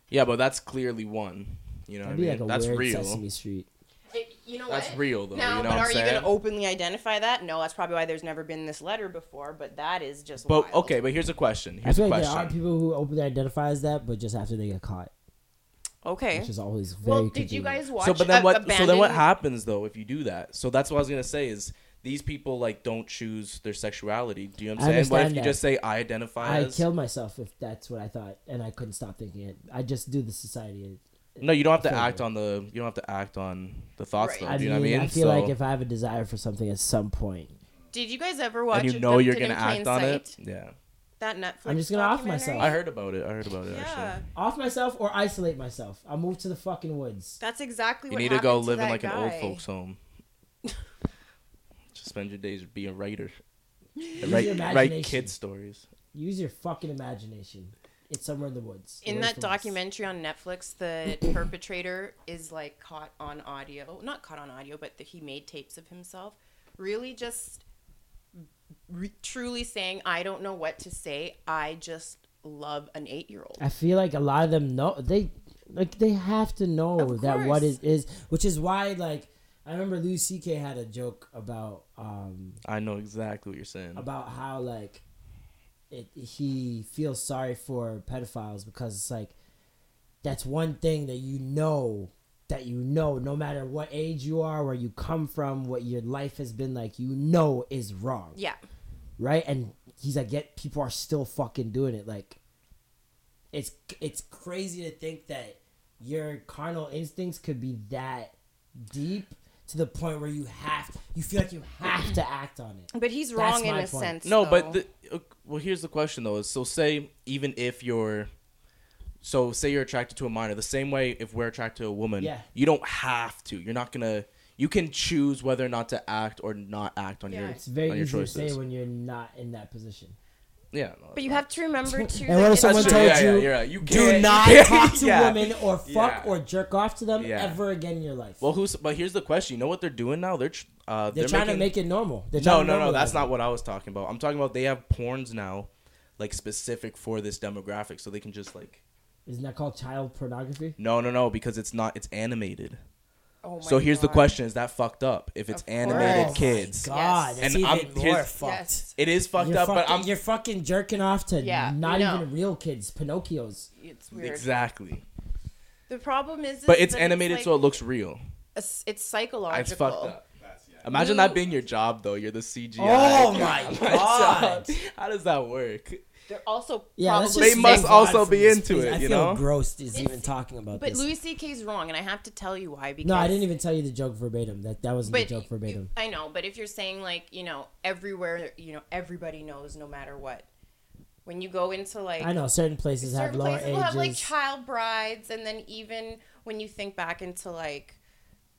Yeah, but that's clearly one. You know, what
That'd
I
be
mean,
like a
that's
weird
real.
Sesame Street.
It- you know
That's
what?
real, though,
Now,
you know
but
what I'm
are you
saying?
gonna openly identify that? No, that's probably why there's never been this letter before. But that is just.
But
wild.
okay, but here's a question.
I
Here's
feel
a
like there are
question.
people who openly identify as that, but just after they get caught,
Okay.
which is always very.
Well, did you
convenient.
guys watch?
So, but then
Ab-
what? So then what
Abandoned?
happens though if you do that? So that's what I was gonna say is these people like don't choose their sexuality. Do you know what I'm
I
saying? What if
understand
you
that.
just say I identify
I
as?
killed myself if that's what I thought, and I couldn't stop thinking it. I just do the society.
no, you don't have to
Sorry.
act on the. You don't have to act on the thoughts
Right.
though.
I
Do
mean,
you know what I mean?
I feel
So-
like if I have a desire for something at some point,
Did you guys ever watch?
and you
it,
know you're
Tempted
gonna
in Plain
act on it.
Sight?
Yeah,
That Netflix.
I'm just gonna off
documentary?
myself.
I heard about it. I heard about it
Yeah,
actually.
off myself or isolate myself. I'll move to the fucking woods.
that's exactly.
You
what
need to go
happened
live in
that
like an
guy.
old folks home.
[laughs]
just spend your days being a writer.
[laughs] Use your
Write, write
imagination.
kid stories.
Use your fucking imagination. It's somewhere in the woods.
in
away
that
from us.
documentary on Netflix, the perpetrator is like caught on audio, not caught on audio, but that he made tapes of himself, really just re- truly saying, I don't know what to say. I just love an eight year old.
I feel like a lot of them know they like they have to know
Of
that what
course.
is is, which is why like I remember Louis C.K. had a joke about um
I know exactly what you're saying.
about how like it, he feels sorry for pedophiles because it's like that's one thing that you know that you know no matter what age you are where you come from what your life has been like you know is wrong
Yeah.
right and he's like yet people are still fucking doing it like it's it's crazy to think that your carnal instincts could be that deep to the point where you have you feel like you have to act on it
But he's
That's
wrong in
my
a
point.
sense.
No, but
though.
the, uh, well, here's the question though: is so say even if you're, so say you're attracted to a minor, the same way if we're attracted to a woman,
Yeah.
you don't have to. You're not gonna. You can choose whether or not to act or not act on your
It's very
on your
easy
choices.
to say when you're not in that position.
yeah, no,
But you have to remember too.
And what if
it's
someone
not-
true.
told
Yeah, yeah,
you,
you're right. You
do
can't-
not
[laughs] you can't-
talk to
yeah.
women or fuck
Yeah.
or jerk off to them
Yeah.
ever again in your life?
Well, who's? But here's the question: You know what they're doing now? They're tr- uh,
they're, trying to make it normal. They're
No,
trying to
no, no.
normalize
That's
it.
not what I was talking about. I'm talking about they have porns now, like specific for this demographic, so they can just like.
Isn't that called child pornography?
No, no, no, because it's not. It's animated.
Oh my
so here's the
God.
question: Is that fucked up? If it's
Of
animated
course.
kids,
God,
Oh Yes.
that's
And
even
I'm-
more
here's-
fucked.
Yes.
it is fucked
You're,
up.
fucking,
but I'm
you're fucking jerking off to
Yeah,
not
no.
even real kids, Pinocchios.
It's weird.
exactly.
The problem is, is
But it's
that
animated,
like,
so it looks real.
it's, it's
It's
psychological.
fucked up. Imagine that being your job, though. You're the CGI.
Oh
[laughs] guy.
my
So,
God.
[laughs] How does that work?
They're also
Yeah,
probably
let's
They
just
must
move on
also
from
be
this,
into
please.
it,
I
you
feel
know?
grossed is even talking about
But
this.
Louis C.K.'s wrong, and I have to tell you why. Because
no, I didn't even tell you the joke verbatim. That that wasn't the
But
joke
you-
verbatim.
I know, but if you're saying like you know everywhere, you know everybody knows no matter what. When you go into like
I know certain places have
certain
lower
places
ages.
will have like child brides, and then even when you think back into like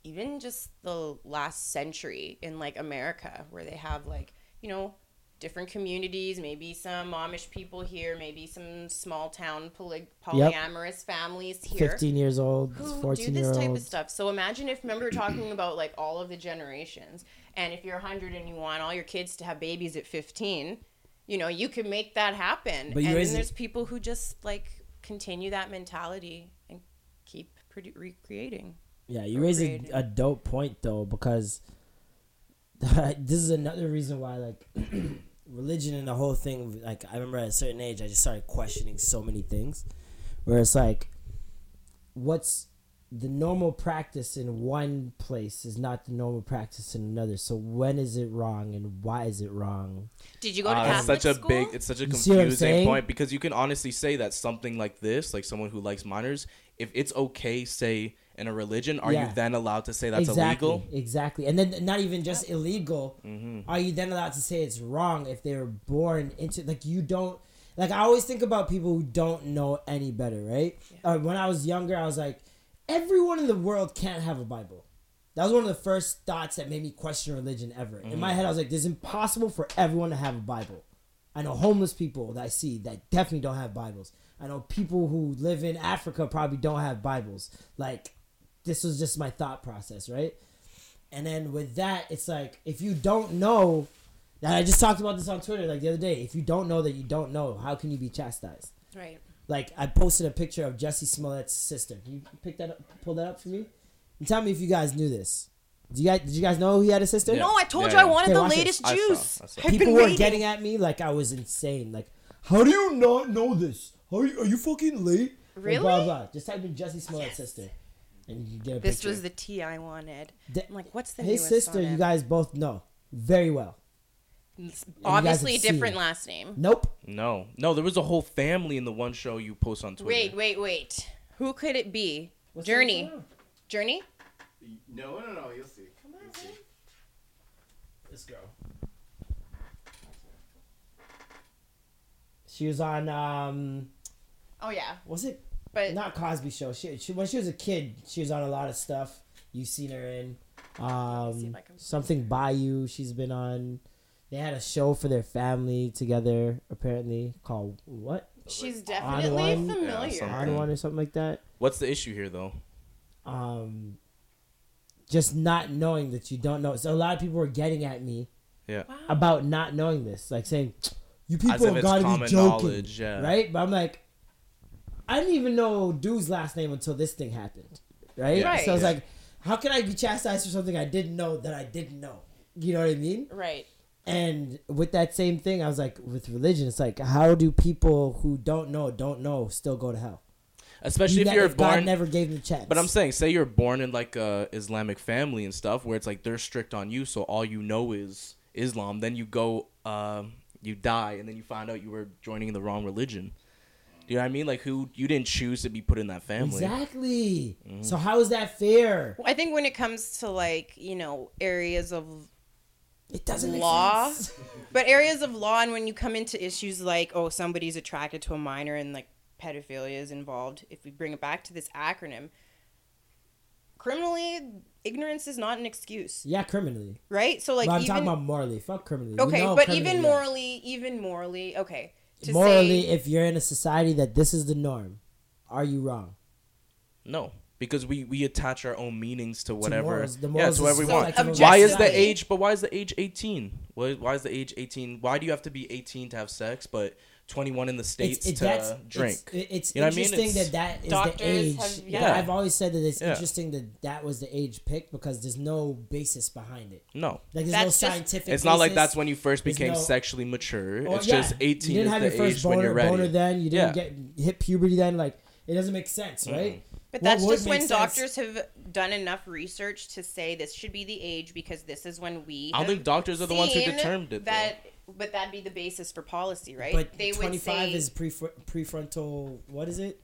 even just the last century in like America, where they have like you know different communities, maybe some Amish people here, maybe some small town poly- polyamorous families here.
15 years old,
who
14
do this
year
type of
old.
stuff. So imagine if remember talking about like all of the generations, and if you're 100 and you want all your kids to have babies at 15, you know you can make that happen.
But you
and then
raise-
there's people who just like continue that mentality and keep produ- recreating.
Yeah, you raise a,
Creative.
a dope point though because [laughs] this is another reason why like [clears throat] religion and the whole thing. Like I remember at a certain age, I just started questioning so many things, where it's like, what's the normal practice in one place is not the normal practice in another. So when is it wrong and why is it wrong?
Did you go to
Uh, it's
Catholic
such a
school?
big, it's such a
You see what I'm
confusing
saying?
point because you can honestly say that something like this, like someone who likes minors, if it's okay, say in a religion, are
Yeah.
you then allowed to say that's
exactly,
illegal?
Exactly. And then not even just illegal. Are you then allowed to say it's wrong if they were born into like you don't like I always think about people who don't know any better, right? Uh, when I was younger, I was like, everyone in the world can't have a Bible. That was one of the first thoughts that made me question religion ever. In my head, I was like, "It's impossible for everyone to have a Bible." I know homeless people that I see that definitely don't have Bibles. I know people who live in Africa probably don't have Bibles. Like, this was just my thought process, right? And then with that, it's like if you don't know, and I just talked about this on Twitter like the other day. If you don't know that you don't know, how can you be chastised?
Right.
Like I posted a picture of Jesse Smollett's sister. Can you pick that up, pull that up for me, and tell me if you guys knew this. Do you guys did you guys know he had a sister?
Yeah.
No, I told
Yeah,
you I
yeah.
wanted
Okay,
the
watch
latest
this. I saw,
juice.
I saw.
I've
people
been
were
waiting.
getting at me like I was insane. Like, how do you not know this? How are you, are you fucking late? Like, blah
Really?
blah. Just type in Jesse Smollett's sister, and you can get a
This
picture.
was the tea I wanted.
The-
I'm like, what's the
His
newest
sister,
on
you
it?
guys both know very well.
It's
guys
Obviously,
have
a different
seen.
last name.
Nope.
No, no, there was a whole family in the one show you post on Twitter.
Wait, wait, wait. Who could it be?
the
Journey.
other one?
Journey.
No, no, no. You'll see.
This girl. She was on um
Oh yeah,
was it
but
not Cosby Show? She, she when she was a kid, she was on a lot of stuff. You've seen her in
see if
um
I can-
something Bayou. She's been on. They had a show for their family together, apparently called what
she's
Odd
definitely
One? Yeah,
familiar.
some-
Hard
Mm.
One or something like that.
What's the issue here though?
Um, just not knowing that you don't know. So a lot of people were getting at me
Yeah,
about not knowing this, like saying, "You
As
people
if
have
it's
got to be
common
joking,"
knowledge, yeah.
right? But I'm like, I didn't even know dude's last name until this thing happened, right?
Yeah.
So I was
Right.
like, how can I be chastised for something I didn't know that I didn't know? You know what I mean?
Right.
And with that same thing, I was like, with religion, it's like, how do people who don't know don't know still go to hell?
especially
You
if
ne-
you're
if God
born.
never gave them a chance.
But I'm saying, say you're born in like a Islamic family and stuff, where it's like they're strict on you, so all you know is Islam. Then you go, um, you die, and then you find out you were joining the wrong religion. Do you know what I mean? Like who you didn't choose to be put in that family.
exactly.
Mm.
So how is that fair?
I think when it comes to like you know areas of
It doesn't make
law,
sense.
[laughs] but areas of law, and when you come into issues like oh somebody's attracted to a minor and like pedophilia is involved, if we bring it back to this acronym, criminally ignorance is not an excuse,
Yeah, criminally.
right? So like
But I'm
even
talking about morally. Fuck criminally. We
okay,
know
but
criminally,
even
yeah.
morally, even morally, okay. To
morally,
say,
if you're in a society that this is the norm, are you wrong?
No, because we we attach our own meanings to whatever.
morals- the
yeah,
morals is
to whatever we
so
want.
like
why is the
objectively-
age? But why is the age eighteen? Why, why is the age eighteen? Why do you have to be eighteen to have sex, but twenty one in the states
it-
to drink?
It's, it- it's
You know what I mean?
interesting
It's-
that that is the
Doctors
age.
have-
But
Yeah.
I've always said that it's
Yeah.
interesting that that was the age picked because there's no basis behind it.
no.
Like there's
That's
no
just-
scientific.
It's not like
basis.
that's when you first
There's
became
no-
sexually mature.
Or-
it's
yeah,
just eighteen
You didn't
is
have
the
your first
age when
boner,
you're ready.
boner then. You didn't
Yeah.
get hit puberty then. Like it doesn't make sense, right?
but
What
that's
would
just
make
when
sense-
doctors have done enough research to say this should be the age because this is when we.
I don't
have
think doctors are the ones who
seen
determined it, though.
That, but that'd be the basis for policy, right?
But
they would
25
say,
is pre prefrontal. What is it?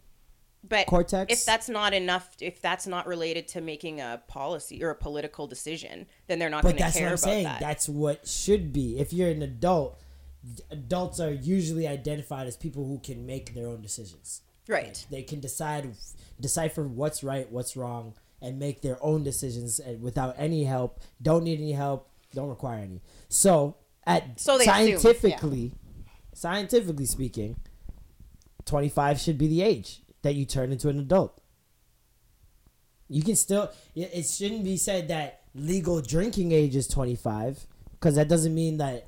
but
cortex?
If that's not enough, if that's not related to making a policy or a political decision, then they're not going
But
to care
that's what I'm
about
saying.
that.
That's what should be. If you're an adult, adults are usually identified as people who can make their own decisions.
right.
They can decide, decipher what's right, what's wrong, and make their own decisions and without any help. Don't need any help. Don't require any. So, at
So they assume, yeah.
scientifically, scientifically speaking, 25 should be the age that you turn into an adult. You can still. yeah, It shouldn't be said that legal drinking age is 25 because that doesn't mean that.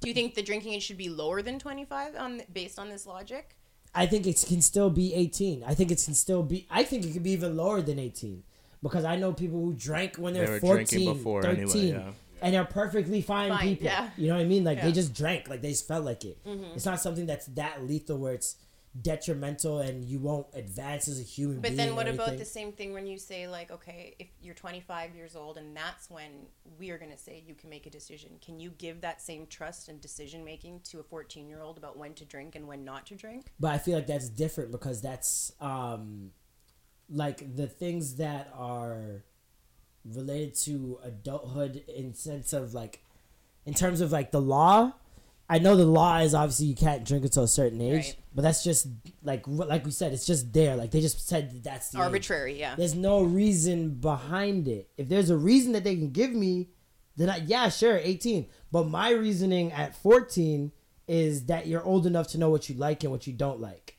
Do you think the drinking age should be lower than 25 on based on this logic?
I think it can still be 18. I think it can still be. I think it could be even lower than 18 because I know people who drank when they,
They
were
were
14,
drinking before
13,
anyway, yeah.
and they're perfectly fine,
Fine,
people.
yeah. Mm-hmm.
You know what I mean? Like they
Yeah.
just drank, like they just felt like it. It's not something that's that lethal where it's detrimental and you won't advance as a human
But
being.
then
or
what about
anything.
the same thing when you say like, okay, if you're 25 years old and that's when we are going to say you can make a decision. Can you give that same trust and decision making to a 14 year old about when to drink and when not to drink?
But I feel like that's different because that's um, like the things that are related to adulthood in sense of like, in terms of like the law. I know the law is obviously you can't drink until a certain age,
Right.
but that's just like wh- like we said, it's just there. Like they just said that that's the age.
Arbitrary, yeah.
There's no reason behind it. If there's a reason that they can give me, then I, yeah, sure, 18. But my reasoning at 14 is that you're old enough to know what you like and what you don't like.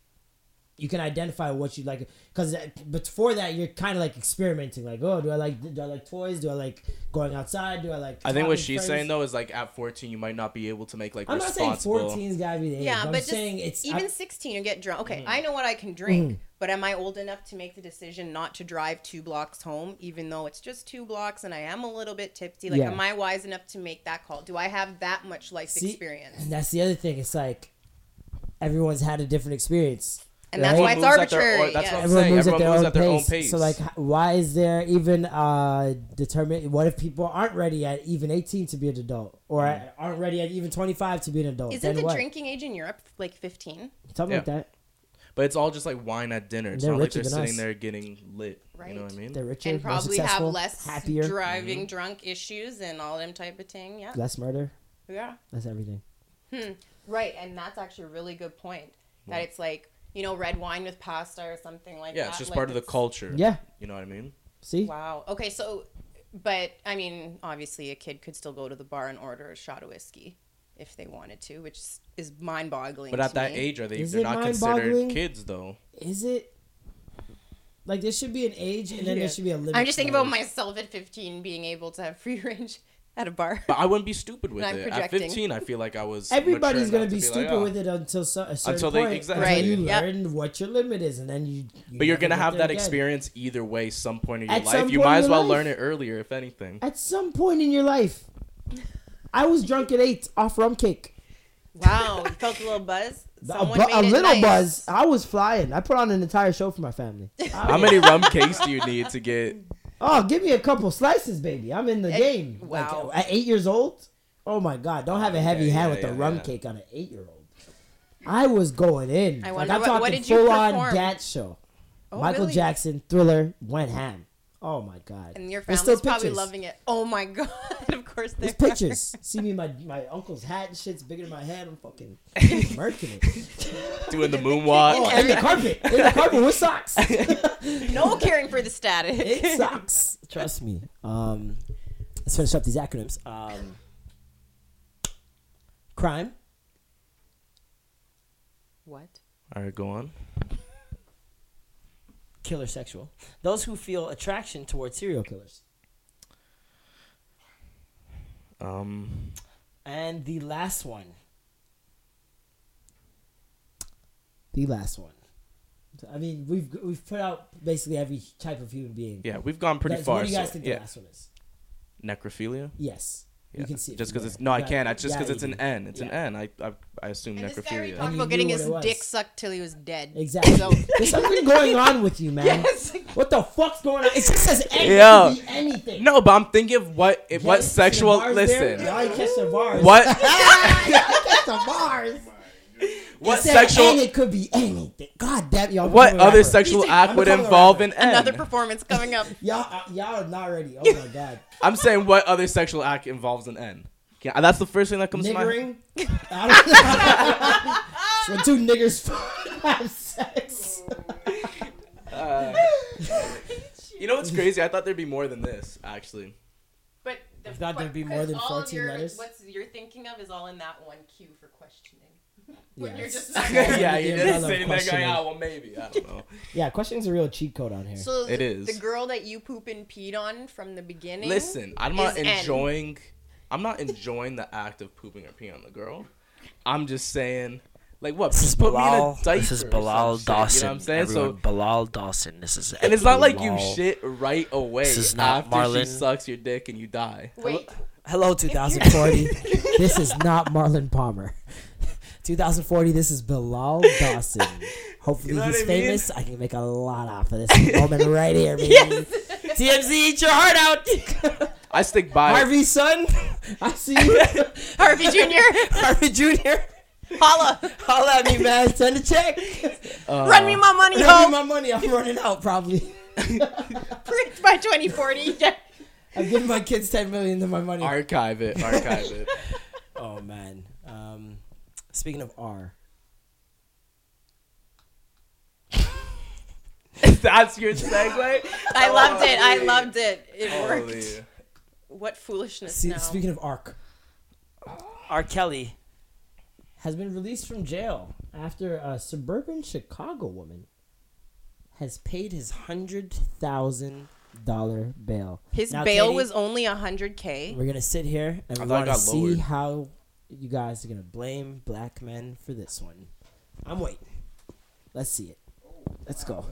You can identify what you like because before that you're kind of like experimenting, like oh, do I like do I like toys? Do I like going outside? Do I like?
I think
talking
what
to
she's
friends?
saying though is like at 14 you might not be able to make like
I'm not saying
responsible.
14's gotta be the age.
Yeah,
I'm
but just
saying it's
even
I-
16 and get drunk. Okay, I know what I can drink, but am I old enough to make the decision not to drive two blocks home, even though it's just two blocks and I am a little bit tipsy? Like,
Yeah.
am I wise enough to make that call? Do I have that much life
See,
experience?
And that's the other thing. It's like everyone's had a different experience.
And that's
Everyone
why it's
moves at their
arbitrary.
own- that's
yeah.
what I'm
everyone
saying,
moves at their,
everyone
own,
moves at their own
pace. So like,
pace.
h- why is there even uh determined? What if people aren't ready at even eighteen to be an adult, or
Mm.
at- aren't ready at even twenty five to be an adult?
Isn't
then
the
what?
drinking age in Europe like 15?
something like
Yeah.
that?
But it's all just like wine at dinner. It's
They're
not like
richer
they're
than
sitting
us.
there getting lit. You know what I
Right.
mean?
They're richer,
and probably
more
have
successful,
less
happier,
driving drunk issues and all them type of thing. Yeah.
less murder.
Yeah.
That's everything.
Right. And that's actually a really good point. That it's like, you know, red wine with pasta or something like that.
yeah, it's just
like,
part of the
it's-
culture.
Yeah.
You know what I mean?
See,
Wow. Okay, so but I mean, obviously a kid could still go to the bar and order a shot of whiskey if they wanted to, which is mind-boggling.
But at
to
that
me.
age, are they?
Is
they're
it
not considered
mind-boggling?
kids though.
is it like there should be an age and then there should be a limit?
I'm just thinking
to
about
it.
myself at 15 being able to have free [laughs] range at a bar.
But I wouldn't be stupid with
I'm
it. At
projecting.
15, I feel like I was.
Everybody's
mature
gonna
enough
be,
to
stupid
like, "Oh."
with it until so, a certain
Until they-
point.
exactly.
Right,
You
yep.
learn what your limit is, and then you. you
But you're
never
gonna
get
have
there
that
again.
experience either way, some point in your
At some
life. You
point
might
in
as
your
well
life.
learn it earlier,
[laughs]
if anything.
At some point in your life, I was drunk at eight off rum cake.
Wow, you felt a little buzz.
[laughs] A,
Someone
bu-
made
a
it
little
nice.
buzz. I was flying. I put on an entire show for my
[laughs]
family.
How many rum cakes do you need
[laughs]
to get?
oh, give me a couple slices, baby. I'm in the game.
wow.
Like, at eight years old? Oh my God. Don't have a heavy
yeah,
hand with
yeah,
the rum
yeah.
cake on an eight year old. I was going in.
I
Like,
wonder
I'm
what- what
talking
did you
full on
perform?
dat show.
Oh,
Michael
really?
Jackson, thriller, went ham. Oh my God.
And your
There's
family's
still
probably
pictures.
loving it. Oh my [laughs] god! Of course they
There's
are.
pictures. See me in my, my uncle's hat and shit's bigger than my head. I'm fucking murking it.
Doing the moonwalk.
Oh, [laughs] and the carpet. And the carpet with socks.
No caring for
[laughs]
the static. [laughs]
It sucks. Trust me. Um, let's finish up these acronyms. Um, crime,
What?
All right, go on.
killer sexual. Those who feel attraction towards serial killers.
Um,
And the last one. The last one. I mean, we've we've put out basically every type of human being.
yeah, we've gone pretty
Guys,
far.
What do you guys
so-
think
yeah.
the last one is?
necrophilia.
Yes.
Yeah.
You can see it
just
from
because it's
there.
no, I
Yeah,
can't. It's just
yeah,
because
you
it's an
can.
N. It's
Yeah.
an N. I I, I assume
And this guy we
necrophilia.
talked
you
about
knew
getting
what
his
it was.
dick sucked till he was dead.
[laughs] Exactly.
So
There's something going on with [laughs] you, man.
Yes.
What the fuck's going on? It just says anything.
Yo.
Be anything.
No, but I'm thinking of what if, what
Y'all catch
sexual.
the bars there?
Listen,
Y'all catch the bars. [laughs]
what
Catch the bars.
what
It said And
sexual
it could be anything. God damn y'all.
what
becoming
other
rapper.
sexual
I'm
act would
becoming a
involve an
rapper. [laughs]
N?
another performance coming up.
Y'all, uh, y'all are not ready. Oh my god.
I'm saying what other sexual act involves an N. Yeah, that's the first thing that [laughs] comes to mind.
Niggering.
[laughs]
I don't know. [laughs] when two niggers [laughs] have sex. [laughs]
Uh, You know what's crazy? I thought there'd be more than this, actually.
But the,
not, there'd be more than
all of
14
your,
letters.
What's you're thinking of is all in that one queue for questioning. [laughs] When you're
Yes. [laughs]
just not
yeah,
[laughs] Yeah, I
you're just
love
sitting there going,
questioning.
"Ah, well, maybe." I don't know.
Yeah, questioning's a real cheat code on here.
[laughs] So
It
the,
is.
the girl that you poop and peed on from the beginning.
Listen, I'm not
is N.
enjoying. I'm not enjoying the act of pooping or peeing on the girl. I'm just saying, like, what?
This is
put
Bilal.
me in a diaper
This is
or
Bilal
some shit, you know what
Dawson.
I'm saying?
Everyone,
So,
Bilal Dawson. This is
and it's not like you
Bilal.
shit right away
This is not
after
Marlon.
she sucks your dick and you die.
Wait,
[laughs]
Hello, 2040. this is not Marlon Palmer. 2040. This is Bilal Dawson. Hopefully
know what
he's
I mean?
famous. I can make a lot off of this moment right here, baby. TMZ, eat your heart out.
I stick by. it.
Harvey, son, I see you.
[laughs]
Harvey Jr.
Harvey Jr.
Holla.
Holla at me, man. Send a check.
Run me my money
Give me
home.
my money. I'm running out probably.
Print
[laughs]
by 2040. Yeah.
I'm giving my kids 10 million to my money.
Archive it. Archive
[laughs]
it.
Oh man. Um, speaking of R,
That's your segue.
[laughs] I loved it. I loved it. It
Holy.
worked. What foolishness
see,
now.
speaking of Ark,
R. Kelly.
has been released from jail after a suburban Chicago woman has paid his hundred thousand dollar bail.
His
Now,
bail
Katie,
was only 100K.
We're gonna sit here and
I
we're
thought
gonna
it got
see
lowered.
how you guys are gonna blame black men for this one. I'm waiting. Let's see it. Let's go.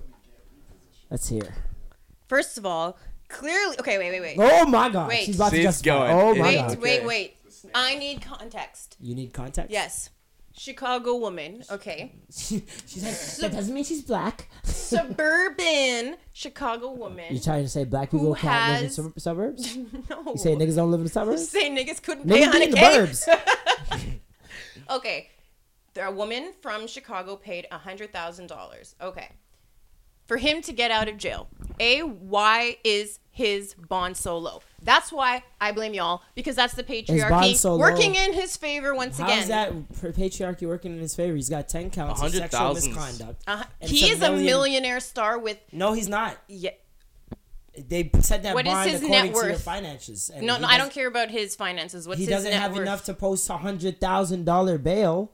Let's hear.
First of all, clearly. Okay, wait, wait, wait.
Oh my god,
Wait.
she's about
She's
to justify.
going
Oh my
wait,
god.
wait, wait. I need context.
You need context.
Yes. Chicago woman. Okay.
[laughs] She, she's like, that doesn't mean she's black. [laughs]
Suburban Chicago
You're
woman.
trying to say black people
Who
can't live in
has-
sub- suburbs?
[laughs]
You
No.
say niggas don't live in the suburbs?
Say niggas couldn't pay
Niggas be in the
100K. [laughs]
burbs.
Okay. There- A woman from Chicago paid $100,000. Okay. For him to get out of jail. A, why is his bond so low? That's why I blame y'all because that's the patriarchy
so low.
working in his favor once
How
again.
is that p- patriarchy working in his favor? He's got ten counts of sexual
100,000.
misconduct.
Uh,
and
he
it's
is a millionaire star with
No, he's not.
yeah,
They said that
What is
bond
his
according
net
to your
worth?
finances. and
no,
he
no, I
does-
don't care about his finances. What's
He
his
doesn't
net
have
worth?
enough to post a hundred thousand dollar bail.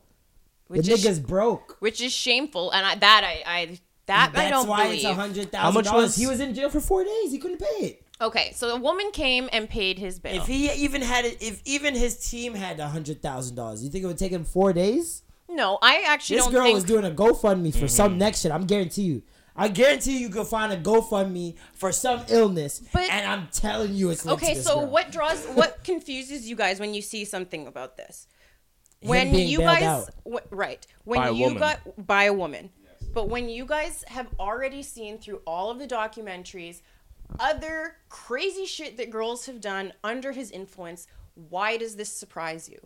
The
Which is-
nigga's broke.
which is shameful, and I, that I, I that I
That's
don't
why
believe.
it's a hundred
How
thousand
much
dollars.
was-
He was in jail for four days. He couldn't pay it.
okay, so a woman came and paid his bill.
If he even had, it, if even his team had a hundred thousand dollars, you think it would take him four days?
no, I actually
This
don't
girl
think Mm-hmm.
was doing a GoFundMe for some next shit. I'm guarantee you. I guarantee you could find a GoFundMe for some illness,
But-
and I'm telling you, it's linked to
Okay,
this
so
girl.
what draws what [laughs] confuses you guys when you see something about this?
Him
When
being
you
bailed
guys
out.
wh- right, when
By a
you
woman.
got by a woman. But when you guys have already seen through all of the documentaries other crazy shit that girls have done under his influence, why does this surprise you?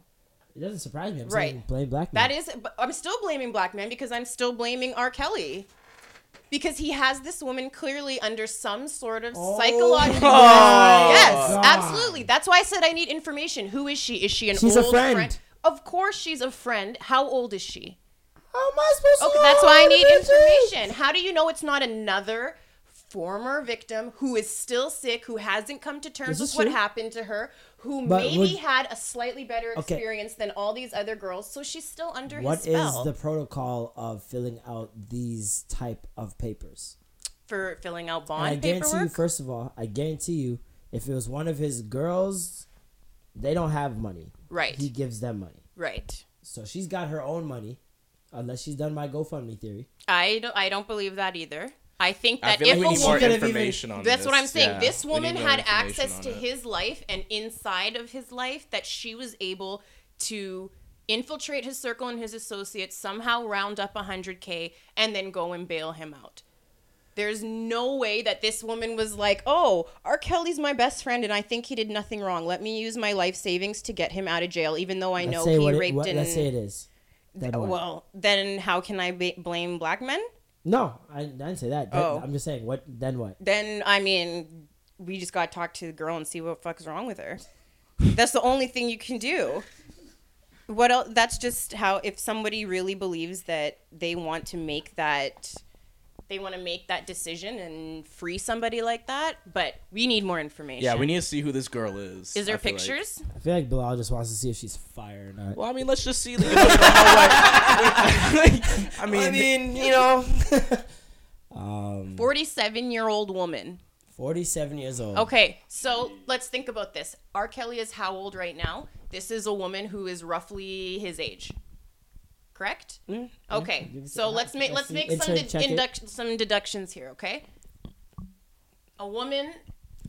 It doesn't surprise me. I'm
Right.
saying blame black men.
That is, but I'm still blaming black men because I'm still blaming R. Kelly. Because he has this woman clearly under some sort of psychological. yes,
Oh God.
absolutely. That's why I said I need information. Who is she? Is she an
She's a
old friend.
friend.
Of course, she's a friend. How old is she?
How am I supposed to?
Okay,
know
that's why I
how to
need
do this?
information. How do you know it's not another former victim who is still sick, who hasn't come to
Is
terms
this
with what
true?
happened to her, who
But
maybe
would-
had a slightly better
Okay.
experience than all these other girls, so she's still under
What
his
is
spell
the protocol of filling out these type of papers?
for filling out
And I
bond
guarantee
paperwork.
you, first of all, I guarantee you, if it was one of his girls, they don't have money.
Right.
He gives them money.
right.
So she's got her own money, unless she's done my GoFundMe theory.
I don't. I don't believe that either. I think
I
that
feel
if
like
a
we need more
woman,
could have even-
information on
that's
this.
what I'm saying.
Yeah,
This
we need
woman
more
had
information
access
on
to
it.
his life and inside of his life that she was able to infiltrate his circle and his associates, somehow round up 100k, and then go and bail him out. There's no way that this woman was like, "Oh, R. Kelly's my best friend, and I think he did nothing wrong. Let me use my life savings to get him out of jail, even though I
Let's
know
say
he
what
raped
it, what,
and."
Let's say it is. That one.
Well, then how can I ba- blame black men?
no, I, I didn't say that. That-
Oh.
I'm just saying what. Then what?
Then I mean, we just got to talk to the girl and see what fuck's wrong with her. That's the only thing you can do. What else? That's just how if somebody really believes that they want to make that they want to make that decision and free somebody like that, but we need more information.
Yeah, we need to see who this girl is.
Is there
I feel like.
pictures?
I feel like Bilal just wants to see if she's fire or not.
Well, I mean, let's just see.
[laughs]
The, I mean,
I mean, you know,
Mm.
47-year-old woman.
47 years old.
Okay, so let's think about this. R. Kelly is how old right now? This is a woman who is roughly his age. Correct?
Mm-hmm.
Okay. So let's make let's
see.
make
Insert,
some de-
check it.
induct- some deductions here, okay? A woman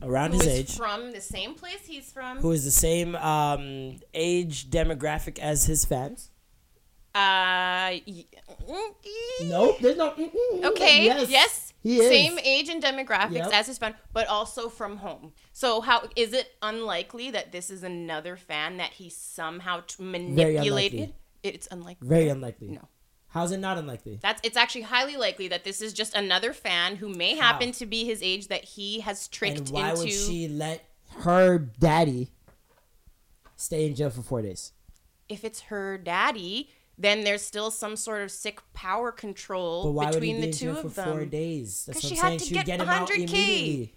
Around
who
his
is
age.
from the same place he's from.
who is the same um, age demographic as his fans.
Uh, y-
Nope, there's no. mm, mm, mm,
Okay. Yes.
Yes. He is.
Same age and demographics
Yep.
as his fan, but also from home. So how is it unlikely that this is another fan that he somehow t- manipulated?
unlikely.
It's unlikely.
Very unlikely.
No.
How's it not unlikely?
That's it's actually highly likely that this is just another fan who may happen to be his age that he has tricked
And why
into.
would she let her daddy stay in jail for four days?
If it's her daddy, then there's still some sort of sick power
But
control
why would he
between
be
the
in
two
jail
of
for four
them.
days? That's
'Cause
what I'm
she had
saying.
to
She would
get
get him out
100K.
immediately.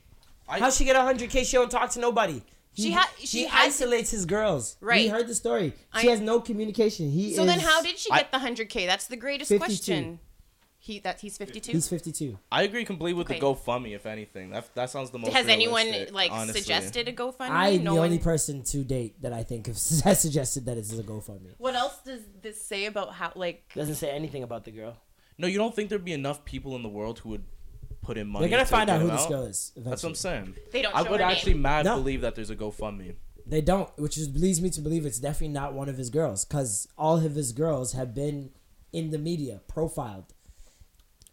How'd she get 100K? She don't talk to nobody.
She
He-
had-
he
she had to-
isolates his girls. We
Right.
heard the story.
I-
She has no communication. He
So then,
is-
how did she
I-
get the hundred k? That's the greatest
52.
question. He that he's fifty two.
he's 52?
I agree completely with
Okay.
the GoFundMe. If anything, that that sounds the most.
Has anyone
realistic,
like
honestly.
suggested a GoFundMe?
I'm
no
the
one.
only person to date that I think has [laughs] has suggested that it's a GoFundMe.
What else does this say about how like?
Doesn't say anything about the girl.
No, you don't think there'd be enough people in the world who would put in money.
They're gonna
to
find
get
out who
him
this girl is. Eventually.
That's what I'm saying.
They don't
I
show
would
her
actually mad
No.
believe that there's a GoFundMe.
They don't, which is, leads me to believe it's definitely not one of his girls, because all of his girls have been in the media profiled.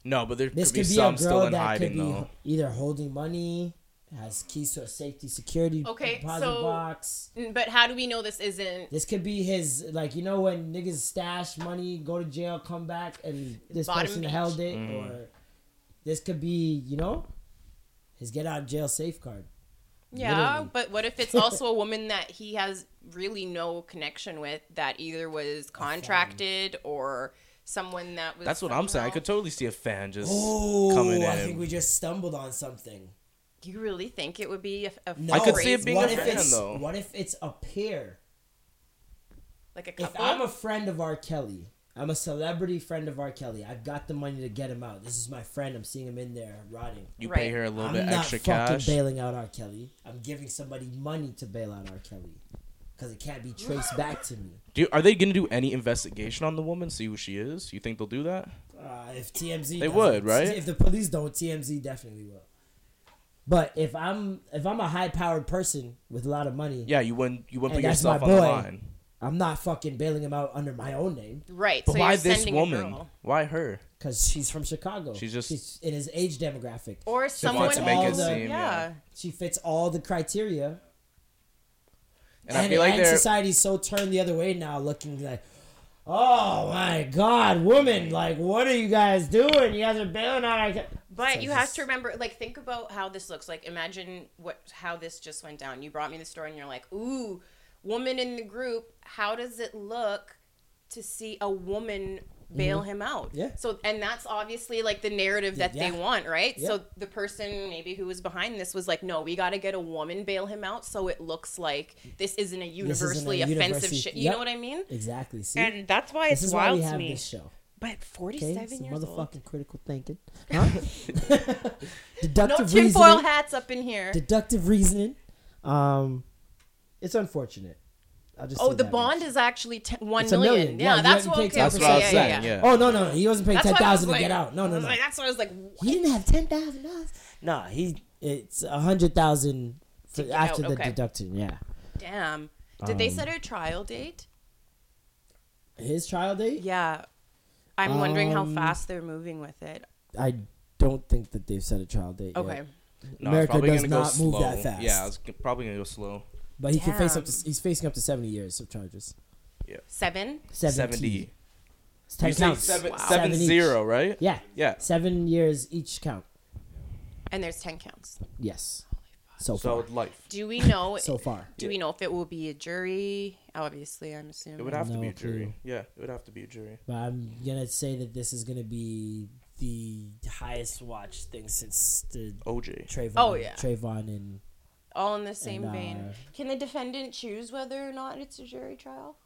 No, but there
This
could be
could be, a
some still
girl
in
that could
hiding
be
though.
either holding money, has keys to a safety security
Okay,
deposit
so-
box.
Mm, But how do we know this isn't
This could be his, like you know when niggas stash money, go to jail, come back, and this
Bottom
person
beach.
held it,
Mm.
or this could be you know his get out of jail safe card.
Yeah,
Literally.
but what [laughs] if it's also a woman that he has really no connection with that either was contracted or someone that was.
That's what I'm saying. I
somehow-
could totally see a fan just coming
Oh,
in.
I think we just stumbled on something.
Do you really think it would be a, a
No,
I could see it being
what
a
if
fan,
it's,
though.
What if it's a pair?
like a
If
couple?
I'm a friend of R. Kelly, I'm a celebrity friend of R. Kelly. I've got the money to get him out. This is my friend. I'm seeing him in there rotting.
you
Right.
pay her a little
I'm
bit
not
extra
fucking
cash.
bailing out R. Kelly. I'm giving somebody money to bail out R. Kelly because it can't be traced back to me.
Do, are they gonna do any investigation on the woman? See who she is. You think they'll do that?
Uh, if TMZ,
They
doesn't-
would, right?
If the police don't, TMZ definitely will. But if I'm if I'm a high powered person with a lot of money,
Yeah, you wouldn't. You wouldn't
And
put
that's my
yourself on the
boy.
line.
I'm not fucking bailing him out under my own name.
right.
But
so
why
you're
this
sending a
woman?
girl.
Why her?
Because she's from Chicago.
She's just-
in his age demographic.
Or someone
want
to make it
who-
seem,
yeah.
She fits all the criteria.
And, I feel like
and
they're.
society's so turned the other way now, looking like, oh my God, woman, like, what are you guys doing? You guys are bailing out. Our... ca-"
But
So
you
it's
have
just-
to remember, like, think about how this looks. Like, imagine what how this just went down. You brought me the story, and you're like, "Ooh, woman in the group. How does it look to see a woman bail him out?"
Mm-hmm. Yeah.
So, and that's obviously like the narrative that
Yeah.
they want, right?
Yeah.
So the person maybe who was behind this was like, "No, we got to get a woman bail him out, so it looks like this
isn't
isn't a
a
universally offensive
university-
shit." You
Yep.
know what I mean?
Exactly. See,
And that's why
this
it's
is why
wild
we
to
have
me.
this show.
But
Okay,
47
Some
years
motherfucking
old.
critical
[laughs]
thinking. Huh? [laughs]
No
Deductive
tinfoil
reasoning.
hats up in here.
Deductive reasoning. Um, it's unfortunate. I'll just
Oh,
say
the
that
bond
much.
is actually t- one
It's a
million.
million.
Yeah,
Yeah,
that's
you have to
what. Okay,
take
that's
taxes.
yeah,
what I
Yeah,
was
yeah,
saying.
yeah.
Yeah.
Oh no, no, he wasn't paying
That's
ten
why I was
thousand to
like-
get out. No,
I
no,
was
no.
like, ah. that's what I was like.
he didn't have ten thousand dollars. Nah, he it's a hundred thousand for
get
after
out,
the
okay.
deduction. Yeah,
Damn. Did
Um,
they set a trial date?
his trial date.
Yeah. I'm wondering how
Um,
fast they're moving with it.
I don't think that they've set a trial date. yet.
Okay.
No,
America
it's probably
does
gonna go
not move
slow.
that fast.
Yeah, it's g- probably gonna go slow.
but he can face up to
Damn.
he's facing up to seventy years of charges.
Seven?
Seventy.
Seventy.
It's ten
You say
counts.
seven,
Wow.
seven
Seven each.
zero, right?
Yeah,
Yeah.
seven years each count.
And there's 10 counts.
Yes, so
So
far.
it's life.
Do we know?
[laughs] So far.
Do we know if it will be a jury? Obviously, I'm
It
assuming.
would have to
No
be a
clue.
jury. Yeah, it would have to be a jury.
But I'm gonna say that this is gonna be the
Highest watch thing since the
OJ.
Trayvon.
Oh, yeah.
Trayvon and
All in the same
And,
vein.
uh,
Can the defendant choose whether or not it's a jury trial?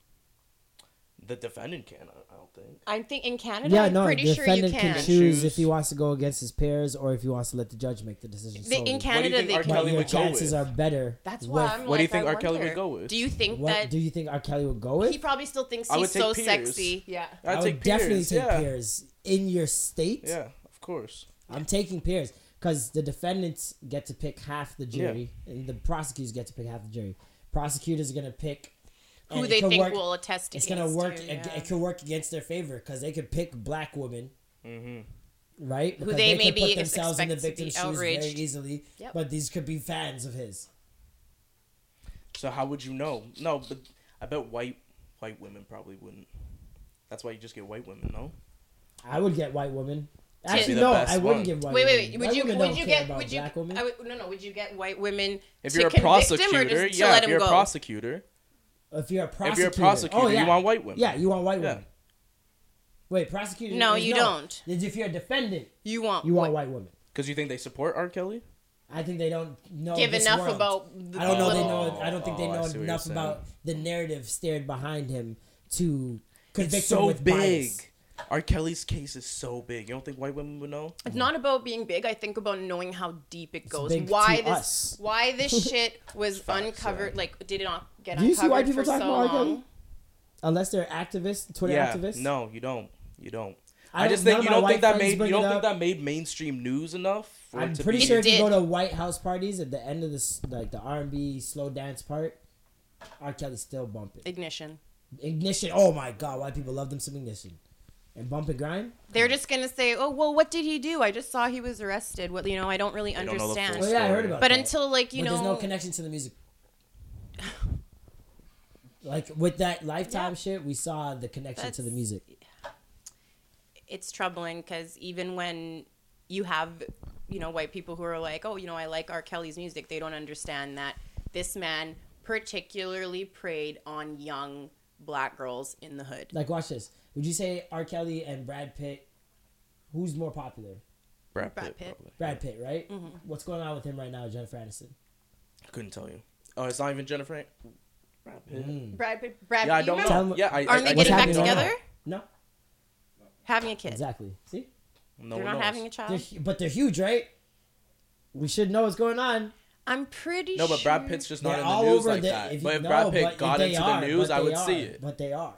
The defendant can. I- I don't think.
I think in Canada,
yeah,
I'm
no,
pretty
the
sure you
defendant
can.
can choose if he wants to go against his peers or if he wants to let the judge make the decision.
They-
solely.
in Canada,
think
they
R.
can.
Kelly
but
would
your
go
chances
with?
are better.
That's
with-
why I'm like,
What do you think
I
R. Kelly would
wonder,
go with?
Do you think
What
that
do you think R. Kelly would go with?
he probably still thinks
I would
he's so
take Piers.
sexy? Yeah.
I
I'd
would
take
definitely
Piers,
take
yeah.
peers in your state.
Yeah, of course.
I'm taking peers because the defendants get to pick half the jury and the prosecutors get to pick half the jury. Prosecutors are gonna pick And
who
it
they
could
think
work-
will attest
It's gonna
against
work.
you,
ag-
yeah.
It could work against their favor because they could pick black women,
Mm-hmm.
right? Because
they
could
maybe
put themselves in the
expect to be
victim's shoes very
outraged.
easily.
Yep.
But these could be fans of his.
So how would you know? No, but I bet white white women probably wouldn't. That's why you just get white women, no?
I would get white women.
Be
Actually,
the
no,
best
I
one.
wouldn't get white.
Wait,
women.
wait, wait. Would
White
you,
women
would
don't
you
care
get,
about
would you,
black women?
I would, no, no, would you get white women
If
to
you're a
convict them or
prosecutor,
just to
yeah.
let
If
them
you're a
go?
prosecutor,
if you're a
if
prosecutor,
you're a prosecutor,
oh, yeah.
you want white women.
Yeah, you want white
Yeah.
women. Wait, prosecutor?
No,
is
you don't.
If you're a defendant,
You want,
you want white women.
Because you think they support R. Kelly?
I think they don't know
Give
this
enough
world.
about the
I don't know. They
little-
know. I don't think they
Oh, I
know
see what
enough
you're
about the narrative stared behind him to convict
It's
him
so
with
big.
bias.
R. Kelly's case is so big. You don't think white women would know?
It's not about being big. I think about knowing how deep it goes.
big
Why
to
this?
us. [laughs]
Why this shit was
Facts,
uncovered?
yeah.
Like, did it not get
Do you see
uncovered
why people
for
talk
so
about R. Kelly?
long?
Unless they're activists, Twitter
yeah.
activists.
No, you don't. You don't.
I
I, just
don't-
think you
none of
don't
my white
think that
friends
made you
bring
don't
it
think
up.
that made mainstream news enough. For
I'm
it to
pretty
be-
sure if you
did.
go to White House parties at the end of this, like the R and B slow dance part, R. Kelly's still bumping.
Ignition.
Ignition. Oh my God, white people love them some ignition, and bump and grind.
They're just gonna say, "Oh, well, what did he do? I just saw he was arrested. What you know? I don't really
don't know the full
understand."
Oh yeah, I heard about.
But
that.
until like you
but
know,
there's no connection to the music. [laughs] Like with that lifetime
Yeah.
shit, we saw the connection to the
That's-
music.
it's troubling because even when you have you know white people who are like, "Oh, you know, I like R. Kelly's music," they don't understand that this man particularly preyed on young black girls in the hood.
Like, watch this. Would you say R. Kelly and Brad Pitt? Who's more popular?
Brad
Brad
Pitt.
Pitt.
probably.
Brad Pitt, right?
Mm-hmm.
What's going on with him right now, Jennifer Aniston?
I couldn't tell you. Oh, it's not even Jennifer. An- Brad Pitt.
Brad, Pitt- Brad,
Mm. Yeah, I
you
don't
remember
Tell
know.
him-
Yeah, I, I,
Aren't they
I
getting back
don't know.
together?
No,
having a kid.
exactly. See,
No
They're
one
not
knows.
having a
they're,
child.
hu- but they're huge, right? We should know what's going on.
I'm pretty
No, but Brad
sure-
Pitt's just not
They're
in the news like
the-
that.
if you-
but if
no,
Brad
but
Pitt
if
got
they
into
are,
the news,
but
I
they
would
are,
see it.
But they are.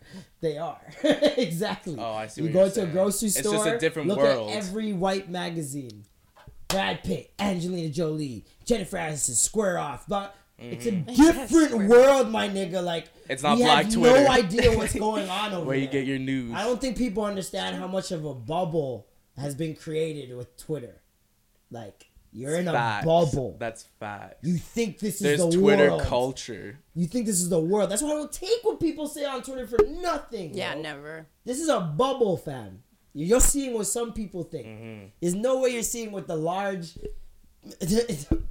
[laughs] they are. [laughs] exactly.
Oh, I see
You
what
go
you're
to a
saying.
grocery
It's
store.
just a different
look
world.
at every white magazine. Brad Pitt, Angelina Jolie, Jennifer Aniston, square off. But it's a different world, my nigga. Like
Mm-hmm. It's not
we
black
have
Twitter. [laughs]
no idea what's going on over
Where you
there.
get your news?
I don't think people understand how much of a bubble has been created with Twitter. Like you're in a
Facts.
bubble.
That's facts.
You think this is
There's
the
Twitter
world.
culture.
You think this is the world. That's why I don't take what people say on Twitter for nothing.
Yeah,
yo.
never.
This is a bubble, fam. You're seeing what some people think.
Mm-hmm.
There's no way you're seeing what the large [laughs]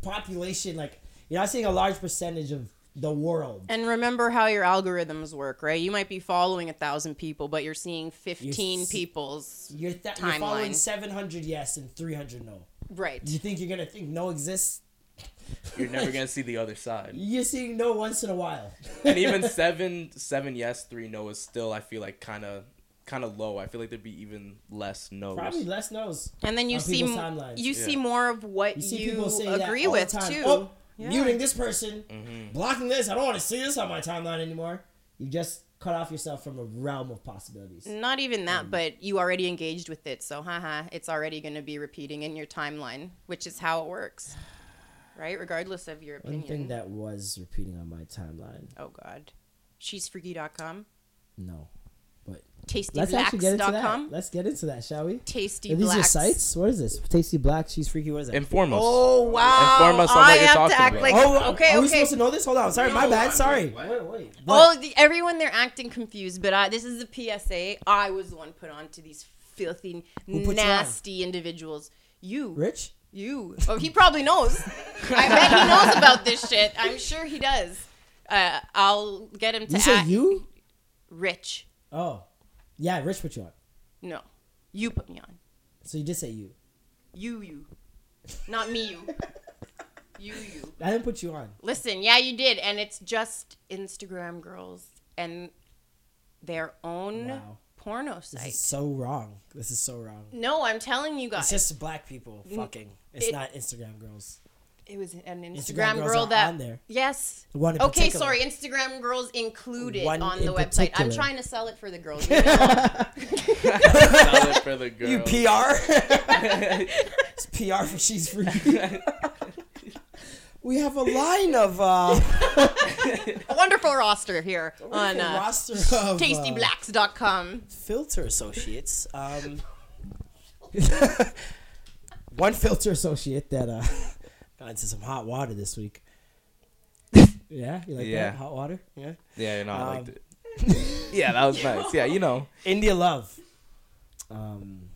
population, like, you're not seeing a large percentage of the world.
And remember how your algorithms work, right? You might be following a thousand people, but you're seeing 15
You're s-
people's.
You're, th- you're following
Timeline.
700 yes and 300 no.
Right.
You think you're going to think no exists?
You're never gonna see the other
[laughs]
side.
You're seeing no once in a while.
And even seven, seven yes, three no is still. I feel like kind of, kind of low. I feel like there'd be even less no's.
Probably less knows.
And then you
On
see
people's
m-
timelines.
you see
Yeah.
more of what
You see
you,
people say
agree
that all
with
the time.
too.
Oh,
Yeah.
muting this person, blocking this. I don't want to see this on my timeline anymore. You just cut off yourself from a realm of possibilities.
Not even
Mm.
that, but you already engaged with it, so haha, it's already going to be repeating in your timeline, which is how it works, right? Regardless of your
One thing
opinion.
that was repeating on my timeline.
oh God, she's freaky.com,
No, but let's actually get into that.
tastyblacks.com,
Let's get into that, shall we?
tasty
Are these your
blacks.
sites? What is this? Tasty Black. She's freaky. What is that?
Inform us.
Oh wow!
Inform us on
I
what you're
have
talking
to act
about.
like
Oh,
okay,
Are we
okay.
supposed to know this? Hold on. Sorry, my bad. Sorry.
What?
All the, everyone they're acting confused, but I, this is the PSA. I was the one put on to these filthy,
put you on?
nasty individuals. You,
Rich.
you. Oh, he probably knows. I bet he knows about this shit. I'm sure he does. Uh, I'll get him to
You said
act-
you?
Rich.
Oh, yeah. Rich put you on.
No, you put me on.
So you did say you.
You, you, not me. You, you, you.
I didn't put you on.
Listen, yeah, you did, and it's just Instagram girls and their own
Wow.
porno
This is
site.
so wrong. This is so wrong.
No, I'm telling you guys,
It's just black people fucking. It's
Mm. it-
not Instagram girls.
it was an
Instagram
Instagram,
girls
girl
are
that
on there.
yes.
One in
okay,
particular.
sorry, Instagram girls included
One
on
in
the website. I'm
particular.
trying to sell it for the girls.
[laughs]
you know?
Sell it for the girl.
You
[laughs]
PR? it's PR for she's free. we have a line of
[laughs]
uh,
A wonderful roster here on
a
uh,
roster
[laughs]
of uh,
tastyblacks.com.
filter associates.
[laughs]
Um, one filter associate that uh, [laughs] got into some hot water this week. [laughs] Yeah, you like
Yeah.
that hot water? Yeah.
Yeah, you know, I liked
Um,
it. [laughs] yeah, that was nice. Yeah, you know.
India Love. Um,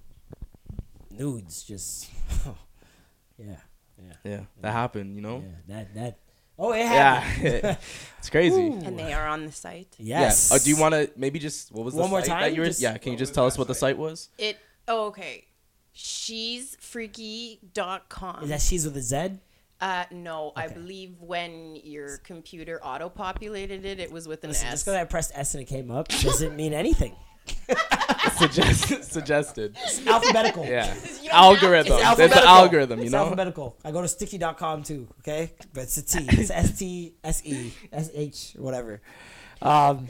nudes, just [laughs] yeah, yeah,
Yeah, that happened, you know?
yeah. That that. Oh, it
Yeah.
happened.
it's crazy.
And they are on the site.
Yes.
[laughs] Yeah. Oh, do you want to maybe just what was the
One more
site
time?
That you were,
Just-
yeah. Can you just tell us what the site was? [laughs]
It oh okay. She's freaky.com.
Is that she's with a Z?
Uh no, I
Okay.
believe when your computer auto populated it, it was with an
Listen,
S.
just because I pressed S and it came up doesn't mean [laughs] anything.
Suggest, [laughs] suggested.
It's alphabetical.
Yeah.
You don't have to.
Algorithm.
It's
It's an
alphabetical.
algorithm. You
It's
know.
alphabetical. I go to sticky.com too, okay? But it's a T. It's S T, S E, S H, whatever. Um,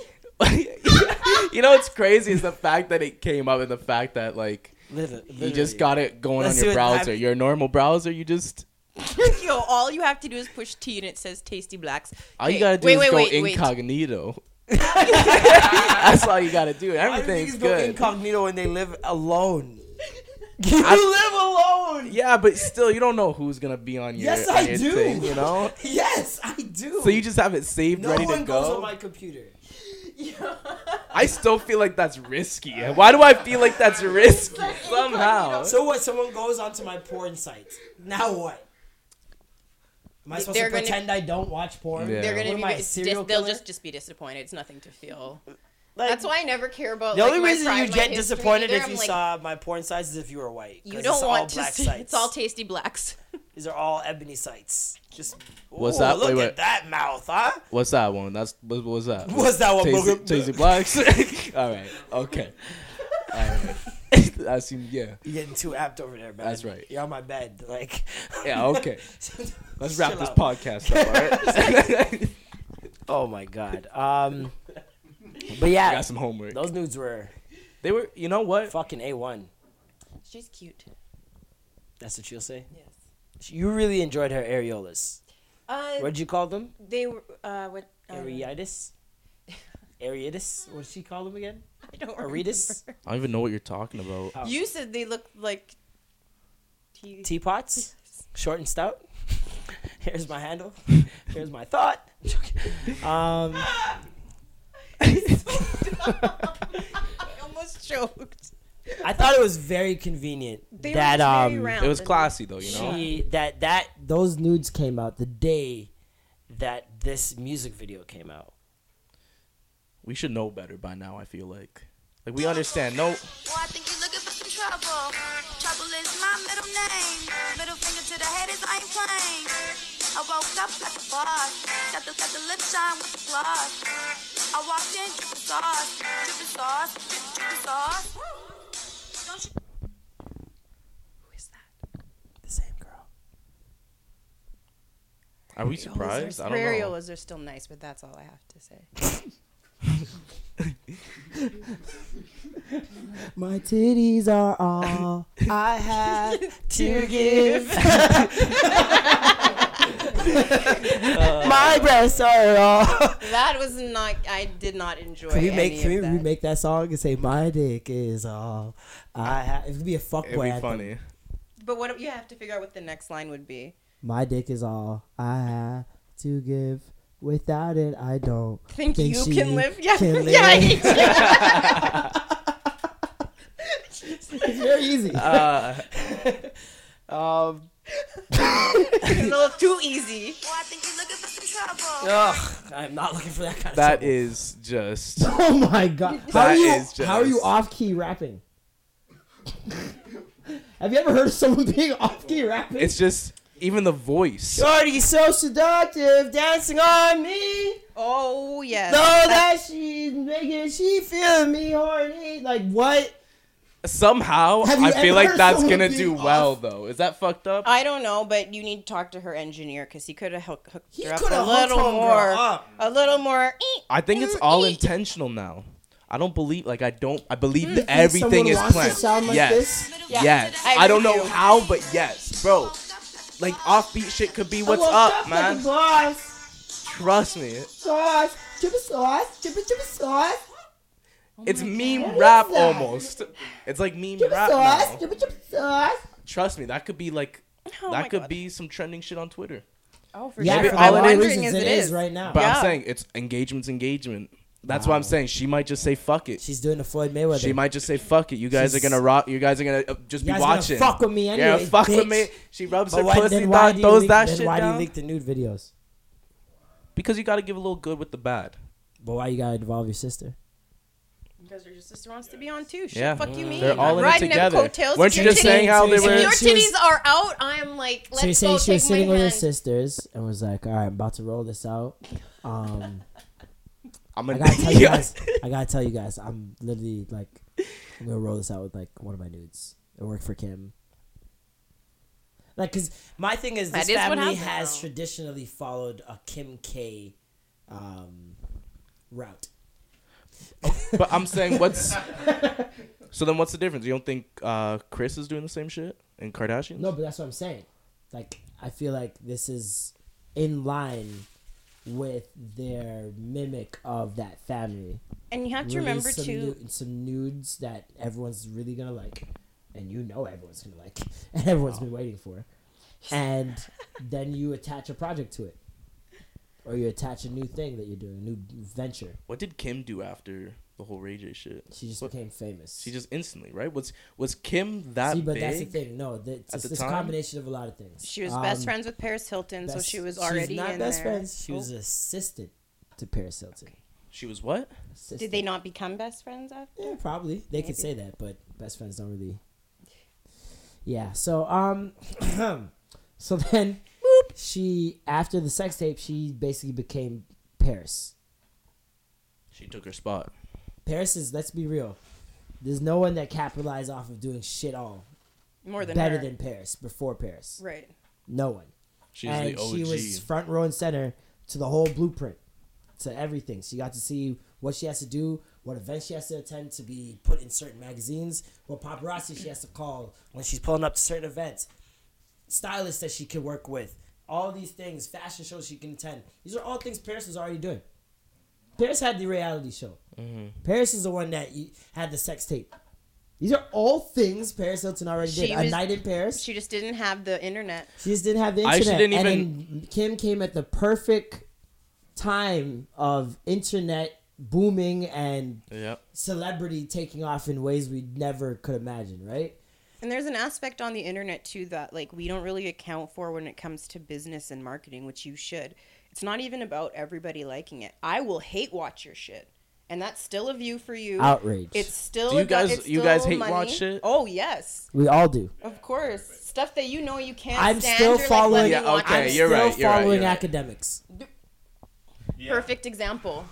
you know what's crazy is the fact that it came up and the fact that like
literally,
you just got it going
Let's
on your
do it. I'm-
browser. Your normal browser, you just
[laughs] Yo, all you have to do is push T and it says Tasty Blacks.
all you
Hey,
gotta do
wait,
is
wait,
go
wait, wait.
incognito. [laughs] That's all you gotta do.
Why do niggas
Everything's
go
good.
incognito when they live
[laughs]
alone? you live alone.
yeah, but still, you don't know who's gonna be on your.
Yes,
on
I
your
do.
thing, you know.
[laughs] Yes, I do.
So you just have it saved,
no
ready
one
to
goes
go.
on my computer.
I still feel like that's risky. Why do I feel like that's
[laughs]
risky? Somehow.
So what? Someone goes onto my porn site. Now what? Am I supposed
They're
to
gonna-
pretend I don't watch porn?
Yeah.
They're
What
gonna
am
be
I, a
dis-
serial
they'll
killer?
just just be disappointed. It's nothing to feel.
Like,
That's why I never care about
The
like,
only
my
reason
pride,
you
my
get
history
disappointed
either.
if
I'm
you
like,
saw my porn sites is if you were white.
You
'cause
don't
it's all
want to
black
see.
sites.
It's all tasty blacks. [laughs]
These are all ebony sites. Just
What's
Ooh,
that?
Look at
Wait, wait.
that mouth, huh?
What's that one? That's what was that?
What's that one?
Tasty,
Booger-
Tasty
[laughs]
Blacks. [laughs] All right. Okay. All right. [laughs] I seem yeah.
You're getting too apt over there, man.
That's right.
You're on my bed, like. [laughs]
Yeah. Okay. Let's wrap
Chill
this
out.
podcast up.
[laughs]
All right. [laughs]
Oh my god. Um, but
[laughs]
yeah,
Got some homework.
those nudes were
They were. You know what?
fucking a one.
She's cute.
That's what you'll say.
Yes.
You really enjoyed her
[laughs]
areolas.
Uh,
What'd you call them?
they were. Uh, what? I don't know.
Areitis. Areitis. What did she call them
[laughs]
again?
I don't remember.
Areitis.
I don't even know what you're talking about.
You said they looked like. Tea.
teapots, short and stout. [laughs] Here's my
[laughs]
handle. Here's my thought. Um,
I almost choked.
I thought it was very convenient
They
that
were
um
very round.
It was
and-
classy though. You know.
she that that those nudes came out the day that this music video came out.
We should know better by now. I feel like. Like we understand. No.
Well, I think you looking for some trouble. Trouble is my middle name. Middle finger to the head is I ain't playing. I woke up like a boss. Got the, got the lip shine with the gloss. I walked in, drippin' sauce, drippin' sauce, drip- drippin' sauce. Don't you
Who is that?
The same girl.
Are we surprised? I don't know.
Areolas are still nice, but that's all I have to say.
My titties are all I [laughs] have to
[laughs]
give.
Uh.
my breasts are all.
That was not. I did not enjoy.
Can we make
any
can we
of that.
remake that song and say my dick is all I ha-" it could be a fuck
It'd
boy
be
anthem.
funny.
But what you have to figure out what the next line would be.
My dick is all I have to give. Without it I don't
Think, you
she
can live? [laughs] Yeah,
can live.
yeah. I need to-
It's very easy.
Uh,
um
it's
[laughs]
a little too easy.
Well, I think you looking for some trouble.
Ugh, [laughs] I'm not looking for that kind of
that
trouble.
is just.
[laughs] Oh my god. How are
That
you
is
how are you
just-
off key rapping? [laughs] have you ever heard of someone [laughs] being off key rapping?
It's just even the voice.
Shorty so seductive, dancing on me.
Oh yes.
Know that she's making she feeling me horny. Like what?
Somehow,
Have you
I feel
ever
like
heard
that's
someone
gonna
being
do
off?
well though. Is that fucked up?
I don't know, but you need to talk to her engineer because he could have hooked, hooked
He
her up
coulda
a
hooked
little
homegirl
more.
up.
A little more. eek,
I think it's
eek,
all
eek.
intentional now. I don't believe like I don't I believe that everything
someone
is
wants to
planned.
sound like
yes.
this?
Yes.
I
I, don't
agree
know
with you.
how but yes, bro. like offbeat shit could be what's
I woke
up, man.
Like a boss.
Trust me,
Sauce. Chippa sauce. Chippa chippa sauce.
it's meme
What is
rap
that?
almost. It's like meme
Chippa
rap
sauce.
now.
Chippa chippa sauce.
Trust me, that could be like
Oh my
that could
God.
be some trending shit on Twitter.
Oh, for
Yeah,
Maybe
sure.
for
all
all
it
the
is-
reasons it is right now.
But
Yeah.
I'm saying it's engagement's engagement. That's why I'm saying she might just say fuck it.
She's doing the Floyd Mayweather.
She might just say fuck it. You guys are
She's-
gonna rock. You guys are gonna uh, just
You guys
be
gonna
watching.
fuck with me
yeah,
anyway,
fuck with
bitch.
me. She rubs
But
her
why,
pussy
then why
down,
do you
throws
leak,
that
then
shit
why do
down.
you leak the nude videos?
because you gotta give a little good with the bad.
But why you gotta involve your sister?
Because your sister wants to be on too. Shit,
Yeah. Mm.
fuck you mean?
They're all in it
Riding them
together.
coattails
Weren't
of
you
your
just saying
titties.
how they
If
were-
your
She was-
titties are out, I am like,
so you're
let's
saying
go
she was
take my
sitting with her
hand.
sisters and was like, "All right, I'm about to roll this out. Um,
I'm
I
gonna
gotta
[laughs]
tell you
Yeah.
guys. I gotta tell you guys. I'm literally like, I'm gonna roll this out with like one of my nudes. It worked for Kim. Like, cause my thing is,
That
this
is what
family
happened,
has
though.
traditionally followed a Kim K um, route.
But I'm
[laughs]
saying what's so then what's the difference? You don't think uh, Chris is doing the same shit and Kardashians?
No, but that's what I'm saying. Like, I feel like this is in line with their mimic of that family.
And you have to
Release
remember
some
too.
nu- some nudes that everyone's really gonna like, and you know everyone's gonna like, [laughs] and everyone's been waiting for,
[laughs]
and then you attach a project to it, or you attach a new thing that you're doing, a new venture.
What did Kim do after the whole Ray J shit?
She just
What-
became famous.
She just instantly, right? Was was Kim that
See, but
big?
that's the thing. No, the, it's,
at the
it's a
time?
combination of a lot of things.
She was best
Um,
friends with Paris Hilton, so
best-
she was
she's
already
not
in
best
there. Oh.
friends. She was assistant to Paris Hilton.
She was what?
Did they not become best friends after?
Yeah, probably. They could say that, but best friends don't really. Yeah. So um, [clears throat] so then, she after the sex tape, she basically became Paris.
She took her spot.
Paris is. Let's be real. There's no one that capitalized off of doing shit all
More than
better
her.
than Paris before Paris.
right.
No one.
She's
and
the OG.
she was front row and center to the whole blueprint, to everything. She got to see what she has to do, what events she has to attend to be put in certain magazines, what paparazzi she has to call when she's pulling up to certain events, stylists that she can work with, all these things, fashion shows she can attend. These are all things Paris was already doing. Paris had the reality show.
Mm-hmm.
Paris is the one that you- had the sex tape. These are all things Paris Hilton already
She
did. A
was-
night in Paris.
She just didn't have the internet.
She just didn't have the
I
internet.
actually didn't
And then Kim came at the perfect time of internet booming and
Yep.
celebrity taking off in ways we never could imagine, right?
And there's an aspect on the internet too that like we don't really account for when it comes to business and marketing, which you should. It's not even about everybody liking it. I will hate watch your shit. And that's still a view for you.
Outrage.
It's still
Do you
a-
guys-
it's
you guys
still
hate
money.
watch shit?
Oh yes,
We all do.
of course. Stuff that you know you can't.
I'm
stand,
still
you're like, let
following-
me
Yeah,
watch
okay,
it.
you're
Still
right, you're right,
following
you're right.
academics.
Perfect example.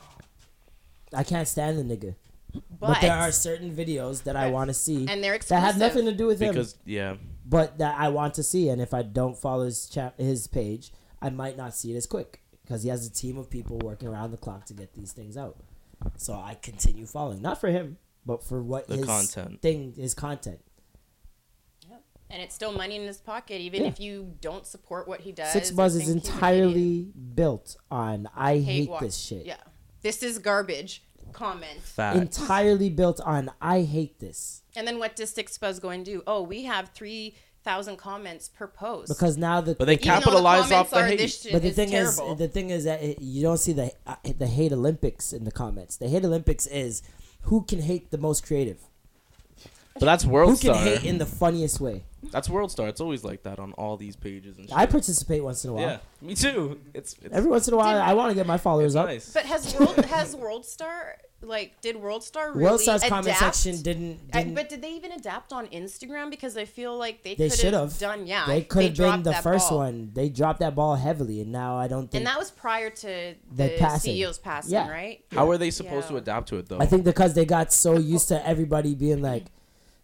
I can't stand the nigga.
But,
But, there are certain videos that I want to see
And they're
that have
exclusive.
nothing to do with him,
Because yeah,
but that I want to see. And if I don't follow his chap- his page, I might not see it as quick because he has a team of people working around the clock to get these things out. So I continue following, not for him, but for what
The
his
content.
thing, his content.
and it's still money in his pocket, even
Yeah.
if you don't support what he does.
Six
and
Buzz is
think he's an idiot.
entirely built on I hate,
watch-
this shit.
Yeah, this is garbage. Comment.
facts.
Entirely built on I hate this
And then what does Six Buzz go and do? Oh, we have three thousand comments per post.
because now the
but they
Even though
capitalize
comments
off the
are,
hate.
This shit
but the
is
thing
terrible.
is, the thing is that it, you don't see the uh, the hate Olympics in the comments. The hate Olympics is who can hate the most creative,
but that's
who
world
can
star.
hate in the funniest way.
That's world star. It's always like that on all these pages and shit.
I participate once in a while.
yeah, me too. It's, it's
Every once in a while,
Did-
I want to get my followers up.
nice.
but has world has World Star like did World Star really
World Star's
adapt?
comment section didn't.
I-
didn't
but did they even adapt on Instagram? Because I feel like they,
they
could
should have
done. Yeah,
They could have been
dropped
the
that
first
ball.
one. They dropped that ball heavily, and now I don't think.
and that was prior to the,
The passing.
CEO's passing,
Yeah.
right?
How are they supposed to
Yeah.
adapt to it though?
I think because they got so used to everybody being like,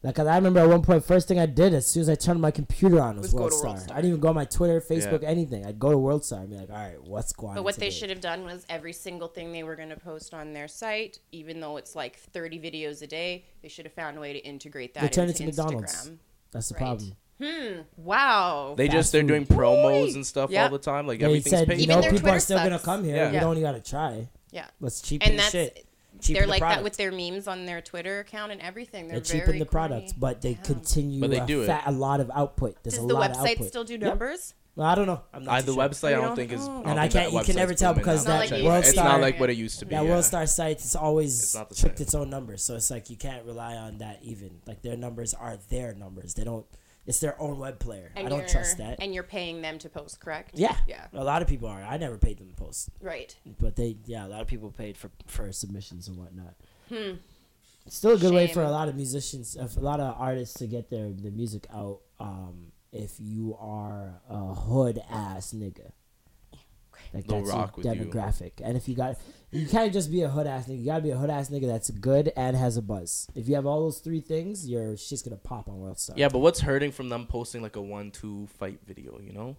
like 'cause I remember at one point, first thing I did as soon as I turned my computer on was
Was go
World
to
Star.
World Star.
I didn't even go on my Twitter, Facebook,
Yeah.
anything. I'd go to World Star and be like, all right, what's going on?
But what they
today?"
should have done was every single thing they were going to post on their site, even though it's like 30 videos a day, they should have found a way to integrate that
They turned
into
it to McDonald's.
Instagram.
That's the
Right.
problem.
Wow.
They just they're doing promos and stuff
Yeah.
all the time. Like
They
everything's
said,
paid.
you
Even
know,
their
people
Twitter
are still gonna
sucks.
come here.
Yeah.
We don't even gotta try.
yeah.
Let's cheapen
And
the
that's
shit. Cheapen
they're
the
like that
product.
with their memes on their Twitter account and everything. They're,
They cheapen
very
the product,
corny.
but they
Yeah.
continue
But they
a,
do it.
fat, a lot of output. There's
Does
a
the
lot of
website
output.
still do
Yep.
numbers?
Well, I don't know. I'm not
I,
too
the
sure.
website I
We
don't
don't
think is.
know.
I don't
And I
think
can't-
that
you can never
website's
tell
booming
because
now.
that
Check
World
it. It's
Star-
not like what it used to be.
That
yeah.
World Star site is always
It's not the
tricked
same.
its own numbers, so it's like you can't rely on that even. Like their numbers are their numbers. They don't. It's their own web player. I don't
you're-
trust that.
And you're paying them to post, correct?
yeah,
Yeah.
A lot of people are. I never paid them to post,
Right.
but they yeah, a lot of people paid for for submissions and whatnot. Hmm. Still a good way for a
Shame.
lot of musicians, of a lot of artists to get their their music out. Um, if you are a hood ass nigga. Like
Lil
that's your
Rock with you.
demographic, and if you got, you can't just be a hood ass nigga. You gotta be a hood ass nigga that's good and has a buzz. If you have all those three things, your shit's gonna pop on World Star.
Yeah, but what's hurting from them posting like a one-two fight video? You know,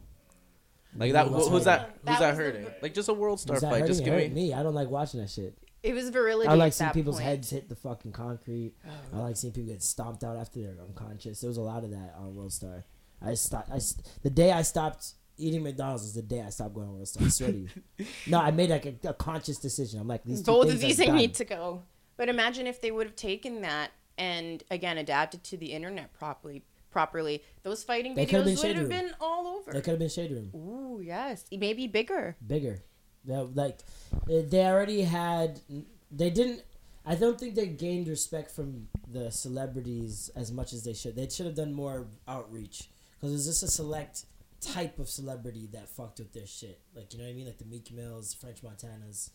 like that.
What's
who- who's that?
That
Who's that
was the-
hurting? Like just a world star
Is that
fight.
hurting?
Just
It
give
hurt
me.
me. I don't like watching that shit.
It was virility.
I like
at
seeing
that
people's
point. Oh.
heads hit the fucking concrete. I like seeing people get stomped out after they're unconscious. There was a lot of that on World Star. I stopped. I st- the day I stopped eating McDonald's was the day I stopped going to World Star. I swear to you.
[laughs]
No, I made like a, a conscious decision. I'm like these. Two
Both
things
of these
are
[laughs] things
done.
need to go. But imagine if they would have taken that and again adapted to the internet properly. Properly, those fighting
They could've
videos
been
would
Shade
have
Room.
been all over.
They could have been shade room.
Ooh, yes, maybe bigger.
bigger. They're, like eh, they already had. They didn't. I don't think they gained respect from the celebrities as much as they should. They should have done more outreach because it's just a select type of celebrity that fucked with their shit. Like you know what I mean? Like the Meek Mills, French Montanas,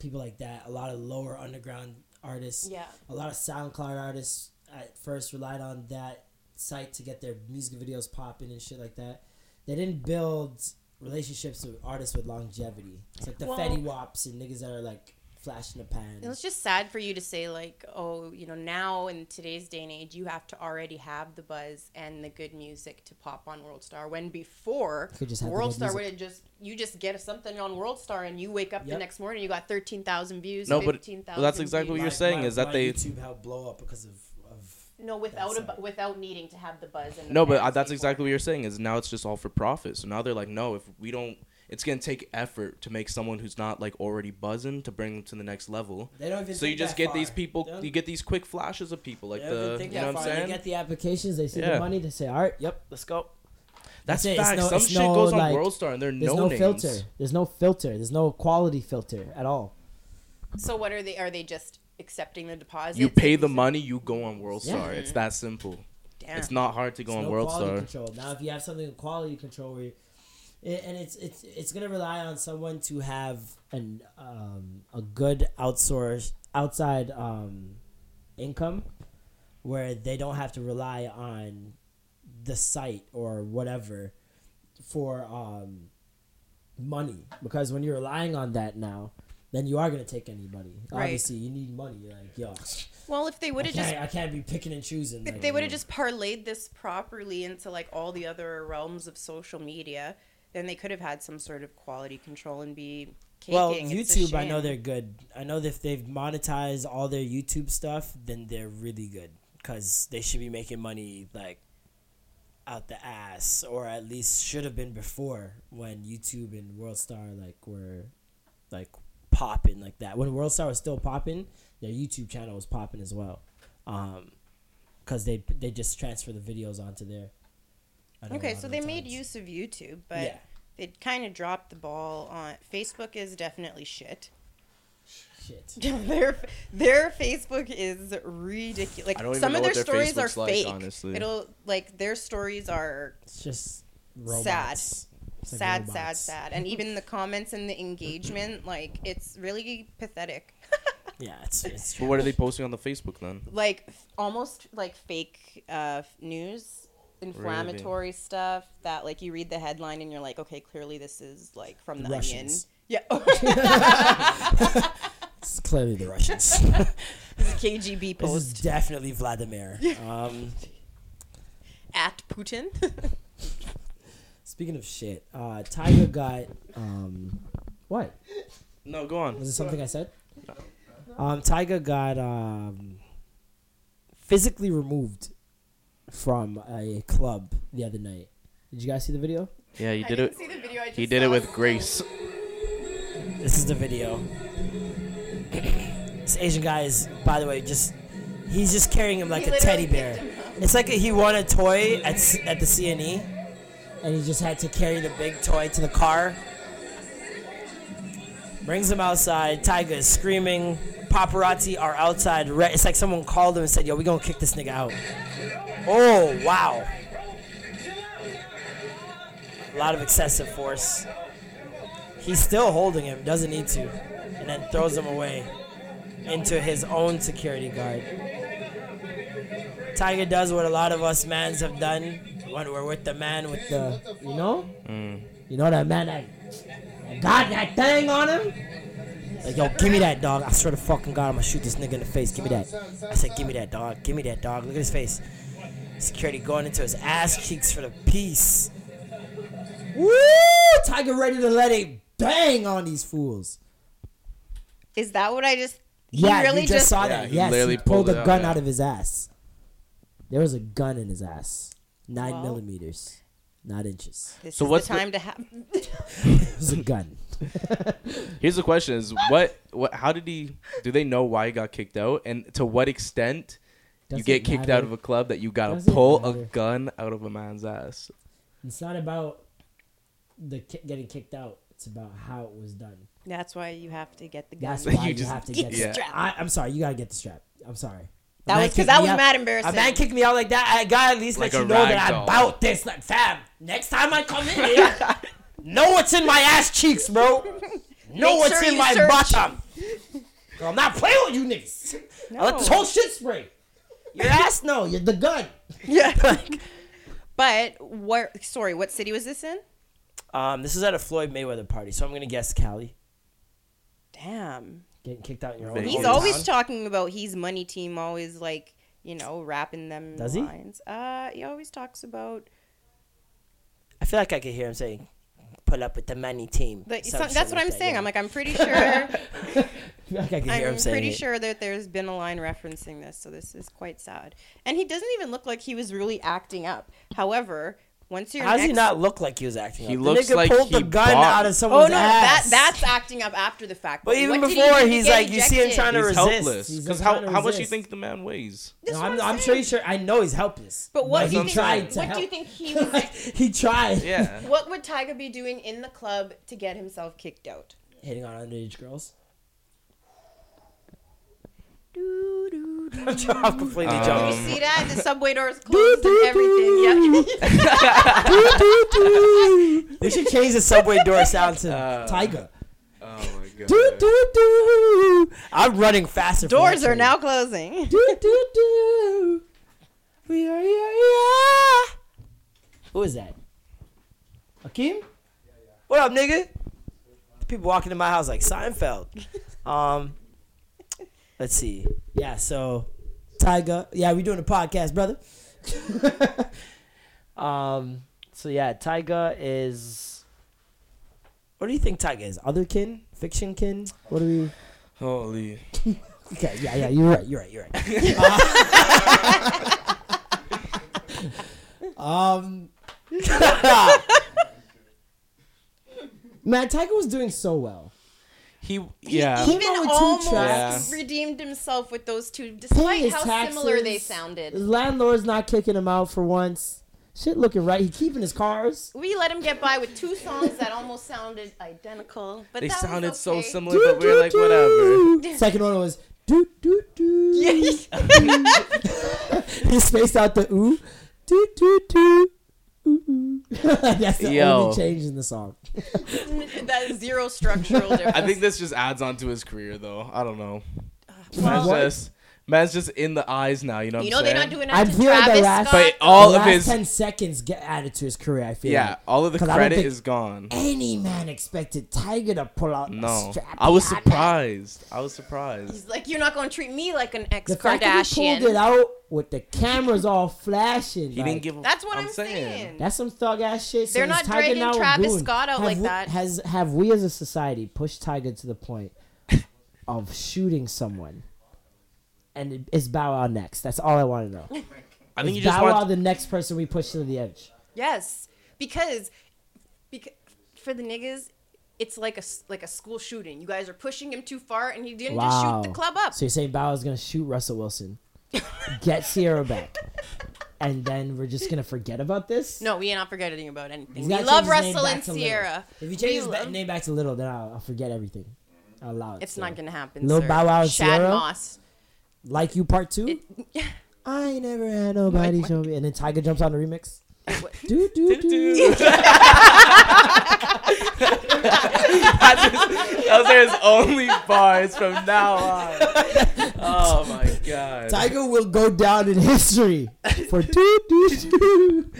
people like that. A lot of lower underground artists.
Yeah.
A lot of SoundCloud artists at first relied on that site to get their music videos popping and shit like that. They didn't build relationships with artists with longevity. It's like the
Well-
Fetty Wops and niggas that are like flashing the pan.
It was just sad for you to say like, oh, you know, now in today's day and age, you have to already have the buzz and the good music to pop on World Star. When before
Could just have the
World
good
Star
music.
would have just you just get something on World Star and you wake up the
Yep.
next morning you got thirteen thousand views.
No, but-
15,000
well, that's exactly what
views.
you're saying is that they-
YouTube helped blow up because of, of
No, without a,
That's
bu- without needing to have the buzz. And the
No, but
fans
uh, that's
before.
exactly what you're saying. Is now it's just all for profit. So now they're like, no, if we don't, it's gonna take effort to make someone who's not like already buzzing to bring them to the next level.
They don't even
So you
think
just
that
get these
far.
people.
They don't-
You get these quick flashes of people, like
They don't even
the.
think
You
that
know what
far.
I'm
They
saying?
get the applications, they see the
Yeah.
money, they say, all right, yep,
Let's go. That's,
That's it. It's
facts.
no-
Some
it's
shit
no,
goes on
like,
World Star and they're
There's
no,
no,
names.
filter. There's no filter. There's no quality filter at all.
So what are they? Are they just accepting the deposit?
You pay the money, you go on World
Yeah.
Star. It's that simple.
Damn.
It's not hard to go
There's
on
no
World
quality
Star.
control. Now, if you have something with quality control, where you, it, and it's it's it's gonna rely on someone to have an um, a good outsource outside um, income, where they don't have to rely on the site or whatever for um, money. Because when you're relying on that now. Then you are gonna take anybody.
Right.
Obviously, you need money. You're like, yo,
Well, if they would
I
have just
can't, I can't be picking and choosing.
If
like,
they would
mm.
have just parlayed this properly into like all the other realms of social media, then they could have had some sort of quality control and be caking.
Well,
It's a
YouTube, I know
shame.
they're good. I know that if they've monetized all their YouTube stuff, then they're really good because they should be making money like out the ass, or at least should have been before when YouTube and WorldStar like were like popping like that. When WorldStar was still popping, their YouTube channel was popping as well, Um 'cause because they they just transfer the videos onto there. I know a
okay.
lot
So
of
they
times.
made use of YouTube, but
Yeah.
they kind of dropped the ball on Facebook. Is definitely shit.
shit.
[laughs] their their Facebook is ridiculous. Like
I don't even
some
know
of their
what their
stories
Facebook's
are
like,
fake.
honestly.
It'll like their stories are
It's just robots. It's like
sad, sad,
robots.
sad. And even the comments and
[clears throat]
the engagement, like it's really pathetic. [laughs]
Yeah, it's it's
But what are they posting on the Facebook then?
like f- almost like fake uh, f- news inflammatory stuff that like you read the headline and you're like okay clearly this is like from the
Russians.
onion yeah [laughs]
It's clearly the Russians.
kgb
this is
post
definitely Vladimir. Um,
at putin
speaking of shit, uh, Tiger got um, what
No, go on.
was it? Something I said? Um, Tiger got um, physically removed from a club
the other night. Did you guys see the video?
Yeah, you
I
did
didn't
it.
see the video. I just
He did it
saw
with grace.
This is the video. [clears throat] this Asian guy is, by the way, just he's just carrying him like
He
a
literally
teddy bear. It's like he won a toy at s- at the CNE, and he just had to carry the big toy to the car. Brings him outside. Tyga is screaming. Paparazzi are outside. Re- It's like someone called him and said, "Yo, we gonna kick this nigga out." Oh wow! A lot of excessive force. He's still holding him, doesn't need to, and then throws him away into his own security guard. Tiger does what a lot of us mans have done when we're with the man with the, you know, you know that man that, that got that thing on him. Like, yo, give me that dog. I swear to fucking God, I'm gonna shoot this nigga in the face. Give me that. I said, give me that dog. Give me that dog. Look at his face. Security going into his ass cheeks for the piece.
Woo! Tiger ready to let a bang on these fools.
Is that what I just? He
Yeah,
really
you just, saw
Yeah,
that.
he
yes,
literally
he pulled,
pulled it
a
out,
gun
yeah.
out of his ass. There was a gun in his ass. Nine
Wow.
millimeters, not inches.
This
So
is
what's the-
the time to have?
It was a gun.
Here's the question: Is what what? How did he? Do they know why he got kicked out? And to what extent
Does
you
it
get kicked out
matter?
of a club that you gotta
Does it
pull a
matter?
gun out of a man's ass?
[laughs] It's not about the ki- getting kicked out. It's about how it was done.
That's why you have to get the gun.
That's why you,
[laughs] You just
have to
get
get.
yeah.
Yeah.
strapped.
I, I'm sorry, you gotta get the strap. I'm sorry. A
That
man
was because
kicked
that
me
was
out-
mad
A
embarrassing.
man kicked me out like that. I gotta at least
Like
let
a
you know that
rag
I'm
doll.
about this. Like, fam, next time I come in here,
[laughs]
know what's in my ass cheeks, bro. Know
Make
what's
sure
in
you
my
search.
bottom.
Girl, I'm not playing with you niggas.
No.
I let this whole shit spray.
[laughs]
Your ass, no. You're the gun.
Yeah. but where? Sorry, what city was this in?
Um, this is at a Floyd Mayweather party, so I'm gonna guess Cali.
Damn.
Getting kicked out in your own.
Vegas.
He's
Hold
always talking about he's money team. Always like you know rapping them
Does he?
lines. Uh, he always talks about
I feel like I could hear him saying, "Pull up with the money team."
the,
Some
some,
shit
that's what I'm
that,
saying.
yeah.
I'm like I'm
[laughs]
pretty sure.
I feel like I could hear
I'm
him saying
pretty
it.
sure that there's been a line referencing this, so this is quite sad. And he doesn't even look like he was really acting up. However, once you're
How
an
does he
ex-
not look like he was acting?
He
up?
looks
the nigga
like
pulled
he
the gun
bought-
out of
Oh
someone's
no,
ass.
that that's acting up after the fact.
But even
what did he
before,
do to
he's
get
like, you see him
ejected?
trying to
He's
resist.
helpless.
He's
Because
trying
how
to
how much do you
resist.
think the man weighs?
That's
No,
what
I'm,
I'm
I'm sure
saying.
he sure. I know he's helpless.
But what
Like,
do you
he
think?
tried to
what do you
help.
think
[laughs]
he was?
Like, he tried.
[laughs] Yeah.
what would Tyga be doing in the club to get himself kicked out?
Hitting on underage girls.
[laughs]
I'm completely
Did
Um,
joking.
you see that? The subway
[laughs]
doors closed and everything. Yeah.
We should change the subway door sound to
Uh,
Tiger.
Oh my god.
do do do. I'm running faster. for
Doors
that
are
train.
now closing.
Do do do. We are yeah yeah. Who is that? Akeem? What up, nigga? People walking to my house like Seinfeld. Um, let's see.
Yeah, so Tiger. Yeah, we doing a podcast, brother.
[laughs] Um, so yeah, Tyga is. What do you think Tyga is? Otherkin, fictionkin?
What do we?
Holy.
Okay, yeah, yeah, you're right, you're right, you're right. Uh, [laughs] um, man, Tiger was doing so well.
He yeah.
he-
Even
out with two
almost
tracks.
redeemed himself with those two,
Paying
despite
his
how similar they
taxes. His
sounded.
landlord's not kicking him out for once. Shit looking right. He keeping his cars.
We let him get by with two songs that almost sounded identical, but
they
that was
sounded so
okay. [laughs]
similar, but we were like, whatever.
whatever. [laughs] Second one was do do do. he spaced out the ooh, do do do, ooh ooh. [laughs] That's the
Yo.
only change in the song.
that is zero
[laughs]
structural difference.
I think this just adds on to his career, though. I don't know. Man's
What?
just, man's just in the eyes now. You know what
you
I'm
know they're
saying?
not doing
I
that to
feel like the
Travis
last- uh,
Scott.
But all
the
of
last
his,
ten seconds get added to his career. I feel.
yeah,
like.
all of the
'Cause I don't
credit
think
is gone.
Any man expected Tiger to pull out a
No,
strap.
I was
behind
surprised. I was surprised.
He's like, you're not going to treat me like an ex
The fact that he pulled it
Kardashian.
out with the cameras all flashing.
He didn't give. a-
That's what I'm,
saying.
saying.
That's some thug ass shit.
They're
is
not
Tiger
dragging
now a
Travis
goon?
Scott out
Have
like
we-
that.
Has have we as a society pushed Tiger to the point
[laughs]
of shooting someone? And it- it's Bow Wow next. That's all I want to know.
I think you
Is
just
Bow Wow
[laughs]
[laughs] want.
the next person we push to the edge?
Yes, because because for the niggas, it's like a s- like a school shooting. You guys are pushing him too far, and he didn't
Wow.
just shoot the club up.
So you're saying Bauer's gonna shoot Russell Wilson, get Sierra back, and then we're just gonna forget about this?
no, we ain't not forgetting about anything.
He's
We
gotta
love
change his name
Russell
back
and
to Little.
Sierra.
If you
We
change his ba-
love-
name back to Little, then I'll, I'll forget everything. I'll allow it.
it's
so.
not gonna happen.
Lil
sir.
Bow Wow and
Shad
Sierra?
Moss.
Like you, part two.
[laughs] Yeah.
I ain't never had nobody show me. And then Tiger jumps on the remix.
wa-
do do do.
Those are his only bars from now on. Oh my god.
Tiger will go down in history
[laughs]
for do do do.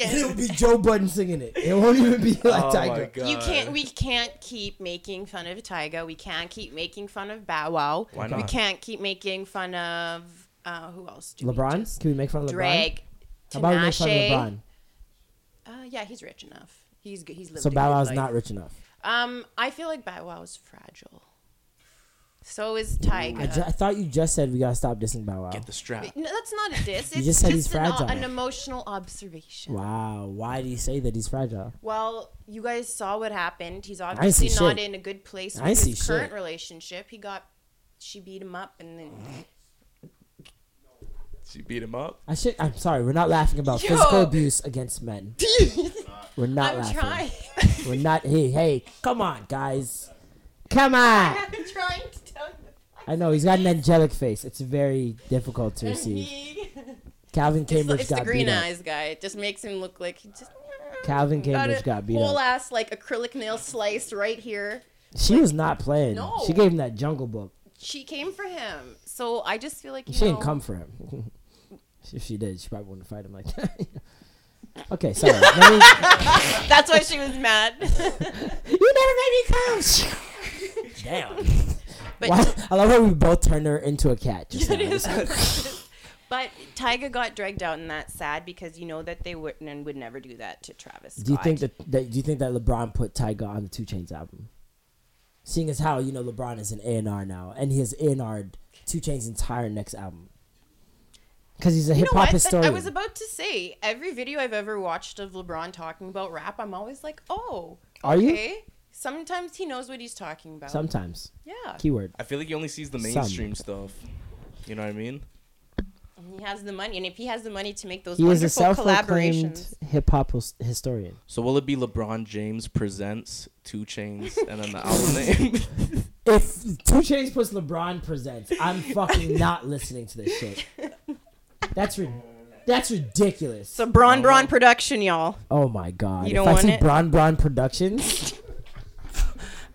And it'll be Joe Budden singing it. It won't even be like
Oh my
Tiger.
god.
You can't. We can't keep making fun of Tyga. We can't keep making fun of Bow Wow.
Why
We
not?
can't keep making fun of uh, who else? Do we
LeBron?
just-
Can we make fun of LeBron?
Drake.
How about we make fun of
Tinashe.
LeBron?
Uh, yeah, he's rich enough. He's g- he's lived
So
a
Bow
good
Wow's
life.
not rich enough.
Um, I feel like Bow Wow is fragile. So is Tyga.
I, ju- I thought you just said we gotta stop dissing Bow Wow.
get the strap.
no, that's not a diss. It's
You just said he's
just an,
fragile.
an emotional observation.
Wow. Why do you say that he's fragile?
Well, you guys saw what happened. He's
ain't see
obviously not
shit.
in a good place
I
with
ain't
his
see
current
shit.
relationship. He got she beat him up and then
She beat him up.
I should. I'm sorry. We're not laughing about
Yo.
physical abuse against
[laughs]
men. we're not
I'm
laughing.
trying. [laughs]
We're not. Hey, hey. Come on, guys. Come on.
I'm trying to tell you.
I know he's got an angelic face. It's very difficult to receive.
He-
[laughs] Calvin
It's, the-
Cambridge
it's the
got
green
beat up.
eyes guy. It just makes him look like he just
Calvin
[laughs] got
Cambridge
a
got beat
whole
up.
ass like acrylic nail slice right here.
She was not playing.
No.
She gave him that jungle book.
She came for him, so I just feel like you
She
know,
didn't come for him. [laughs] if she did, she probably wouldn't fight him like that. [laughs] okay,
[laughs]
sorry. Let me-
That's why she
[laughs]
was mad.
you never made me come. [laughs] Damn.
but
Why- I love how we both turned her into a cat. Just now.
It [laughs] is- but Tyga got dragged out in that sad because you know that they wouldn't and would never do that to Travis.
Do you
Scott.
think that, that do you think that LeBron put Tyga on the Two Chains album? Seeing as how you know LeBron is an A and R now, and he has A and R'd Two Chains' entire next album, because he's a
You
hip
know
hop
what? That-
historian.
I was about to say every video I've ever watched of LeBron talking about rap, I'm always like, oh,
Are you?
okay. Sometimes he knows what he's talking about.
Sometimes
yeah,
keyword.
I feel like he only sees the
Some.
mainstream stuff. You know what I mean?
and he has the money, and if he has the money to make those
He is a
wonderful
self-proclaimed
collaborations,
hip hop his- historian.
So will it be LeBron James presents Two Chains and then the album name? [laughs]
If Two Chains puts LeBron presents, I'm fucking not listening to this shit. That's ri- that's ridiculous.
it's a Bron Bron production, y'all.
Oh my god!
You
You
don't
if I
want
see
it?
Bron Bron
[laughs]
Productions,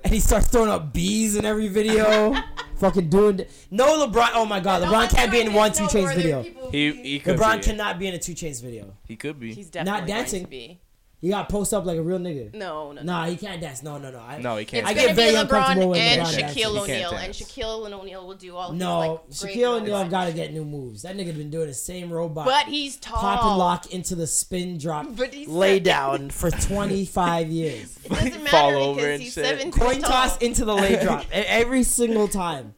and he starts throwing up bees in every video, fucking doing th- no LeBron. Oh my god, LeBron can't be in one Two Chains video.
he he could
LeBron
be.
cannot be in a Two Chains video.
He could be.
He's definitely
dancing.
Going to be.
He got post up like a real nigga.
No, no, no.
Nah, he can't dance. No, no, no. I,
no, he
It's
can't.
I
I
be.
get
gonna
very
be
uncomfortable
LeBron
when
and
LeBron dances.
He
Shaquille
can't
O'Neal, and
dance.
Shaquille and O'Neal will do all.
No,
his, like, great
Shaquille O'Neal
moments.
got to get new moves. That nigga been doing the same robot.
But he's tall.
pop and lock into the spin drop.
Oh. But he's
lay
not-
down for 25
[laughs]
years.
It doesn't matter
Fall
because
over and
he's
shit.
seven feet
Coin
tall.
toss into the lay
[laughs]
drop e- every single time.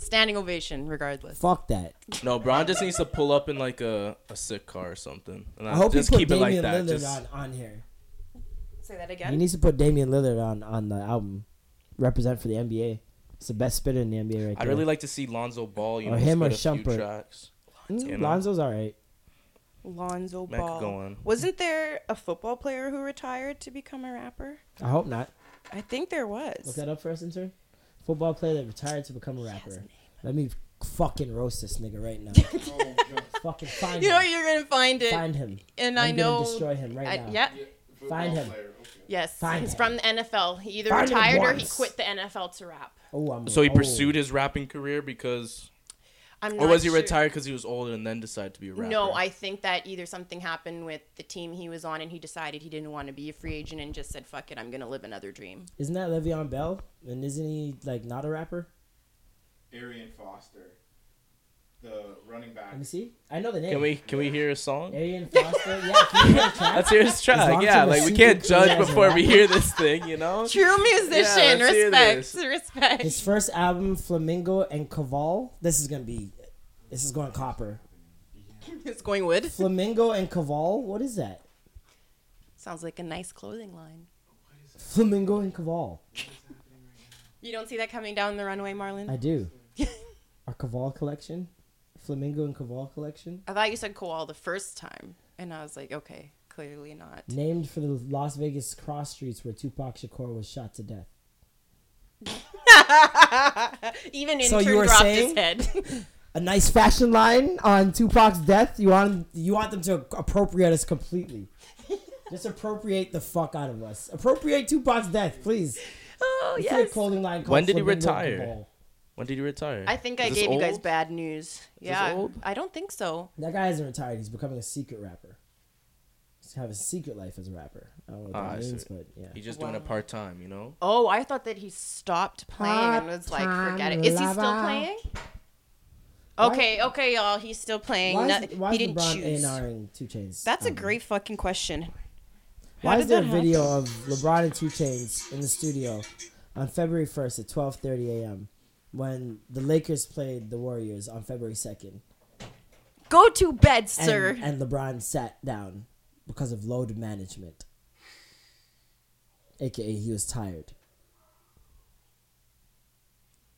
Standing ovation, regardless.
Fuck that.
No, Bron just needs to pull up in like a, a sick car or something. And
I hope
Uh, just
he put
keep
Damian
it like that.
Lillard
Just,
on, on here.
Say that
He
again.
needs to put Damian Lillard on, on the album. Represent for the NBA. It's the best spitter in the NBA right
I'd
there.
really like to see Lonzo Ball, you
Or
know,
him
spit
or
a few
Shumpert.
tracks.
Mm,
you know.
Lonzo's all right.
Lonzo
Man, could go
Ball.
on.
Wasn't there a football player who retired to become a rapper?
I hope not.
I think there
Look
was.
that up for us, intern. Football player that retired to become a rapper. Let me fucking roast this nigga right
[laughs]
now. fucking find
You know
him.
you're gonna find it,
Find him.
and
I'm
i
gonna
know.
destroy him right
I-
now.
Yeah.
Find him.
Yes.
Find
he's
him.
from the NFL. He either
Find him
retired or he
once.
quit the NFL to rap.
Oh, I'm,
So he
oh.
pursued his rapping career because,
I'm
or
not
was he
sure.
retired because he was older and then decided to be a rapper?
No, I think that either something happened with the team he was on, and he decided he didn't want to be a free agent and just said, "Fuck it, I'm gonna live another dream."
Isn't that Le'Veon Bell? And isn't he like not a rapper?
Arian Foster, the running back.
Let me see. I know the name.
Can we can we hear a song?
Arian Foster. Yeah. Can you hear the track?
Let's hear his track.
Lonzo
Yeah,
a
like we
super
can't
cool
judge
jazz
before we
rapper?
hear this thing, you know.
[laughs] True musician,
let's hear
respect, [laughs]
this.
respect.
His first album, Flamingo and Caval. This is gonna be. This is going copper.
[laughs] It's going wood.
Flamingo and Caval. What is that?
Sounds like a nice clothing line.
Flamingo and Caval.
You don't see that coming down the runway, Marlon?
I
[laughs]
do. Our Caval collection, Flamingo and Caval collection,
I thought you said koala the first time, and I was like, okay, clearly not.
named for the Las Vegas cross streets where Tupac Shakur was shot to death.
Even
So
intern
you were
dropped
saying-
his head. [laughs]
A nice fashion line on Tupac's death. You want you want them to appropriate us
[laughs]
completely. Just appropriate the fuck out of us. Appropriate Tupac's death, please.
oh
Let's do a
yes.
clothing line called
When did he
Flamingo and
retire?
Caval.
When did you retire?
I think I
Is this
gave you guys
old?
bad news. Yeah,
old?
I don't think so.
That guy hasn't retired. He's becoming a secret rapper. He's having a secret life as a rapper. I don't know what
Ah,
that
I see.
means, but yeah.
He's just doing it part time, you know.
Oh, I thought that he stopped playing and was like, forget it. Is he still
Part-time
playing? Okay, okay, y'all. He's still playing.
Why
No-
is, why
he
is
didn't
LeBron
choose.
A&R and Two Chains?
That's a
Oh.
album?
great fucking question.
Why
How
is
did
there a
that
video of LeBron and Two Chains in the studio on February 1st at 12:30 a.m. when the Lakers played the Warriors on February 2nd?
Go to
And,
bed, sir.
and LeBron sat down because of load management, aka he was tired.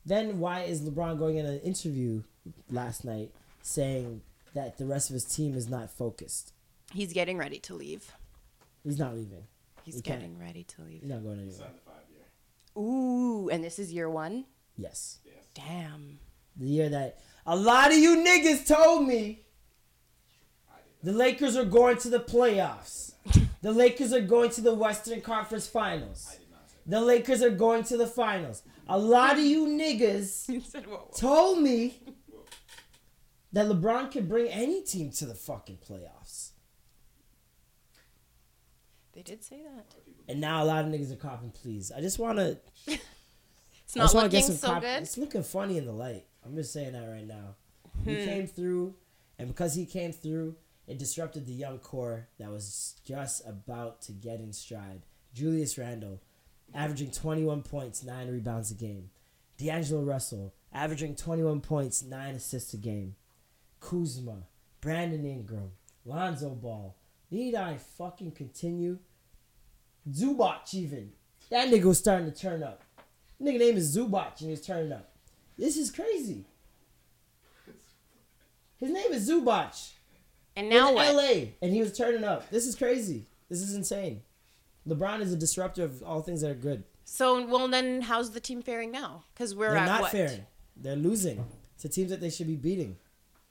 Then why is LeBron going in an interview last night saying that the rest of his team is not focused?
He's getting ready to leave.
He's not leaving.
He's
You can't.
getting ready to leave.
He's not going anywhere.
Ooh, and this is year one.
Yes.
Damn.
The year that a lot of you niggas told me the Lakers are going to the playoffs. The Lakers are going to the Western Conference Finals. The Lakers are going to the finals. A lot of you niggas told me that LeBron can bring any team to the fucking playoffs.
They did say that.
And now a lot of niggas are copping, please. I just want to.
It's
I
not
just want to
looking
get some
so
cop-
good.
It's looking funny in the light. I'm just saying that right now.
Hmm.
He came through, and because he came through, it disrupted the young core that was just about to get in stride. Julius Randle, averaging 21 points, nine rebounds a game. D'Angelo Russell, averaging 21 points, nine assists a game. Kuzma, Brandon Ingram, Lonzo Ball. Need I fucking continue? Zubac even. That nigga was starting to turn up. Nigga name is Zubac and he's turning up. This is crazy. His name is Zubac.
And now
in
what?
LA and he was turning up. This is crazy. This is insane. LeBron is a disruptor of all things that are good.
So, well, then how's the team faring now? Because we're
They're
at
not
what?
fair. They're losing to teams that they should be beating.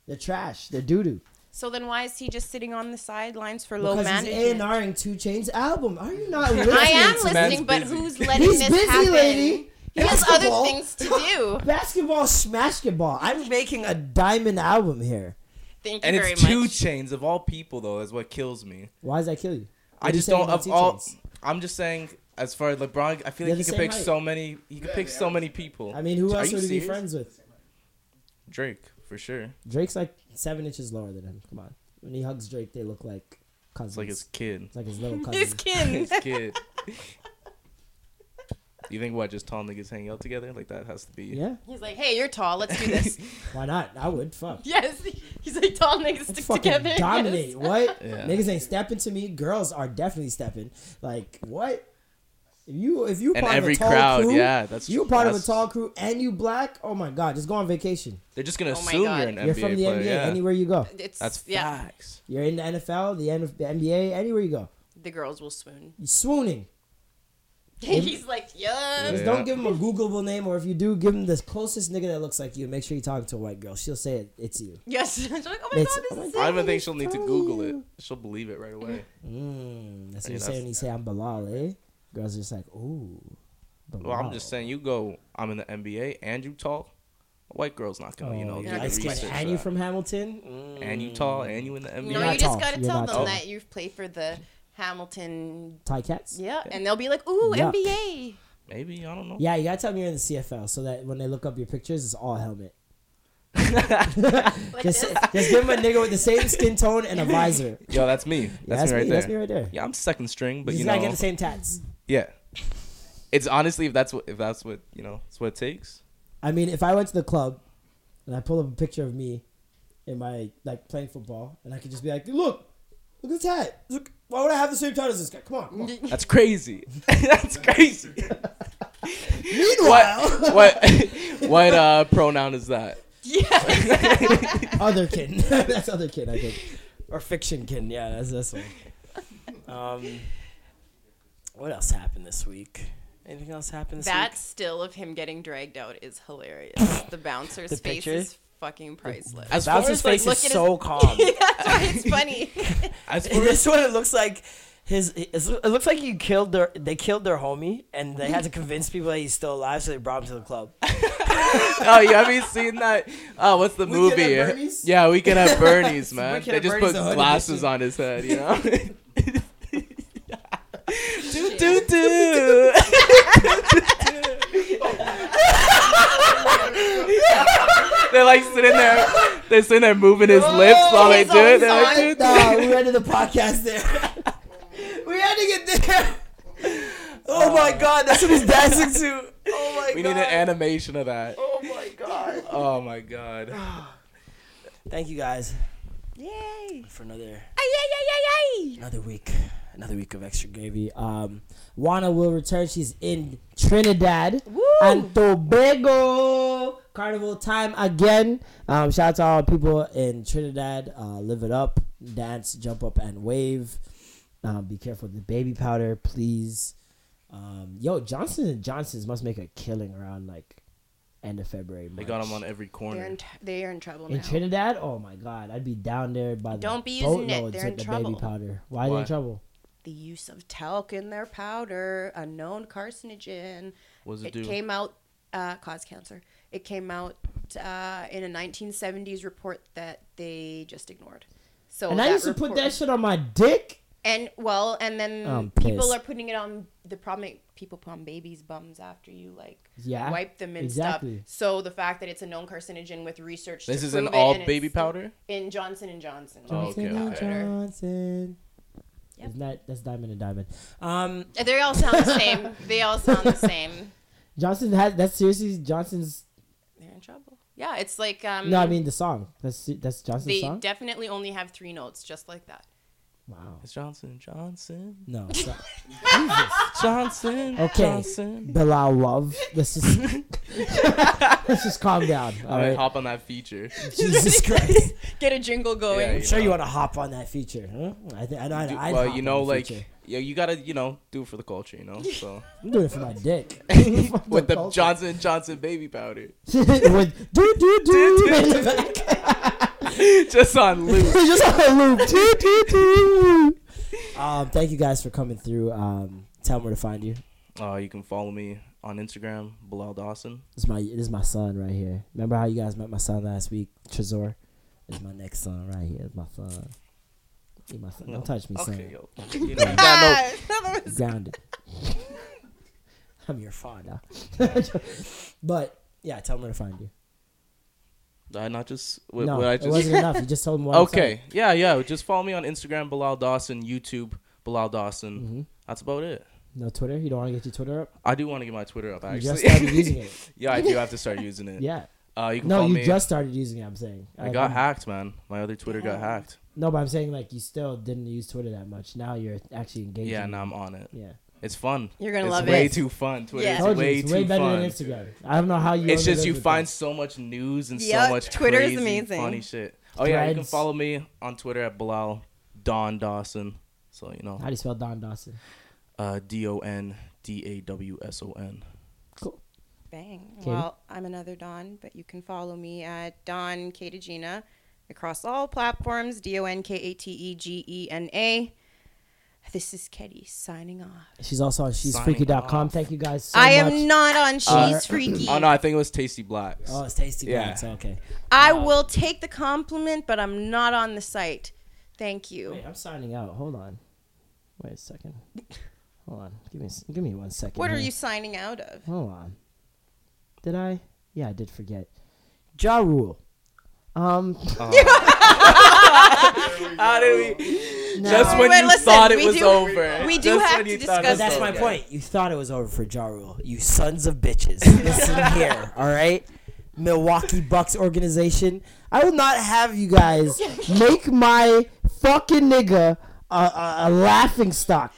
They're trash. They're doo doo.
So then why is he just sitting on the sidelines for low
Because he's A and
management?
Ring Two Chains album. Are you not listening?
[laughs] I am
to me?
listening, but
busy.
who's letting
He's
this
busy,
happen?
lady.
He has other
Basketball.
things to do.
[laughs] Basketball, smashketball. I'm making a diamond album here.
Thank you
And
very
it's two
much.
chains of all people though. Is what kills me.
Why does that kill you? What
I
are you
just
saying
don't.
about
Of
Two
all,
Chainz?
I'm just saying. As far as LeBron, I feel
They're the
like he can
same
pick
height.
so many. He can pick so many people.
I mean, who
Are
else
you
would he be
serious?
friends with?
Drake for sure.
Drake's like seven inches lower than him. Come on. When he hugs Drake, they look like cousins.
It's like his kid.
[laughs] It's like his little cousin.
His kin.
[laughs]
His kid. you think what? Just tall niggas hanging out together like that has to be.
yeah.
He's like, hey, you're tall. Let's
[laughs]
do this.
Why not? I would. Fuck.
yes. He's like, tall niggas stick
Fucking
together. [laughs] Yes.
dominate. What?
[laughs] Yeah.
Niggas ain't stepping to me. Girls are definitely stepping. Like what? If you if you
And
part
every
of a tall
crowd,
crew,
yeah, that's-
you part of a
that's-
tall crew and you black. Oh my god, just go on vacation.
They're just gonna
Oh my
assume you're
God.
an
You're
NBA
from the
player.
NBA.
yeah.
Anywhere you go,
It's,
That's
yeah.
facts.
you're in the NFL, the N- NBA. Anywhere you go,
The girls
[laughs]
will swoon.
you swooning.
He's like, yeah.
Just
Yeah.
don't give him a Googleable name, or if you do, give him the closest nigga that looks like you. Make sure you talk to a white girl. She'll say it, it's you.
Yes. [laughs] She's like, oh my
It's-
god, this
oh my
is
I
it.
don't even think she'll need to Google it. She'll believe it right away.
Mm, that's what
Hey,
you say
that's-
when you say I'm Bilal, eh? Girls are just like, ooh.
Well, I'm
Bilal.
just saying, you go. I'm in the NBA and you tall. A white girl's not gonna, you
Oh,
know, do
you're
the
light skin
research.
and you from Hamilton? Mm.
that. and you tall and you in the NBA.
No,
not
you just
tall.
gotta
You're
tell
not
them
tall.
that you've played for the Hamilton.
Tie cats?
Yeah, and they'll be like, "Ooh,
Yuck.
NBA."
Maybe I don't know.
Yeah, you gotta tell them you're in the CFL so that when they look up your pictures, it's all
[laughs]
helmet.
Like
Just,
this.
just give them a nigga with the same skin tone
[laughs]
and a visor.
Yo, that's
[laughs]
me. That's, me right there.
That's me right there.
Yeah, I'm second string, but
you
you
just
know,
gotta get the same tats.
yeah. It's honestly, if that's what, if that's what you know, it's what it takes.
I mean, if I went to the club and I pull up a picture of me in my like playing football, and I could just be like, "Look,
Look at his hat. Look, why would I have the same title as this guy? Come on. Come on.
That's crazy. [laughs] That's
[laughs]
crazy.
Meanwhile,
What what [laughs] what uh, pronoun is that?
Yeah.
other
[laughs]
kid. that's other kid, I think. Or fiction kid. Yeah, that's this one. Um,
What else happened this week? Anything else happened this
that still of him getting dragged out is
[laughs]
hilarious. The bouncer's
The
face
picture?
is fucking priceless.
As
week?
far
Bouncer's
as like,
face
look
is
at his-
so
[laughs]
calm.
That's why it's funny.
as far as
[laughs] this one, it looks like his. It looks like he killed their. They killed their homie, and they had to convince people that he's still alive, so they brought him to the club.
oh, you haven't seen that? Oh, what's the
Weekend
movie?
at Bernie's?
Yeah, we can have Bernie's, man.
Weekend
They
at
just
Bernie's, the
put
hood
glasses
edition.
on his head, you know. [laughs] do do do. They're like sitting there, they're sitting there moving his lips while they do it. They're like, do, do.
nah, we ended the podcast
[laughs]
there. we ending it there.
[laughs] Oh my god, that's what he's dancing
[laughs]
to. Oh my
Uh, We
god.
need an animation of that.
oh my god.
Oh my god.
Thank you guys
Yay.
for another
Ay, ay, ay, ay, ay.
another week, another week of extra gravy. Um, Juana will return. She's in Trinidad and Tobago Carnival time again. Um, shout out to all the people in Trinidad. Uh, live it up, dance, jump up, and wave. Um, be careful with the baby powder, please. Um, yo, Johnson and Johnson's must make a killing around like end of February.
They
March.
got him on every
They're
corner.
in, tr- they are in trouble
In
now.
Trinidad, oh my God, I'd be down there by the
Don't be using it.
boatloads
They're
with
in
the
trouble. Oh,
baby powder. Why are they in
Why?
trouble?
the use of talc in their powder, a known carcinogen.
What does it
it
do?
came out, uh, caused cancer. It came out uh, in a 1970s report that they just ignored. So
and I used to put
report-
that shit on my dick.
And well, and then
I'm
people
pissed.
are putting it on the problem. People put on babies' bums after you like
Yeah,
wipe them and
exactly.
stuff. So the fact that it's a known carcinogen with research.
This
to
is an
prove it,
all
and it's
baby
still-
powder?
in Johnson and Johnson.
Oh, okay,
Johnson and
okay.
Johnson.
Yep.
Isn't that that's diamond and diamond? Um,
And They all sound the same. They all sound the same.
Johnson has that's seriously Johnson's.
[laughs] They're in trouble. Yeah, it's like um.
No, I mean the song. That's that's Johnson's
they
song.
definitely only have three notes, just like that.
wow.
It's Johnson Johnson.
No. [laughs] so-
Johnson.
Okay.
Johnson.
Bilal Love. Let's
[laughs]
just let's just calm down. All
All right,
right.
[laughs] hop on that feature.
[laughs]
Jesus Christ.
Get a jingle
Yeah,
going.
I'm sure you
know.
want to hop on that feature, huh? I think I know.
Do-
I'd
well,
hop
you
on
know,
the
like,
feature.
yeah, you gotta, you know, do it for the culture,
[laughs]
you know. So
I'm doing it for my
[laughs]
dick. [laughs]
with the Johnson and Johnson baby powder, [laughs]
With do do do in the [laughs] back.
just on loop.
It's just on a loop. Doo, doo, doo.
[laughs]
um, thank you guys for coming through. Um, tell them where to find you.
Uh, you can follow me on Instagram, Bilal Dawson.
This is my this is my son right here. Remember how you guys met my son last week, Trezor? This is my next son right here. It's my son. He my son. Don't touch me,
Okay,
son.
yo, [laughs] you know, you gotta
[laughs]
know.
Grounded. [laughs] I'm your father. [laughs] but yeah, tell them where to find you.
Did I not just. What,
no,
what I
it
[laughs] just
wasn't enough. You just told them what.
okay, yeah, yeah. Just follow me on Instagram, Bilal Dawson. YouTube, Bilal Dawson.
Mm-hmm.
That's about it.
No Twitter. You don't want to get your Twitter up.
I do want to get my Twitter up.
You
Actually,
just started using
[laughs]
it.
yeah, I do have to start using it.
Yeah.
Uh, you can
No,
follow
you
me.
just started using it. I'm saying.
I
Like,
got
I'm-
hacked, man. My other Twitter got hacked.
No, but I'm saying like you still didn't use Twitter that much. Now you're actually engaging.
Yeah, now I'm on it.
Yeah.
It's fun.
You're gonna
it's
love
way
it.
too fun. Twitter
Yeah.
is
Told you,
way
it's
too
way better
fun.
than Instagram. I don't know how you.
It's
only
just you
live with
find
that.
so much news and
Yeah,
so much
Twitter is
crazy,
amazing.
funny shit. Oh yeah, you can
Threads.
follow me on Twitter at Bilal Don Dawson. So you know,
How do you spell Don Dawson?
uh, D O N D A W S O N.
Bang.
Katie?
Well, I'm another Don, but you can follow me at Don Katagina across all platforms. D O N K A T E G E N A. This is Ketty signing off.
She's also on she's
Signing
freaky.com.
off.
Thank you guys so
I
much.
am not on She's
Uh,
[clears throat]
Freaky.
Oh no, I think it was Tasty Blacks.
Oh, it's tasty.
Yeah.
Yeah. okay.
I will take the compliment, but I'm not on the site. Thank you.
Wait, I'm signing out. Hold on. Wait a second. Hold on. Give me s- give me one second.
what are
here.
you signing out of?
Hold on. Did I? Yeah, I did forget. Ja Rule. Um.
How did we?
no.
Just when
Wait,
you
listen,
thought it
we
was
do-
over.
we do
Just
have
when
to
you thought it
discuss-
was
That's
over.
my point. You thought it was over for Ja Rule. You sons of
[laughs]
bitches. Listen here, all right? Milwaukee Bucks organization. I will not have you guys make my fucking nigga a, a, a laughing stock.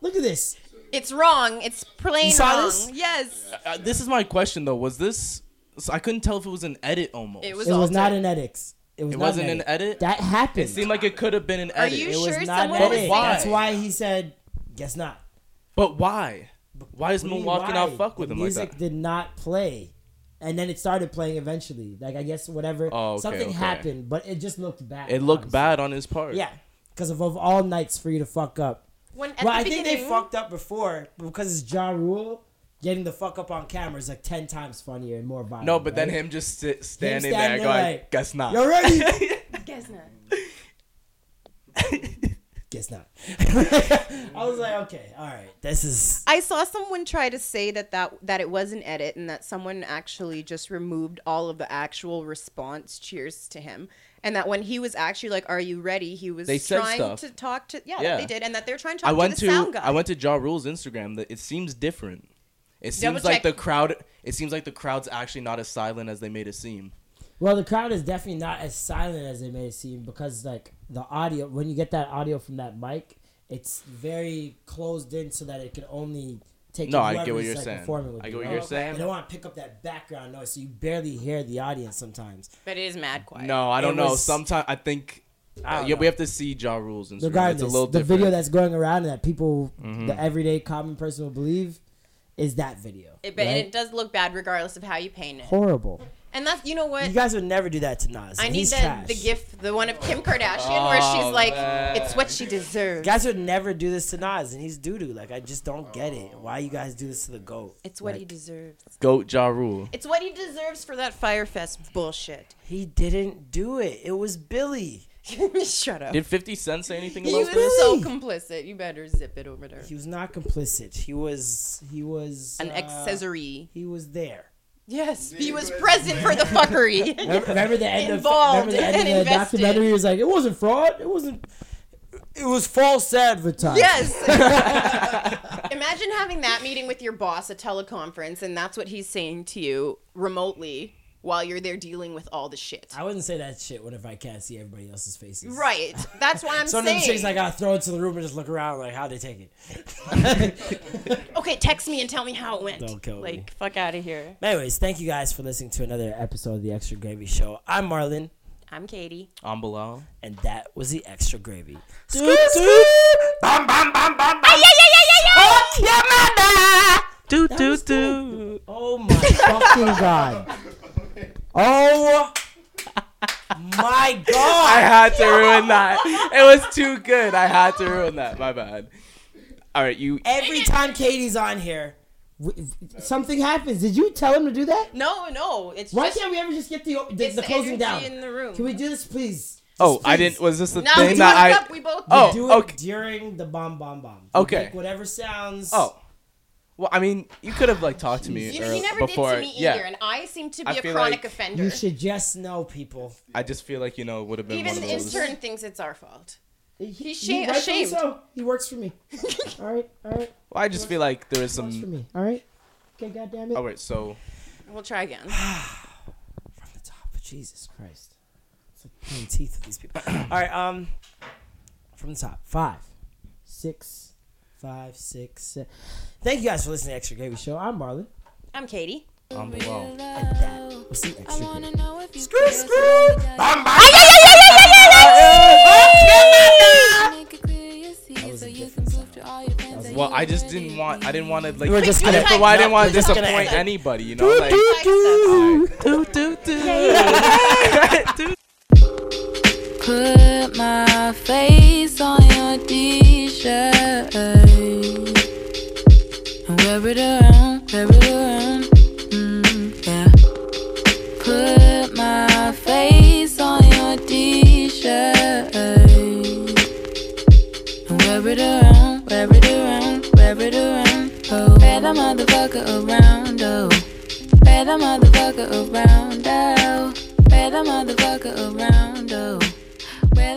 Look at this.
It's wrong. It's plain
You saw
wrong.
this?
Yes.
Uh, this is my question though. Was this? So I couldn't tell if it was an edit almost.
It
It,
was.
It was
altered.
not an edit. It was
it
not
wasn't an
edit.
edit.
That happened.
it seemed like it could have been an
Are
edit.
you
it
sure
was not
someone
an
was
edit.
Why?
That's why he said, "Guess not."
but why? Why does
What do you mean,
Milwaukee
why?
not fuck with
The
him like
music
that?
did not play, and then it started playing eventually. Like I guess whatever
Oh, okay,
something
okay.
happened, but it just looked bad.
It looked
honestly.
bad on his part.
Yeah, because of, of all nights for you to fuck up.
When, at
well,
the
I think they
beginning-
fucked up before because it's Ja Rule. Getting the fuck up on camera is like ten times funnier and more violent.
No, but then
right?
him just sit, standing,
standing
there,
there
going,
like,
"Guess not."
You're
[laughs]
ready.
Guess not.
Guess not. [laughs] I was like, okay, all right, this is
I saw someone try to say that, that that it was an edit and that someone actually just removed all of the actual response cheers to him. And that when he was actually like, Are you ready? He was
They said
trying
stuff.
to talk to yeah,
Yeah.
they did, and that they're trying to talk
I went
to the sound
to
guy.
I went to Ja Rule's Instagram. That it seems different. It seems
Double check.
like the crowd. It seems like the crowd's actually not as silent as they made it seem.
well, the crowd is definitely not as silent as it may seem because like the audio when you get that audio from that mic, it's very closed in so that it can only take.
No,
in
I get what
whoever's,
you're
like,
saying.
performing with
I
you.
get what you're
I
saying.
don't want to pick up that background noise, so you barely hear the audience sometimes.
but it is mad quiet.
No, I don't
It
know.
was-
Sometimes I think.
I
uh,
don't
yeah,
know.
we have to see Ja Rule's Instagram.
Regardless,
it's a little
the
different. Mm-hmm.
video that's going around and that people, the everyday common person will believe, is that video.
It, but and
right?
it does look bad regardless of how you paint it.
horrible.
And that's you know what?
You guys would never do that to Nas.
I need
He's
the,
trash.
the gift, the one of Kim Kardashian, where
Oh,
she's like, "It's what she deserves.
Guys would never do this to Nas, and he's doo doo. Like I just don't get it. Why you guys do this to the goat?
It's what he
Like,
deserves.
Goat Ja Rule.
It's what he deserves for that Firefest bullshit." [laughs]
He didn't do it. It was Billy.
Shut up.
Did Fifty Cent say anything
He
about
was
this?
so complicit. You better zip it over there.
He was not complicit. He was. He was
An
uh,
accessory.
He was there.
Yes, he was present for the [laughs] fuckery.
Remember, remember the end of
Involved
remember the end
and
of the
invested.
documentary? It was like it wasn't fraud. It wasn't. It was false advertising.
[laughs] yes. Imagine having that meeting with your boss, a teleconference, and that's what he's saying to you remotely while you're there dealing with all the shit.
I wouldn't say that shit whenever I can't see everybody else's faces.
Right. That's [laughs] what I'm
Some of them
saying.
shits I gotta throw into the room and just look around like how they take it.
okay, text me and tell me how it went.
Don't kill me.
like, fuck out of here.
Anyways, thank you guys for listening to another episode of the Extra Gravy Show. I'm Marlon,
I'm Katie.
On Bilal.
and that was the Extra Gravy.
Do do do.
Oh
[laughs]
my fucking god!
[laughs]
Oh my god!
[laughs]
I had to ruin that. It was too good. I had to ruin that. My bad. All right, you.
Every time Katie's on here, w- something happens. Did you tell him to do that?
No, no. It's
Why
just
can't we ever just get the the,
it's
the closing down?
energy in the room.
Can we do this, please?
Oh, I didn't. Was this the
now
thing
we
that I?
up. We both
Oh,
do it
okay.
during the bomb bomb bomb.
Okay.
Make whatever sounds.
Oh. Well, I mean, you could have like talked to me
You
or
know, he never
before.
did to me
yeah,
either, and I seem to be
I
a
feel
chronic
like-
offender.
You should just know, people.
I just feel like you know would have been
Even
one
the
of those.
intern thinks it's our fault.
He's
sha- ashamed.
So. He
[laughs]
works for me. all right, all right.
Well, I just feel like there was [laughs]
Works for
some.
me. All right. Okay, goddamn it.
All right, so
We'll try again.
From the top, Jesus Christ.
It's like pulling teeth with these people. [clears throat] All right. Um, from the top, five,
Six,
five, six, seven. Thank you guys for listening to Extra Gravy Show.
Yo, I'm Marlon.
I'm Katie.
on the wall.
That was the Extra Gravy.
Screw, screw.
Well, I just didn't want. I didn't want to like.
We're just gonna-
Well, I didn't want to
we're just gonna
disappoint
end it.
anybody. You know, like. Do, do, do.
Put my face on your t-shirt and wear it around, wear it around. Mm, yeah. Put my face on your t-shirt and wear it around, wear it around, wear it around. Oh, wear that motherfucker around. Oh, wear that motherfucker around. Oh, wear that motherfucker around. Oh. Where